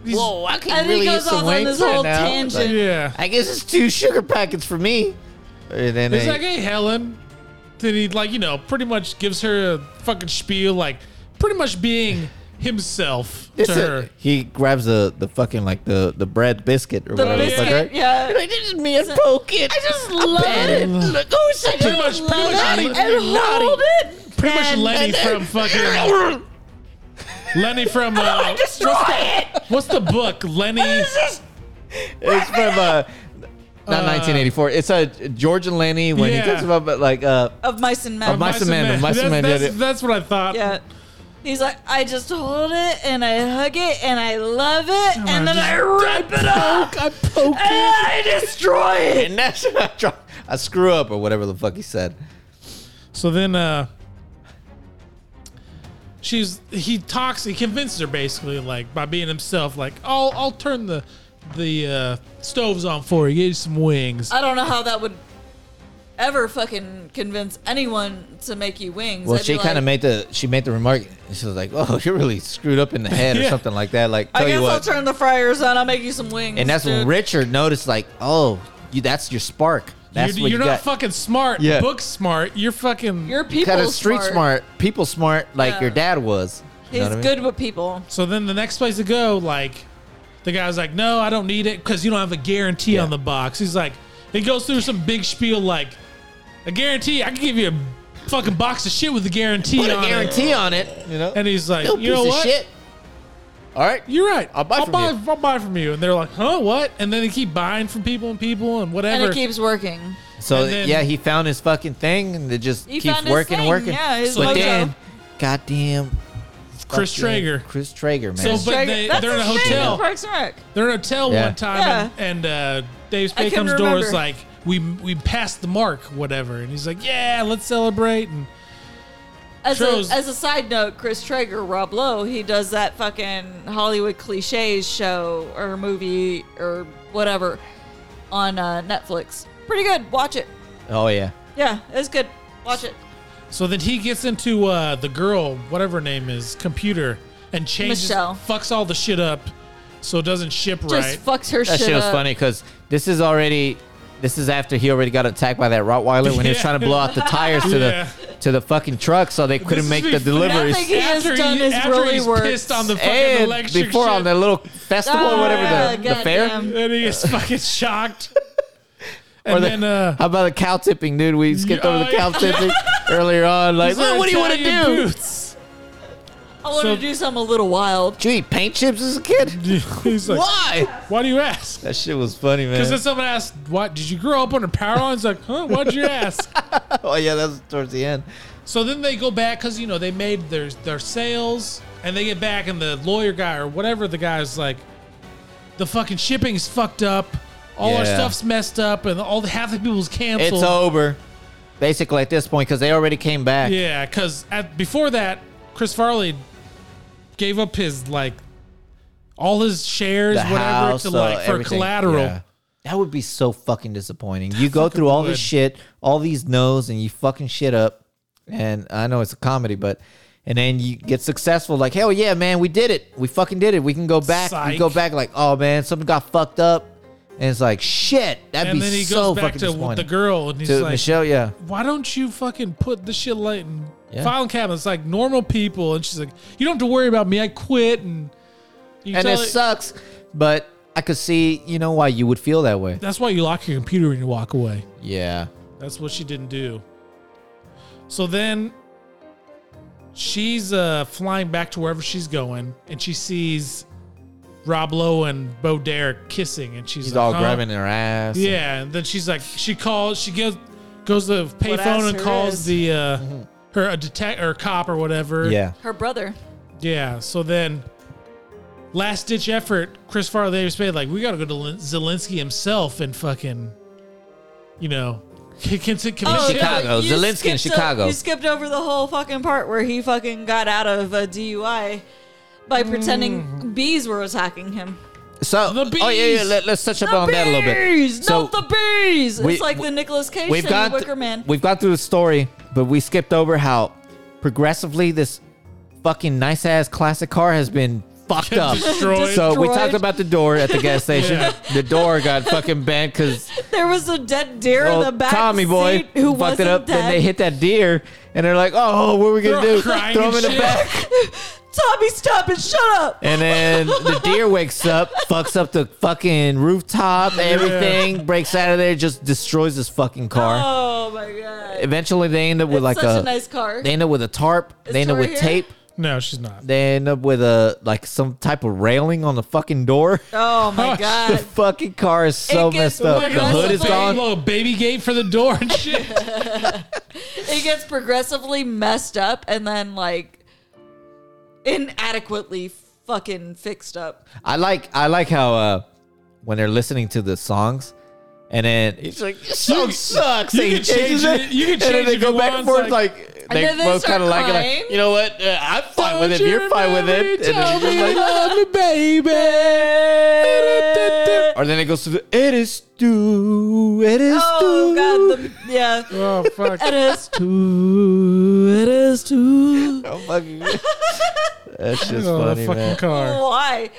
Speaker 1: he's-
Speaker 2: Whoa, I can
Speaker 3: And he
Speaker 2: really
Speaker 3: goes
Speaker 2: use some
Speaker 3: off on
Speaker 2: wings
Speaker 3: this
Speaker 2: right
Speaker 3: whole
Speaker 2: now.
Speaker 3: tangent.
Speaker 2: Like,
Speaker 1: "Yeah."
Speaker 2: I guess it's two sugar packets for me. And then
Speaker 1: He's
Speaker 2: they-
Speaker 1: like, "Hey, Helen." Then he like you know pretty much gives her a fucking spiel like pretty much being himself
Speaker 2: it's
Speaker 1: to
Speaker 2: a-
Speaker 1: her.
Speaker 2: he grabs the, the fucking like the, the bread biscuit or
Speaker 3: The
Speaker 2: whatever. the fuck,
Speaker 3: biscuit,
Speaker 2: right?
Speaker 3: yeah.
Speaker 2: He's Like, this is me and poke it. I just
Speaker 3: love it.
Speaker 2: Look, oh, it's
Speaker 1: Pretty much, pretty much,
Speaker 2: Lenny.
Speaker 1: Le-
Speaker 3: And
Speaker 2: Naughty.
Speaker 3: hold it.
Speaker 1: pretty much
Speaker 3: And-
Speaker 1: Lenny from fucking Lenny from
Speaker 2: Oh
Speaker 1: uh,
Speaker 2: Destroy it.
Speaker 1: what's the book Lenny?
Speaker 2: It's from uh, not
Speaker 1: Uh,
Speaker 2: 1984. It's a George and Lenny when
Speaker 1: Yeah.
Speaker 2: he talks about but like uh,
Speaker 3: Of mice and men.
Speaker 2: Of mice-
Speaker 1: Mice and
Speaker 2: Man,
Speaker 1: Men.
Speaker 2: Mice and
Speaker 1: That's-
Speaker 2: Man, yeah,
Speaker 1: that's-
Speaker 2: yeah.
Speaker 1: That's what I thought.
Speaker 3: yeah. He's like, I just hold it and I hug it and I love
Speaker 1: Oh,
Speaker 3: it and then I rip it up.
Speaker 2: I poke
Speaker 3: I destroy it.
Speaker 2: and that's I, try, I screw up or whatever the fuck he said.
Speaker 1: So then uh she's he talks he convinces her basically like by being himself like I'll I'll turn the the uh stoves on for you, get you some wings.
Speaker 3: I don't know how that would ever fucking convince anyone to make you wings.
Speaker 2: Well,
Speaker 3: I'd be
Speaker 2: she kind
Speaker 3: like,
Speaker 2: of made the she made the remark. and She was like, "Oh, you're really screwed up in the head,"
Speaker 1: Yeah.
Speaker 2: or something like that. Like, tell
Speaker 3: I guess
Speaker 2: you
Speaker 3: I'll
Speaker 2: what.
Speaker 3: turn the fryers on. I'll make you some wings.
Speaker 2: and that's when
Speaker 3: dude.
Speaker 2: Richard noticed, like, "Oh, you that's your spark. That's
Speaker 1: you're
Speaker 2: what
Speaker 1: you're
Speaker 2: you
Speaker 1: not
Speaker 2: got.
Speaker 1: fucking smart,
Speaker 2: Yeah.
Speaker 1: book smart. You're fucking
Speaker 3: Your people
Speaker 2: Kind of street smart. people smart, like
Speaker 3: Yeah.
Speaker 2: your dad was. You
Speaker 3: He's
Speaker 2: know what I mean?
Speaker 3: good with people.
Speaker 1: So then the next place to go, like the guy's like, "No, I don't need it because you don't have a guarantee
Speaker 2: Yeah.
Speaker 1: on the box." He's like, he goes through some big spiel like, "A guarantee, I can give you a fucking box of shit with a guarantee
Speaker 2: Put a
Speaker 1: on it."
Speaker 2: guarantee on it, you know.
Speaker 1: And he's like,
Speaker 2: Little
Speaker 1: "You know
Speaker 2: piece of
Speaker 1: what?
Speaker 2: shit. All right,
Speaker 1: You're right.
Speaker 2: I'll buy
Speaker 1: I'll
Speaker 2: from
Speaker 1: buy,
Speaker 2: you."
Speaker 1: I'll buy from you." And they're like, "Huh? What?" And then they keep buying from people and people and
Speaker 3: And
Speaker 1: whatever.
Speaker 3: it keeps working.
Speaker 2: So
Speaker 1: And then-
Speaker 2: yeah, he found his fucking thing, and it just
Speaker 3: He
Speaker 2: keeps
Speaker 3: found his
Speaker 2: working,
Speaker 3: thing,
Speaker 2: working.
Speaker 3: yeah, his
Speaker 2: but
Speaker 3: mojo.
Speaker 2: then, goddamn,
Speaker 1: Chris
Speaker 2: fucking
Speaker 1: Traeger.
Speaker 2: Chris Traeger,
Speaker 1: So,
Speaker 2: man.
Speaker 1: but
Speaker 3: Drag-
Speaker 1: they,
Speaker 3: that's
Speaker 1: they're in a
Speaker 3: his name
Speaker 1: hotel.
Speaker 3: in Parks and Rec.
Speaker 1: They're in a hotel
Speaker 2: Yeah.
Speaker 1: one time, and, and uh, Dave's
Speaker 3: I
Speaker 1: Spade
Speaker 3: couldn't
Speaker 1: comes door is
Speaker 3: remember.
Speaker 1: like, "We we passed the mark, whatever." And he's like, "Yeah, let's celebrate." And
Speaker 3: As
Speaker 1: Shows-
Speaker 3: a, as a side note, Chris Traeger, Rob Lowe, he does that fucking Hollywood cliches show or movie or whatever on uh, Netflix. Pretty good. Watch it.
Speaker 2: oh yeah,
Speaker 3: Yeah, it's good. Watch it.
Speaker 1: So then he gets into uh, the girl, whatever her name is, computer, and changes,
Speaker 3: Michelle.
Speaker 1: fucks all the shit up, so it doesn't ship right.
Speaker 3: Just fucks her
Speaker 2: that
Speaker 3: shit
Speaker 2: shit was
Speaker 3: up.
Speaker 2: funny because this is already this is after he already got attacked by that Rottweiler when he was
Speaker 1: Yeah.
Speaker 2: trying to blow out the tires to
Speaker 1: Yeah.
Speaker 2: the to the fucking truck, so they couldn't
Speaker 1: is
Speaker 2: make the
Speaker 1: before-
Speaker 2: deliveries.
Speaker 3: Nothing he has done is
Speaker 1: after
Speaker 3: really
Speaker 1: he's
Speaker 3: works.
Speaker 1: pissed on the fucking
Speaker 2: and
Speaker 1: electric
Speaker 2: before
Speaker 1: shit,
Speaker 2: on the little festival,
Speaker 3: Oh,
Speaker 2: whatever
Speaker 3: yeah,
Speaker 2: the, the fair,
Speaker 3: goddamn.
Speaker 1: and he gets fucking shocked. And
Speaker 2: Or the-
Speaker 1: then, uh,
Speaker 2: How about the cow tipping, dude? We skipped over the
Speaker 1: Oh, Yeah.
Speaker 2: cow tipping earlier on. Like,
Speaker 1: these are
Speaker 2: what, what do you want to
Speaker 1: Italian
Speaker 2: do?
Speaker 1: boots.
Speaker 3: I want
Speaker 1: So-
Speaker 3: to do something a little wild.
Speaker 2: Did you eat paint chips as a kid?
Speaker 1: He's like,
Speaker 2: Why?
Speaker 1: why do you ask?
Speaker 2: That shit was funny,
Speaker 1: Because then
Speaker 2: man.
Speaker 1: someone asked, "What did you grow up under power lines?" Like, huh? Why'd you ask?
Speaker 2: Oh yeah, that was towards the end.
Speaker 1: So then they go back because you know they made their their sales, and they get back, and the lawyer guy or whatever the guy is like, the fucking shipping's fucked up, all our
Speaker 2: Yeah.
Speaker 1: stuff's messed up, and all the half the people's
Speaker 2: It's
Speaker 1: canceled.
Speaker 2: over. Basically, at this point, because they already came back.
Speaker 1: yeah, because before that, Chris Farley gave up his like all his shares,
Speaker 2: The
Speaker 1: whatever,
Speaker 2: house,
Speaker 1: to
Speaker 2: uh,
Speaker 1: like for
Speaker 2: everything.
Speaker 1: collateral.
Speaker 2: Yeah. That would be so fucking disappointing. You go through all
Speaker 1: would.
Speaker 2: this shit, all these no's, and you fucking shit up. And I know it's a comedy, but and then you get successful, like hell yeah, man, we did it. We fucking did it. We can go back. We
Speaker 1: Psych.
Speaker 2: go back, like oh man, something got fucked up, and it's like shit. That'd
Speaker 1: And
Speaker 2: be
Speaker 1: then he
Speaker 2: so
Speaker 1: goes back
Speaker 2: fucking
Speaker 1: to the
Speaker 2: disappointing.
Speaker 1: girl, and he's
Speaker 2: to
Speaker 1: like,
Speaker 2: Michelle, yeah.
Speaker 1: why don't you fucking put the shit like in
Speaker 2: Yeah.
Speaker 1: filing cabinets like normal people? And she's like, you don't have to worry about me. I quit. And you
Speaker 2: and
Speaker 1: tell
Speaker 2: it
Speaker 1: it-
Speaker 2: sucks. But I could see, you know, why you would feel that way.
Speaker 1: that's why you lock your computer when you walk away.
Speaker 2: Yeah,
Speaker 1: That's what she didn't do. So then she's uh, flying back to wherever she's going, and she sees Rob Lowe and Bo Derek kissing, and she's
Speaker 2: he's
Speaker 1: like,
Speaker 2: all
Speaker 1: huh?
Speaker 2: grabbing her ass. and-
Speaker 1: Yeah, and then she's like, she calls, she goes, goes to the
Speaker 3: ass
Speaker 1: payphone and
Speaker 3: her
Speaker 1: calls
Speaker 3: is.
Speaker 1: the uh, her a detect or cop or whatever.
Speaker 2: Mm-hmm. yeah.
Speaker 3: Her brother.
Speaker 1: Yeah. So then, last ditch effort, Chris Farley Davis Spade, like, we got to go to Lin- Zelensky himself and fucking, you know, can, can, can, can
Speaker 2: Oh,
Speaker 1: shit-
Speaker 2: Chicago.
Speaker 3: you
Speaker 2: Zelensky in
Speaker 3: skipped o-
Speaker 2: Chicago.
Speaker 3: you skipped over the whole fucking part where he fucking got out of uh, a DUI
Speaker 2: Mm.
Speaker 3: by pretending bees were attacking him.
Speaker 2: So,
Speaker 1: The
Speaker 2: oh yeah, yeah.
Speaker 1: bees.
Speaker 2: Let, us touch up on
Speaker 3: bees,
Speaker 2: that a little bit. So
Speaker 3: not the bees.
Speaker 2: we-
Speaker 3: it's like the Nicolas Cage
Speaker 2: we've
Speaker 3: thing,
Speaker 2: got
Speaker 3: Wicker Man.
Speaker 2: we've got through the story, but we skipped over how progressively this fucking nice ass classic car has been fucked up.
Speaker 1: Destroyed.
Speaker 2: So we
Speaker 3: Destroyed.
Speaker 2: talked about the door at the gas station.
Speaker 1: Yeah.
Speaker 2: The door got fucking bent because
Speaker 3: there was a dead deer in the back
Speaker 2: Tommy
Speaker 3: seat
Speaker 2: boy
Speaker 3: who
Speaker 2: fucked
Speaker 3: wasn't
Speaker 2: it up.
Speaker 3: dead.
Speaker 2: Then they hit that deer, and they're like, "Oh, what are we gonna
Speaker 1: They're all
Speaker 2: do?
Speaker 1: crying
Speaker 2: Throw him in
Speaker 1: and
Speaker 2: the
Speaker 1: shit.
Speaker 2: back."
Speaker 3: Tommy, stop it! Shut up!
Speaker 2: And then the deer wakes up, fucks up the fucking rooftop, everything, breaks out of there, just destroys this fucking car.
Speaker 3: Oh my god!
Speaker 2: Eventually, they end up with
Speaker 3: It's
Speaker 2: like
Speaker 3: such
Speaker 2: a,
Speaker 3: a nice car.
Speaker 2: they end up with a tarp,
Speaker 3: Is
Speaker 2: they end up
Speaker 3: Tori
Speaker 2: with
Speaker 3: here?
Speaker 2: tape,
Speaker 1: No, she's not.
Speaker 2: they end up with a like some type of railing on the fucking door.
Speaker 3: oh
Speaker 1: Oh,
Speaker 3: my
Speaker 1: shit.
Speaker 2: The
Speaker 3: god!
Speaker 2: fucking car is so
Speaker 3: It gets
Speaker 2: messed up. The
Speaker 3: progressively-
Speaker 2: hood is gone.
Speaker 1: Little baby gate for the door and shit.
Speaker 3: it gets progressively messed up and then like inadequately fucking fixed up.
Speaker 2: I like I like how uh when they're listening to the songs and then it's like this song
Speaker 1: You-
Speaker 2: sucks.
Speaker 1: you
Speaker 2: They
Speaker 1: can change
Speaker 2: changes
Speaker 1: it- you can
Speaker 2: and
Speaker 1: change
Speaker 2: then they
Speaker 1: if
Speaker 2: go
Speaker 1: you
Speaker 2: back
Speaker 1: want,
Speaker 2: and forth
Speaker 1: it's
Speaker 2: like, they
Speaker 3: then they
Speaker 2: both
Speaker 3: start
Speaker 2: kind of like it.
Speaker 3: crying.
Speaker 2: Like you know what? Uh, I'm fine with it.
Speaker 1: Don't
Speaker 2: You're fine with
Speaker 1: remember
Speaker 2: it.
Speaker 1: me,
Speaker 2: And then
Speaker 1: Tell
Speaker 2: it's
Speaker 1: me
Speaker 2: just
Speaker 1: you
Speaker 2: like,
Speaker 1: love me, baby.
Speaker 2: or then it goes to the it is due. It is
Speaker 3: Oh
Speaker 2: due.
Speaker 3: god! The, yeah,
Speaker 1: oh fuck.
Speaker 3: it is.
Speaker 2: Due, It is
Speaker 1: Ooh.
Speaker 2: oh, fucking. That's just
Speaker 1: Oh,
Speaker 2: funny,
Speaker 1: the fucking
Speaker 2: man.
Speaker 1: car.
Speaker 3: Why?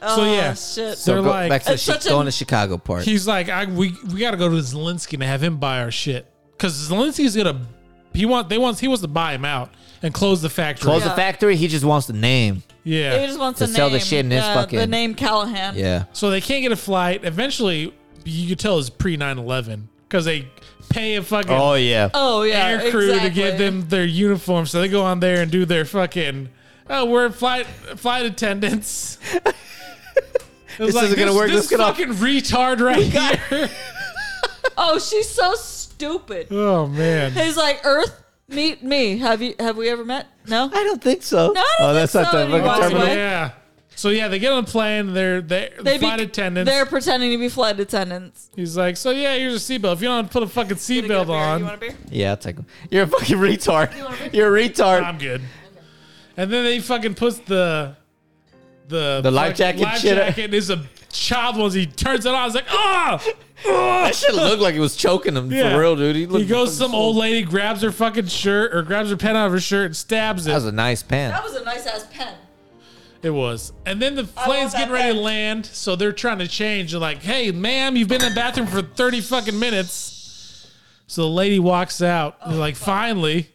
Speaker 3: Oh,
Speaker 1: yeah.
Speaker 3: shit.
Speaker 1: So- They're
Speaker 2: go
Speaker 1: like-
Speaker 2: back to the
Speaker 3: It's
Speaker 2: chi-
Speaker 3: such a-
Speaker 2: going to Chicago part.
Speaker 1: He's like, I we we got to go to Zelensky to have him buy our shit because Zelensky's gonna he want they wants he wants to buy him out and close the factory.
Speaker 2: Close the
Speaker 3: Yeah.
Speaker 2: factory. He just wants the name.
Speaker 1: yeah.
Speaker 3: he just wants
Speaker 2: To
Speaker 3: a
Speaker 2: sell the
Speaker 3: name.
Speaker 2: shit in his
Speaker 3: yeah, the
Speaker 2: fucking-
Speaker 3: name Callahan.
Speaker 2: Yeah.
Speaker 1: So they can't get a flight. Eventually, you could tell it's pre 9-11 because they pay a fucking
Speaker 2: Oh yeah.
Speaker 3: Oh yeah,
Speaker 1: air crew
Speaker 3: exactly.
Speaker 1: to give them their uniform. So they go on there and do their fucking. Oh, we're flight flight attendants. It was
Speaker 2: This isn't gonna work.
Speaker 1: This,
Speaker 2: Let's get off."
Speaker 1: fucking retard right here.
Speaker 3: Oh, she's so stupid.
Speaker 1: oh man.
Speaker 3: He's like, Earth, meet me. Have you? Have we ever met? No.
Speaker 2: I don't think so.
Speaker 3: I don't
Speaker 2: oh, that's
Speaker 3: think
Speaker 2: not
Speaker 3: so
Speaker 2: the fucking
Speaker 3: anymore.
Speaker 2: terminal.
Speaker 3: What?
Speaker 1: Yeah. So yeah, they get on a plane. They're they
Speaker 3: They
Speaker 1: the
Speaker 3: be-
Speaker 1: flight attendants.
Speaker 3: They're pretending to be flight attendants.
Speaker 1: He's like, so yeah, here's a seatbelt. If you don't put a fucking
Speaker 3: Gonna get a
Speaker 1: seatbelt
Speaker 3: beer.
Speaker 1: on,
Speaker 3: You want a beer?
Speaker 2: Yeah, I'll take them. You're a fucking retard. Um, You're a retard.
Speaker 1: I'm good. And then they fucking puts the the
Speaker 2: The life
Speaker 1: fuck-
Speaker 2: jacket
Speaker 1: life
Speaker 2: shit-
Speaker 1: jacket is a child ones. He turns it on. It's like ah.
Speaker 2: that shit looked like it was choking him
Speaker 1: Yeah.
Speaker 2: for real, dude. He,
Speaker 1: He
Speaker 2: looked
Speaker 1: goes.
Speaker 2: fucking
Speaker 1: Some
Speaker 2: so-
Speaker 1: old lady grabs her fucking shirt or grabs her pen out of her shirt and stabs
Speaker 2: That was
Speaker 1: it.
Speaker 2: a nice pen.
Speaker 3: That was a nice ass pen.
Speaker 1: It was. And then the
Speaker 3: I
Speaker 1: plane's
Speaker 3: want that
Speaker 1: getting ready to
Speaker 3: pen.
Speaker 1: land, so they're trying to change. They're like, "Hey, ma'am, you've been in the bathroom for thirty fucking minutes." So the lady walks out. They're
Speaker 3: Oh,
Speaker 1: like, "Finally."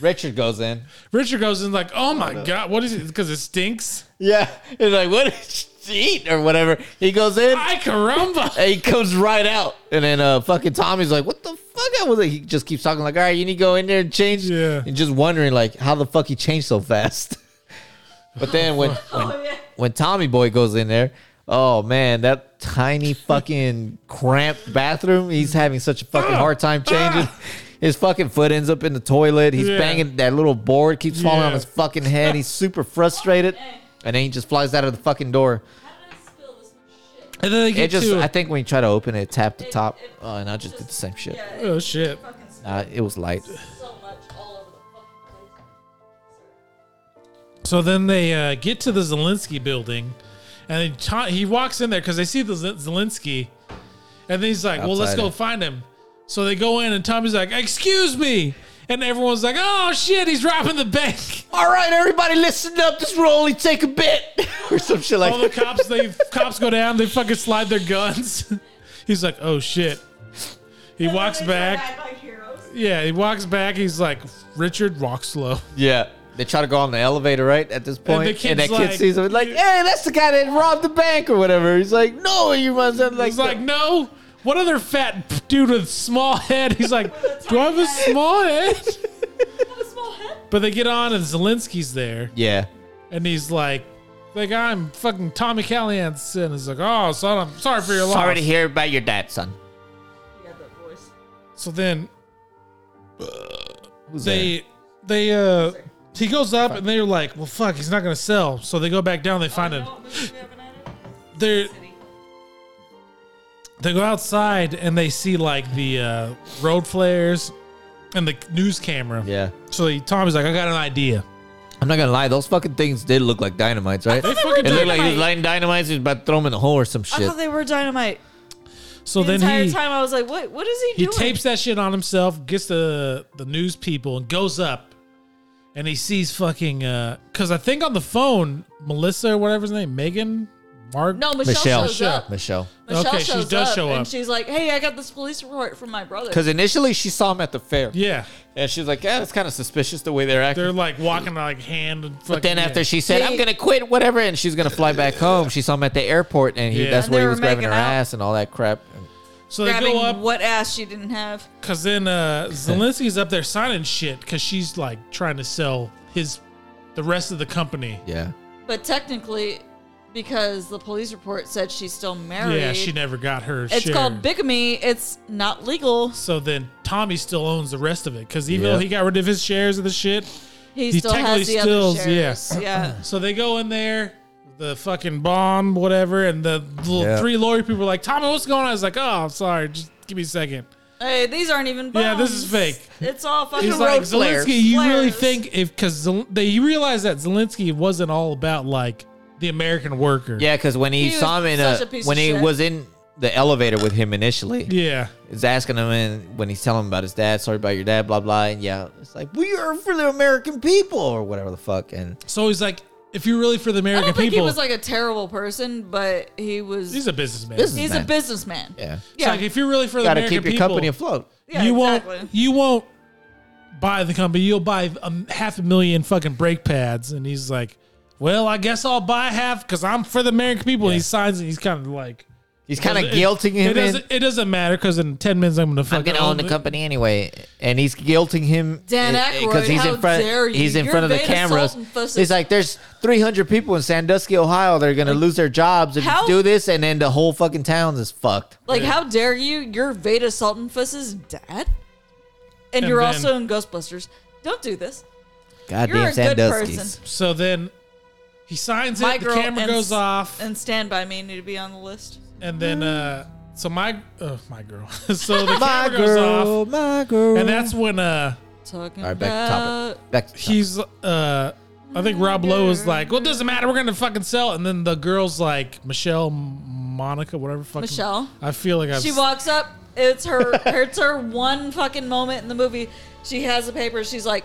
Speaker 2: Richard goes in.
Speaker 1: Richard goes in like, "Oh my god, what is it?" Because it stinks.
Speaker 2: Yeah, it's like what? to eat or whatever. He goes in.
Speaker 1: Ay, caramba.
Speaker 2: And he comes right out, and then uh, fucking Tommy's like, "What the fuck?" I was like, he just keeps talking like, "All right, you need to go in there and change."
Speaker 1: Yeah.
Speaker 2: and just wondering like how the fuck he changed so fast. but then when when,
Speaker 3: Oh, yeah.
Speaker 2: when Tommy Boy goes in there, oh man, that tiny fucking cramped bathroom, he's having such a fucking
Speaker 1: Ah!
Speaker 2: hard time changing.
Speaker 1: Ah!
Speaker 2: His fucking foot ends up in the toilet. He's
Speaker 1: Yeah.
Speaker 2: banging that little board, keeps falling on
Speaker 1: Yeah.
Speaker 2: his fucking head. He's super frustrated. And then he just flies out of the fucking door.
Speaker 1: And then they
Speaker 2: It
Speaker 1: get
Speaker 2: just,
Speaker 1: to
Speaker 2: I think when you try to open it, it tapped the
Speaker 3: It-
Speaker 2: top.
Speaker 3: it-
Speaker 2: Oh, and I just did the same shit.
Speaker 3: Yeah,
Speaker 1: oh shit.
Speaker 3: fucking
Speaker 2: Nah, it was light.
Speaker 3: so much all over the fucking place.
Speaker 1: So then they uh, get to the Zelensky building, and he, ta- he walks in there because they see the Z- Zelensky, and then he's like, "Well, let's
Speaker 2: Outside.
Speaker 1: go find him." So they go in, and Tommy's like, "Excuse me," and everyone's like, "Oh shit, he's robbing the bank."
Speaker 2: All right, everybody, listen up. This will only take a bit, Oh or some shit like
Speaker 1: All the
Speaker 2: that.
Speaker 1: cops, they cops go down, they fucking slide their guns. he's like, "Oh shit." He walks back. Yeah, he walks back. He's like, Richard, walk slow.
Speaker 2: Yeah. They try to go on the elevator, right? At this point,
Speaker 1: the
Speaker 2: and,
Speaker 1: kid's
Speaker 2: that kid
Speaker 1: like-
Speaker 2: sees him, like, "Hey, that's the guy that robbed the bank or whatever." He's like, "No, you must have like."
Speaker 1: He's like, no. What other fat dude with small head? He's like, do I have a small head? But they get on and Zelensky's there,
Speaker 2: yeah,
Speaker 1: and he's like, like I'm fucking Tommy Callahan, and he's like, oh, son, I'm sorry for your
Speaker 2: sorry
Speaker 1: loss.
Speaker 2: to hear about your dad, son.
Speaker 1: So then
Speaker 2: Who's
Speaker 1: they, they, uh, he goes up, and they're like, well, fuck, he's not gonna sell. So they go back down, they find
Speaker 3: Oh,
Speaker 1: him. They're they go outside and they see like the uh, road flares and the news camera.
Speaker 2: there? Yeah,
Speaker 1: So he, Tommy's like, I got an idea.
Speaker 2: I'm not gonna lie; those fucking things did look like dynamites, right?
Speaker 1: They fucking
Speaker 2: It looked like he was
Speaker 1: dynamite.
Speaker 2: lighting dynamites. He was about to throw them in the hole or some
Speaker 3: I
Speaker 2: shit.
Speaker 3: thought they were dynamite.
Speaker 1: So
Speaker 3: the
Speaker 1: then
Speaker 3: entire
Speaker 1: he
Speaker 3: time I was like, "What? What is he,
Speaker 1: he
Speaker 3: doing?"
Speaker 1: tapes that shit on himself, gets the the news people, and goes up, and he sees fucking because I think on the phone Melissa or whatever's her name Megan Mark.
Speaker 3: no, Michelle,
Speaker 2: Michelle.
Speaker 3: shows up.
Speaker 2: Michelle,
Speaker 3: Michelle
Speaker 1: Okay, she
Speaker 3: shows
Speaker 1: does
Speaker 3: up,
Speaker 1: show up.
Speaker 3: and she's like, "Hey, I got this police report from my brother."
Speaker 2: because initially she saw him at the fair,
Speaker 1: Yeah,
Speaker 2: and she was like, "Yeah, it's kind of suspicious the way they're acting."
Speaker 1: they're like walking like hand. And fucking,
Speaker 2: But then after
Speaker 1: yeah.
Speaker 2: she said, "I'm
Speaker 3: They-
Speaker 2: gonna quit," whatever, and she's gonna fly back home, she saw him at the airport, and he,
Speaker 1: Yeah.
Speaker 2: that's
Speaker 1: And
Speaker 2: where
Speaker 3: they
Speaker 2: he
Speaker 3: were
Speaker 2: was grabbing her
Speaker 3: making out.
Speaker 2: ass and all that crap.
Speaker 1: so they
Speaker 3: grabbing
Speaker 1: go up
Speaker 3: what ass she didn't have.
Speaker 1: Cause then uh, Zelensky's up there signing shit because she's like trying to sell his the rest of the company.
Speaker 2: Yeah,
Speaker 3: But technically, because the police report said she's still married,
Speaker 1: Yeah, she never got her.
Speaker 3: it's
Speaker 1: share.
Speaker 3: called bigamy. It's not legal.
Speaker 1: So then Tommy still owns the rest of it because even
Speaker 2: Yeah.
Speaker 1: though he got rid of his shares of the shit,
Speaker 3: He,
Speaker 1: He
Speaker 3: still has
Speaker 1: technically
Speaker 3: the
Speaker 1: stills,
Speaker 3: other shares. Yeah.
Speaker 1: so they go in there, the fucking bomb, whatever, and the little
Speaker 2: Yeah.
Speaker 1: three lawyer people are like, "Tommy, what's going on?" He's like, "Oh, I'm sorry, just give me a second.
Speaker 3: Hey, these aren't even. Bombs.
Speaker 1: Yeah, this is fake.
Speaker 3: It's all fucking
Speaker 1: He's like,
Speaker 3: road flares.
Speaker 1: Zelensky, you really
Speaker 3: Flares.
Speaker 1: think if because they realized that Zelensky wasn't all about like the American worker.
Speaker 2: yeah, because when he,
Speaker 3: He was
Speaker 2: saw him in a,
Speaker 3: such a piece
Speaker 2: when
Speaker 3: of
Speaker 2: he
Speaker 3: shit.
Speaker 2: was in the elevator with him initially,
Speaker 1: Yeah.
Speaker 2: he's asking him and when he's telling him about his dad, sorry about your dad, blah blah, and yeah, it's like we are for the American people or whatever the fuck, and
Speaker 1: So he's like, if you're really for the
Speaker 3: I
Speaker 1: American
Speaker 3: don't think
Speaker 1: people,
Speaker 3: he was like a terrible person, but he was.
Speaker 1: he's a businessman.
Speaker 2: Business-
Speaker 3: he's a
Speaker 2: businessman.
Speaker 3: businessman.
Speaker 2: yeah,
Speaker 1: It's like if you're really for the
Speaker 2: gotta
Speaker 1: American
Speaker 2: keep your
Speaker 1: people,
Speaker 2: company afloat.
Speaker 3: Yeah,
Speaker 1: you
Speaker 3: exactly.
Speaker 1: won't you won't buy the company. You'll buy um, half a million fucking brake pads. And he's like, well, I guess I'll buy half because I'm for the American people. And he signs and he's kind of like,
Speaker 2: He's kind of
Speaker 1: it-
Speaker 2: guilting
Speaker 1: It
Speaker 2: him in.
Speaker 1: doesn't, it doesn't matter because in ten minutes I'm gonna
Speaker 2: I'm
Speaker 1: fucking
Speaker 2: gonna own the
Speaker 1: it.
Speaker 2: company anyway, and he's guilting him
Speaker 3: Um, Dan
Speaker 2: i- i-
Speaker 3: Aykroyd,
Speaker 2: he's
Speaker 3: how
Speaker 2: in front.
Speaker 3: dare you.
Speaker 2: He's in
Speaker 3: You're
Speaker 2: front of the
Speaker 3: beta
Speaker 2: cameras.
Speaker 3: salt and pussy.
Speaker 2: He's like, "There's 300 people in Sandusky, Ohio. They're gonna lose their jobs if
Speaker 3: how-
Speaker 2: you do this, and then the whole fucking town is fucked."
Speaker 3: Like, how dare you? You're Veda Saltonfuss's dad, and,
Speaker 1: And
Speaker 3: you're
Speaker 1: then-
Speaker 3: also in Ghostbusters. Don't do this. You're
Speaker 2: Goddamn
Speaker 3: a good
Speaker 2: Sandusky's.
Speaker 3: person.
Speaker 1: So then he signs
Speaker 3: My
Speaker 1: it. The
Speaker 3: girl
Speaker 1: camera
Speaker 3: and
Speaker 1: goes
Speaker 3: s-
Speaker 1: off, and,
Speaker 3: And Stand by Me need to be on the list.
Speaker 1: then uh, so my uh, my girl. so the
Speaker 2: My
Speaker 1: camera goes
Speaker 2: girl,
Speaker 1: off,
Speaker 2: my girl.
Speaker 1: and that's when uh.
Speaker 3: Talking
Speaker 2: all right. Back to
Speaker 3: about
Speaker 2: topic. Back to topic.
Speaker 1: he's uh I think Rob Lowe is like, well, it doesn't matter. We're gonna fucking sell. it." And then the girls like Michelle, Monica, whatever. Fucking,
Speaker 3: Michelle.
Speaker 1: I feel like I've.
Speaker 3: She walks up. It's her. it's her one fucking moment in the movie. She has the paper. She's like,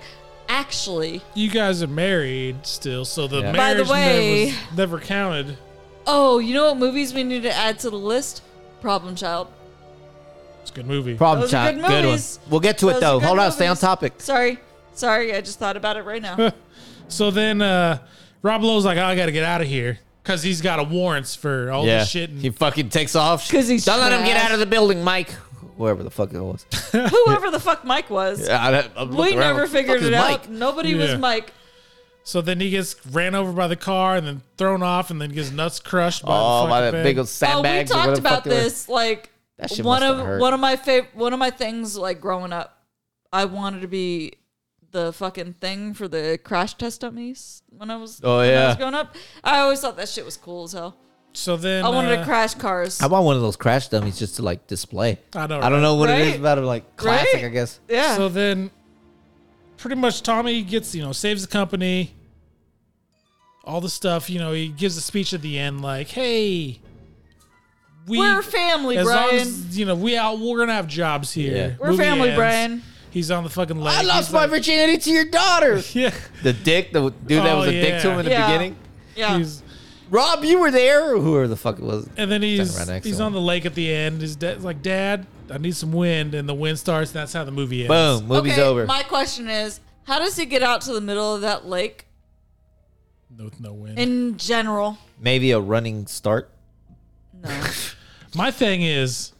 Speaker 3: actually,
Speaker 1: you guys are married still, so the
Speaker 2: Yeah.
Speaker 1: marriage
Speaker 3: By the
Speaker 1: never,
Speaker 3: way-
Speaker 1: was- never counted.
Speaker 3: oh, you know what movies we need to add to the list? Problem Child.
Speaker 1: It's a good movie.
Speaker 2: problem
Speaker 3: Those are
Speaker 2: child.
Speaker 3: good
Speaker 2: Good one.
Speaker 3: movies.
Speaker 2: We'll get to it
Speaker 3: Those are
Speaker 2: though.
Speaker 3: good
Speaker 2: Hold on. Stay on
Speaker 3: movies.
Speaker 2: topic.
Speaker 3: Sorry, sorry. I just thought about it right now.
Speaker 1: so then uh, Rob Lowe's like, oh, I gotta get out of here because he's got a warrants for all
Speaker 2: yeah,
Speaker 1: this shit. And
Speaker 2: he fucking takes off.
Speaker 3: 'Cause he's
Speaker 2: don't let him get
Speaker 3: trash.
Speaker 2: out of the building, Mike. Whoever the fuck it was.
Speaker 3: Whoever the fuck Mike was.
Speaker 2: Yeah, I don't- I'm
Speaker 3: we
Speaker 2: looking around,
Speaker 3: never
Speaker 2: what the fuck
Speaker 3: figured
Speaker 2: is
Speaker 3: it
Speaker 2: Mike?
Speaker 3: out. Nobody
Speaker 1: Yeah.
Speaker 3: was Mike.
Speaker 1: so then he gets ran over by the car and then thrown off and then gets nuts crushed by
Speaker 2: Oh,
Speaker 1: the
Speaker 2: by
Speaker 1: fucking
Speaker 2: that
Speaker 1: thing.
Speaker 2: big old
Speaker 3: Oh, we
Speaker 2: sandbags. or whatever
Speaker 3: talked
Speaker 2: the fuck
Speaker 3: about
Speaker 2: they were.
Speaker 3: this like
Speaker 2: That shit
Speaker 3: one
Speaker 2: must
Speaker 3: of
Speaker 2: have hurt.
Speaker 3: one of my favorite one of my things like growing up. I wanted to be the fucking thing for the crash test dummies when I was
Speaker 2: Oh,
Speaker 3: when I
Speaker 2: yeah.
Speaker 3: was growing up. I always thought that shit was cool as hell.
Speaker 1: So then
Speaker 3: I wanted
Speaker 1: uh,
Speaker 3: to crash cars.
Speaker 2: I want one of those crash dummies just to like display.
Speaker 1: I know,
Speaker 2: I don't know what it
Speaker 3: right?
Speaker 2: is about it. Like classic,
Speaker 3: Right?
Speaker 2: I guess.
Speaker 3: yeah.
Speaker 1: So then, pretty much, Tommy gets you know saves the company. All the stuff you know, he gives a speech at the end like, "Hey, we
Speaker 3: We're family,
Speaker 1: as long
Speaker 3: Brian.
Speaker 1: as you know we out, we're gonna have jobs here.
Speaker 2: Yeah.
Speaker 3: We're family, Brian.
Speaker 1: He's on the fucking leg.
Speaker 2: I lost
Speaker 1: He's
Speaker 2: my
Speaker 1: like-
Speaker 2: virginity to your daughter.
Speaker 1: Yeah,
Speaker 2: the dick, the dude that
Speaker 1: Oh,
Speaker 2: was a dick to
Speaker 1: yeah.
Speaker 2: him in the
Speaker 3: Yeah.
Speaker 2: beginning.
Speaker 3: yeah.
Speaker 1: he's,
Speaker 2: Rob, you were there. or Whoever the fuck it was.
Speaker 1: and then he's
Speaker 2: Second round
Speaker 1: he's
Speaker 2: excellent.
Speaker 1: on the lake at the end. His dad's like, "Dad, I need some wind," and the wind starts. And that's how the movie ends.
Speaker 2: Boom. Movie's
Speaker 3: okay,
Speaker 2: over.
Speaker 3: My question is, how does he get out to the middle of that lake
Speaker 1: No, no wind.
Speaker 3: in general?
Speaker 2: Maybe a running start.
Speaker 3: No.
Speaker 1: My thing is,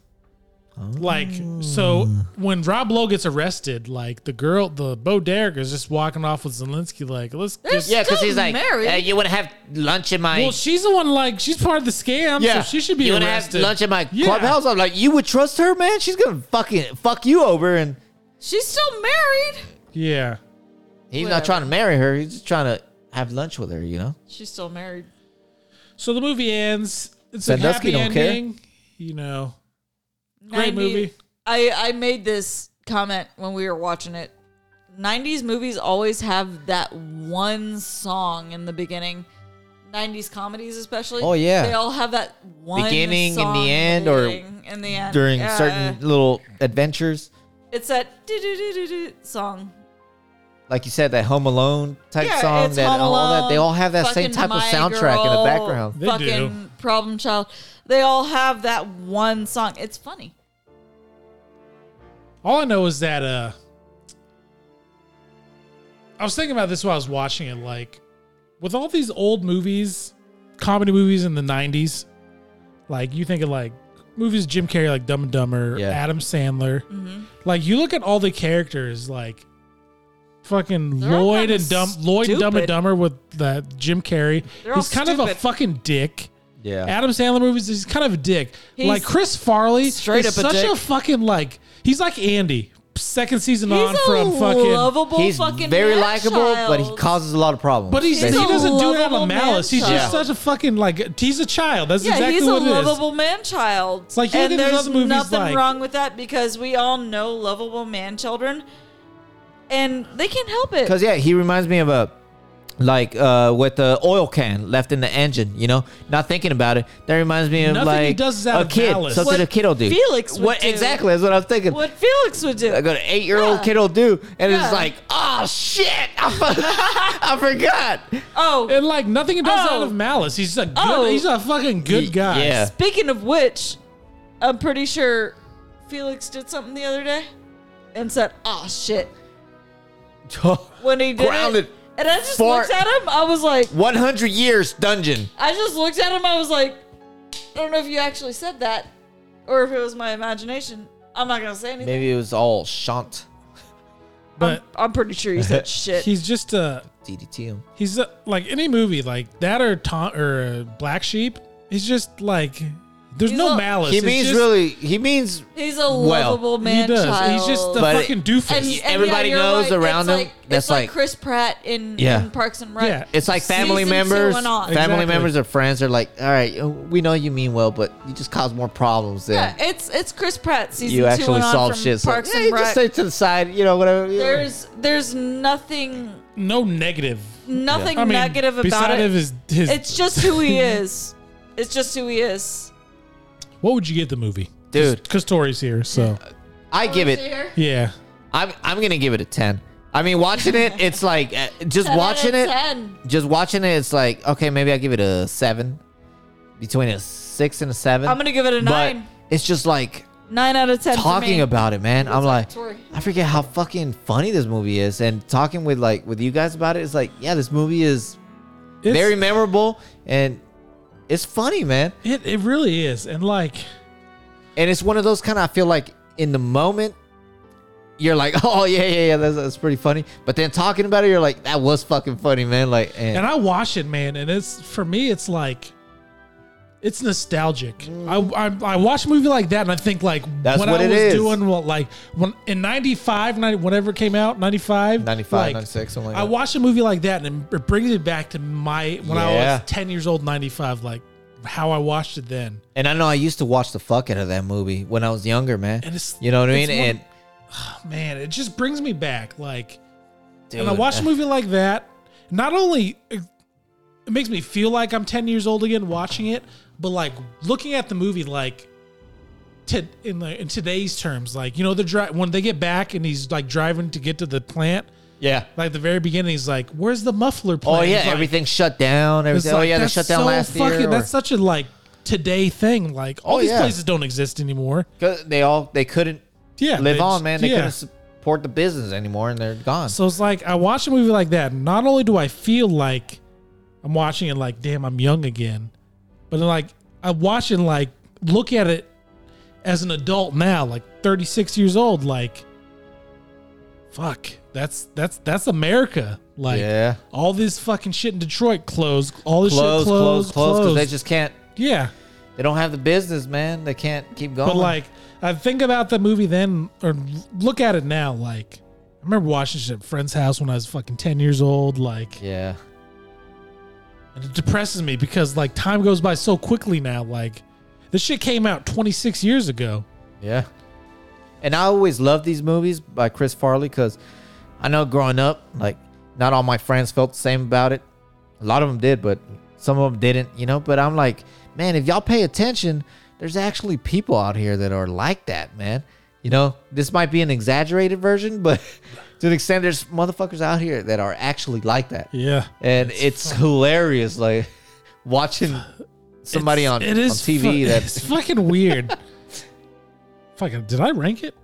Speaker 1: like, so when Rob Lowe gets arrested, like the girl, the Bo Derek is just walking off with Zelensky, like, let's. Get,
Speaker 3: There's- Yeah, 'cause he's Still like, married. uh,
Speaker 2: you want to have lunch in my
Speaker 1: well, she's the one, like, she's part of the scam, so she should be
Speaker 2: You wanna have
Speaker 1: arrested.
Speaker 2: lunch at my
Speaker 1: Yeah.
Speaker 2: clubhouse? I'm like, you would trust her, man? She's gonna fucking fuck you over, and
Speaker 3: She's still married.
Speaker 1: yeah,
Speaker 2: he's
Speaker 3: Whatever.
Speaker 2: not trying to marry her. He's just trying to have lunch with her. You know?
Speaker 3: She's still married.
Speaker 1: so the movie ends. It's
Speaker 2: Sandusky
Speaker 1: a happy
Speaker 2: don't care.
Speaker 1: ending, you know.
Speaker 3: I
Speaker 1: Great
Speaker 3: need-
Speaker 1: movie.
Speaker 3: I, I made this comment when we were watching it. 90s movies always have that one song in the beginning. 90s comedies, especially.
Speaker 2: Oh, yeah.
Speaker 3: They all have that one
Speaker 2: Beginning and the
Speaker 3: song in
Speaker 2: end, or
Speaker 3: beginning, in the end.
Speaker 2: During
Speaker 3: Yeah.
Speaker 2: certain little adventures,
Speaker 3: It's that do do do do do song.
Speaker 2: like you said, that Home Alone type
Speaker 3: Yeah,
Speaker 2: song,
Speaker 3: it's
Speaker 2: that
Speaker 3: Home
Speaker 2: all that, they
Speaker 3: Alone,
Speaker 2: all have that same
Speaker 3: fucking
Speaker 2: type of
Speaker 3: My
Speaker 2: soundtrack in
Speaker 3: Girl,
Speaker 2: the background.
Speaker 1: They
Speaker 3: fucking
Speaker 1: do.
Speaker 3: Problem Child. They all have that one song. It's funny.
Speaker 1: All I know is that uh I was thinking about this while I was watching it, like with all these old movies, comedy movies in the nineties, like you think of like movies Jim Carrey like Dumb and Dumber,
Speaker 2: Yeah.
Speaker 1: Adam Sandler.
Speaker 3: Mm-hmm.
Speaker 1: Like you look at all the characters like fucking
Speaker 3: They're all
Speaker 1: Lloyd
Speaker 3: kinda
Speaker 1: and Dumb Lloyd and Dumb and
Speaker 3: stupid.
Speaker 1: Dumber with that Jim Carrey.
Speaker 3: They're all
Speaker 1: he's kind of a
Speaker 3: stupid.
Speaker 1: fucking dick.
Speaker 2: Yeah.
Speaker 1: Adam Sandler movies, he's kind of a dick.
Speaker 3: He's
Speaker 1: like Chris Farley,
Speaker 3: straight
Speaker 1: is
Speaker 3: up a
Speaker 1: such
Speaker 3: dick.
Speaker 1: a fucking like he's like Andy, second season
Speaker 3: He's
Speaker 1: on from
Speaker 3: a
Speaker 1: fucking.
Speaker 3: lovable
Speaker 2: He's
Speaker 3: fucking
Speaker 2: very
Speaker 3: man
Speaker 2: likable, but he
Speaker 3: child.
Speaker 2: causes a lot of problems.
Speaker 1: but he's,
Speaker 3: He's
Speaker 1: he
Speaker 3: a
Speaker 1: doesn't do it out
Speaker 3: lovable
Speaker 1: of malice. He's just
Speaker 2: man-child.
Speaker 1: such a fucking like he's a child. That's
Speaker 3: Yeah,
Speaker 1: exactly
Speaker 3: he's
Speaker 1: what
Speaker 3: a
Speaker 1: it is.
Speaker 3: lovable man child.
Speaker 1: like, you
Speaker 3: and
Speaker 1: look at these
Speaker 3: there's
Speaker 1: other movies,
Speaker 3: nothing
Speaker 1: like-
Speaker 3: wrong with that because we all know lovable man children, and they can't help it.
Speaker 2: Because yeah, he reminds me of a like uh with the oil can left in the engine, you know, not thinking about it. That reminds me of
Speaker 1: Nothing he
Speaker 2: like
Speaker 1: does is out
Speaker 2: a
Speaker 1: of
Speaker 2: kid,
Speaker 1: malice.
Speaker 2: something
Speaker 3: What
Speaker 2: a kid will do.
Speaker 3: Felix would
Speaker 2: what
Speaker 3: do.
Speaker 2: exactly? That's what I'm thinking.
Speaker 3: What Felix would do.
Speaker 2: Like an eight year old
Speaker 3: Yeah.
Speaker 2: kid will do, and
Speaker 3: Yeah.
Speaker 2: it's like, oh shit, I, fu- I forgot.
Speaker 3: Oh,
Speaker 1: And like nothing he does
Speaker 3: Oh.
Speaker 1: out of malice. He's a good.
Speaker 3: Oh.
Speaker 1: He's a fucking good guy.
Speaker 2: Yeah,
Speaker 3: Speaking of which, I'm pretty sure Felix did something the other day and said, "Ah, shit." When he did
Speaker 2: Grounded.
Speaker 3: it, and I just
Speaker 2: Fart.
Speaker 3: looked at him, I was like,
Speaker 2: one hundred years dungeon.
Speaker 3: I just looked at him, I was like, I don't know if you actually said that or if it was my imagination. I'm not gonna say anything.
Speaker 2: Maybe it was all shunt
Speaker 1: but
Speaker 3: I'm pretty sure you said shit.
Speaker 1: he's just a
Speaker 2: DDT him.
Speaker 1: he's a, like any movie like that or Tom or uh, Black Sheep. He's just like there's
Speaker 3: He's
Speaker 1: no
Speaker 3: a-
Speaker 1: malice.
Speaker 2: He
Speaker 1: It's
Speaker 2: means
Speaker 1: just-
Speaker 2: really. He means
Speaker 3: He's a lovable
Speaker 1: He
Speaker 3: man
Speaker 1: does.
Speaker 3: child.
Speaker 1: He's just a
Speaker 2: But it-
Speaker 1: fucking doofus.
Speaker 3: And- and
Speaker 2: everybody
Speaker 3: you're
Speaker 2: knows around
Speaker 3: it's
Speaker 2: him,
Speaker 3: Like,
Speaker 2: that's
Speaker 3: it's like,
Speaker 2: like-
Speaker 3: Chris Pratt in,
Speaker 2: Yeah.
Speaker 3: in Parks and Rec.
Speaker 1: Yeah.
Speaker 2: It's like family
Speaker 3: Season two
Speaker 2: members.
Speaker 3: and on.
Speaker 2: Family
Speaker 1: Exactly.
Speaker 2: members or friends are like, all right, uh, we know you mean well, but you just cause more problems than
Speaker 3: Yeah, it's it's Chris Pratt season
Speaker 2: you
Speaker 3: two
Speaker 2: actually
Speaker 3: and on
Speaker 2: solve
Speaker 3: from
Speaker 2: shit. So
Speaker 3: Parks
Speaker 2: yeah,
Speaker 3: and
Speaker 2: you
Speaker 3: Rec.
Speaker 2: just stay to the side, you know, whatever. you know.
Speaker 3: There's there's nothing
Speaker 1: no negative.
Speaker 3: nothing
Speaker 1: I mean,
Speaker 3: negative about
Speaker 1: beside
Speaker 3: it.
Speaker 1: of his, his
Speaker 3: it's just who he is. It's just who he is.
Speaker 1: What would you get the movie,
Speaker 2: Dude.
Speaker 1: Because Tori's here, so
Speaker 2: I give it.
Speaker 1: yeah.
Speaker 2: I'm I'm gonna give it a ten. I mean, watching it, it's like uh, just watching it, just watching it. It's like okay, maybe I give it a seven, between a six and a seven.
Speaker 3: I'm gonna give it a
Speaker 2: But
Speaker 3: nine.
Speaker 2: It's just like
Speaker 3: Nine out of ten. for me.
Speaker 2: talking about it, man. I'm like,
Speaker 3: Tori.
Speaker 2: I forget how fucking funny this movie is, and talking with like with you guys about it, it's like, yeah, this movie is
Speaker 1: It's,
Speaker 2: very memorable and It's funny, man.
Speaker 1: It it really is, and like
Speaker 2: And it's one of those kind of I feel like in the moment you're like, "Oh yeah, yeah, yeah, that's, that's pretty funny." But then talking about it, you're like, "That was fucking funny, man." Like and,
Speaker 1: and I watch it, man, and it's for me, it's like it's nostalgic.
Speaker 3: Mm.
Speaker 1: I, I I watch a movie like that, and I think like
Speaker 2: That's
Speaker 1: when
Speaker 2: what
Speaker 1: I
Speaker 2: it
Speaker 1: was
Speaker 2: is.
Speaker 1: doing, well, like when in 95, 90, whatever it came out, 95,
Speaker 2: 95,
Speaker 1: like,
Speaker 2: 96, something like
Speaker 1: I
Speaker 2: that.
Speaker 1: watched a movie like that, and it brings it back to my when I
Speaker 2: Yeah.
Speaker 1: was ten years old, 95, like how I watched it then.
Speaker 2: and I know I used to watch the fuck out of that movie when I was younger, man.
Speaker 1: And it's-
Speaker 2: you know what I
Speaker 1: it's
Speaker 2: mean?
Speaker 1: one-
Speaker 2: and
Speaker 1: Man, it just brings me back, like.
Speaker 2: dude,
Speaker 1: and I watch a
Speaker 2: uh,
Speaker 1: movie like that, not only it it makes me feel like I'm 10 years old again watching it, but like looking at the movie like to, in the, in today's terms, like you know the dri- when they get back and he's like driving to get to the plant,
Speaker 2: Yeah.
Speaker 1: like the very beginning, he's like, "Where's the muffler?"
Speaker 2: Oh
Speaker 1: Plant?
Speaker 2: yeah,
Speaker 1: It's like-
Speaker 2: everything shut down.
Speaker 1: it's
Speaker 2: Everything. oh
Speaker 1: like,
Speaker 2: yeah, they
Speaker 1: that's
Speaker 2: shut down
Speaker 1: so
Speaker 2: last year.
Speaker 1: fucking-
Speaker 2: or-
Speaker 1: That's such a like today thing. Like all
Speaker 2: Oh,
Speaker 1: these
Speaker 2: yeah.
Speaker 1: places don't exist anymore.
Speaker 2: 'Cause they all they couldn't
Speaker 1: Yeah,
Speaker 2: live
Speaker 1: they
Speaker 2: on,
Speaker 1: just-
Speaker 2: man. They
Speaker 1: yeah.
Speaker 2: couldn't support the business anymore, and they're gone.
Speaker 1: So it's like I watch a movie like that. and Not only do I feel like I'm watching it, like damn, I'm young again, but then like I watch and like look at it as an adult now, like 36 years old, like fuck, that's that's that's America. Like
Speaker 2: Yeah.
Speaker 1: all this fucking shit in Detroit closed. All this
Speaker 2: close,
Speaker 1: shit closed,
Speaker 2: close, close, because
Speaker 1: closed.
Speaker 2: they just can't.
Speaker 1: yeah,
Speaker 2: They don't have the business, man. They can't keep going.
Speaker 1: but like I think about the movie then, or look at it now, like. I remember watching shit at a friend's house when I was fucking 10 years old. Like,
Speaker 2: yeah,
Speaker 1: And it depresses me because like time goes by so quickly now. Like this shit came out 26 years ago.
Speaker 2: yeah. And I always loved these movies by Chris Farley because I know growing up, like not all my friends felt the same about it. A lot of them did, but some of them didn't, you know. But I'm like, man, if y'all pay attention, there's actually people out here that are like that, man. You know, this might be an exaggerated version, but to an extent, there's motherfuckers out here that are actually like that.
Speaker 1: Yeah.
Speaker 2: and it's, hilarious like watching somebody on,
Speaker 1: it is
Speaker 2: on tv
Speaker 1: fu-
Speaker 2: that's
Speaker 1: it's fucking weird. fucking did I rank it?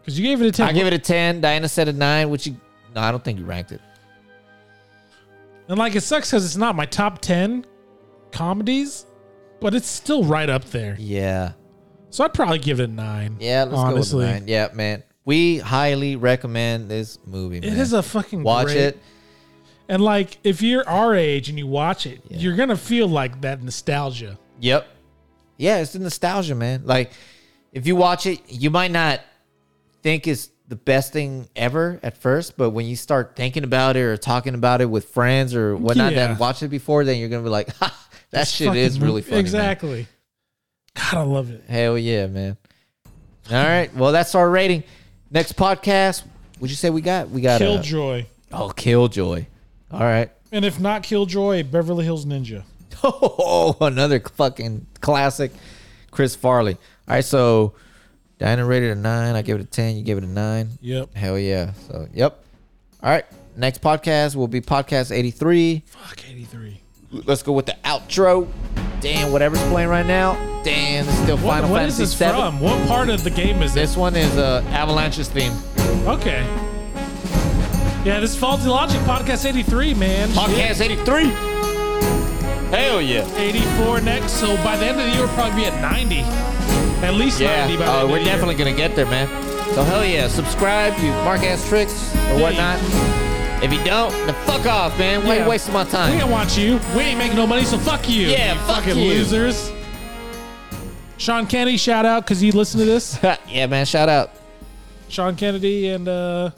Speaker 1: Because you gave it a 10.
Speaker 2: i give it a 10 diana said a 9 which you no i don't think you ranked it
Speaker 1: and like it sucks because it's not my top 10 comedies, but it's still right up there.
Speaker 2: yeah
Speaker 1: So I'd probably give it a nine.
Speaker 2: yeah let's go with a 9 yeah man we highly recommend this movie man.
Speaker 1: It is a fucking
Speaker 2: watch
Speaker 1: great-
Speaker 2: it
Speaker 1: And like if you're our age and you watch it,
Speaker 2: Yeah.
Speaker 1: you're gonna feel like that nostalgia.
Speaker 2: yep yeah it's the nostalgia man like if you watch it you might not think it's the best thing ever at first but when you start thinking about it or talking about it with friends or whatnot
Speaker 1: Yeah.
Speaker 2: that watched it before then you're gonna be like ha, that shit
Speaker 1: fucking
Speaker 2: is really
Speaker 1: movie-
Speaker 2: funny man.
Speaker 1: Exactly. God, I love it.
Speaker 2: Hell yeah, man. All right. Well, that's our rating. Next podcast, would you say we got? We got a,
Speaker 1: Killjoy.
Speaker 2: oh Killjoy. All right.
Speaker 1: And if not Killjoy, Beverly Hills Ninja.
Speaker 2: Oh, another fucking classic, Chris Farley. All right, so Diana rated a nine. I gave it a ten. You gave it a nine.
Speaker 1: Yep.
Speaker 2: Hell yeah. So yep. All right. Next podcast will be podcast eighty three.
Speaker 1: Fuck 83.
Speaker 2: Let's go with the outro. Damn, whatever's playing right now. Damn, it's still
Speaker 1: What,
Speaker 2: Final
Speaker 1: what is
Speaker 2: Fantasy
Speaker 1: this
Speaker 2: VII.
Speaker 1: from? What part of the game is this?
Speaker 2: This one is uh, Avalanche's theme.
Speaker 1: Okay. Yeah, this is Faulty Logic Podcast 83, man. Shit.
Speaker 2: Podcast 83. Hell yeah.
Speaker 1: 84 next. So by the end of the year, we'll probably be at 90. At least 90 by the
Speaker 2: Oh,
Speaker 1: end
Speaker 2: we're
Speaker 1: of the year.
Speaker 2: definitely going to get there, man. So, hell yeah. Subscribe, you mark ass tricks or whatnot. If you don't, then fuck off, man. Why are
Speaker 1: Yeah.
Speaker 2: you wasting my
Speaker 1: We
Speaker 2: time?
Speaker 1: don't want you. We ain't making no money, so fuck you.
Speaker 2: Yeah,
Speaker 1: you
Speaker 2: fuck
Speaker 1: fucking
Speaker 2: you.
Speaker 1: losers. Sean Kennedy, shout out because you listen to this.
Speaker 2: yeah, man. Shout out.
Speaker 1: Sean Kennedy and uh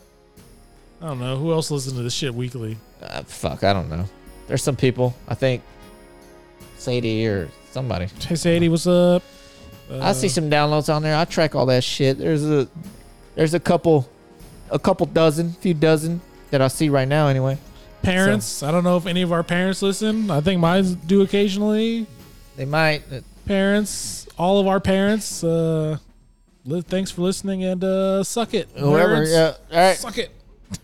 Speaker 1: I don't know who else listens to this shit weekly.
Speaker 2: Uh, fuck, I don't know. There's some people, I think Sadie or somebody.
Speaker 1: Hey Sadie, what's up? Uh,
Speaker 2: I see some downloads on there. I track all that shit. There's a there's a couple a couple dozen, few dozen that I see right now anyway.
Speaker 1: parents. I don't know if any of our parents listen. I think mine do occasionally.
Speaker 2: They might uh,
Speaker 1: Parents, all of our parents. Uh, li- thanks for listening and uh, suck it,
Speaker 2: whoever.
Speaker 1: nerds.
Speaker 2: Yeah. All right.
Speaker 1: Suck it.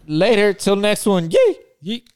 Speaker 2: Later till next one. Yay.
Speaker 1: Yeet.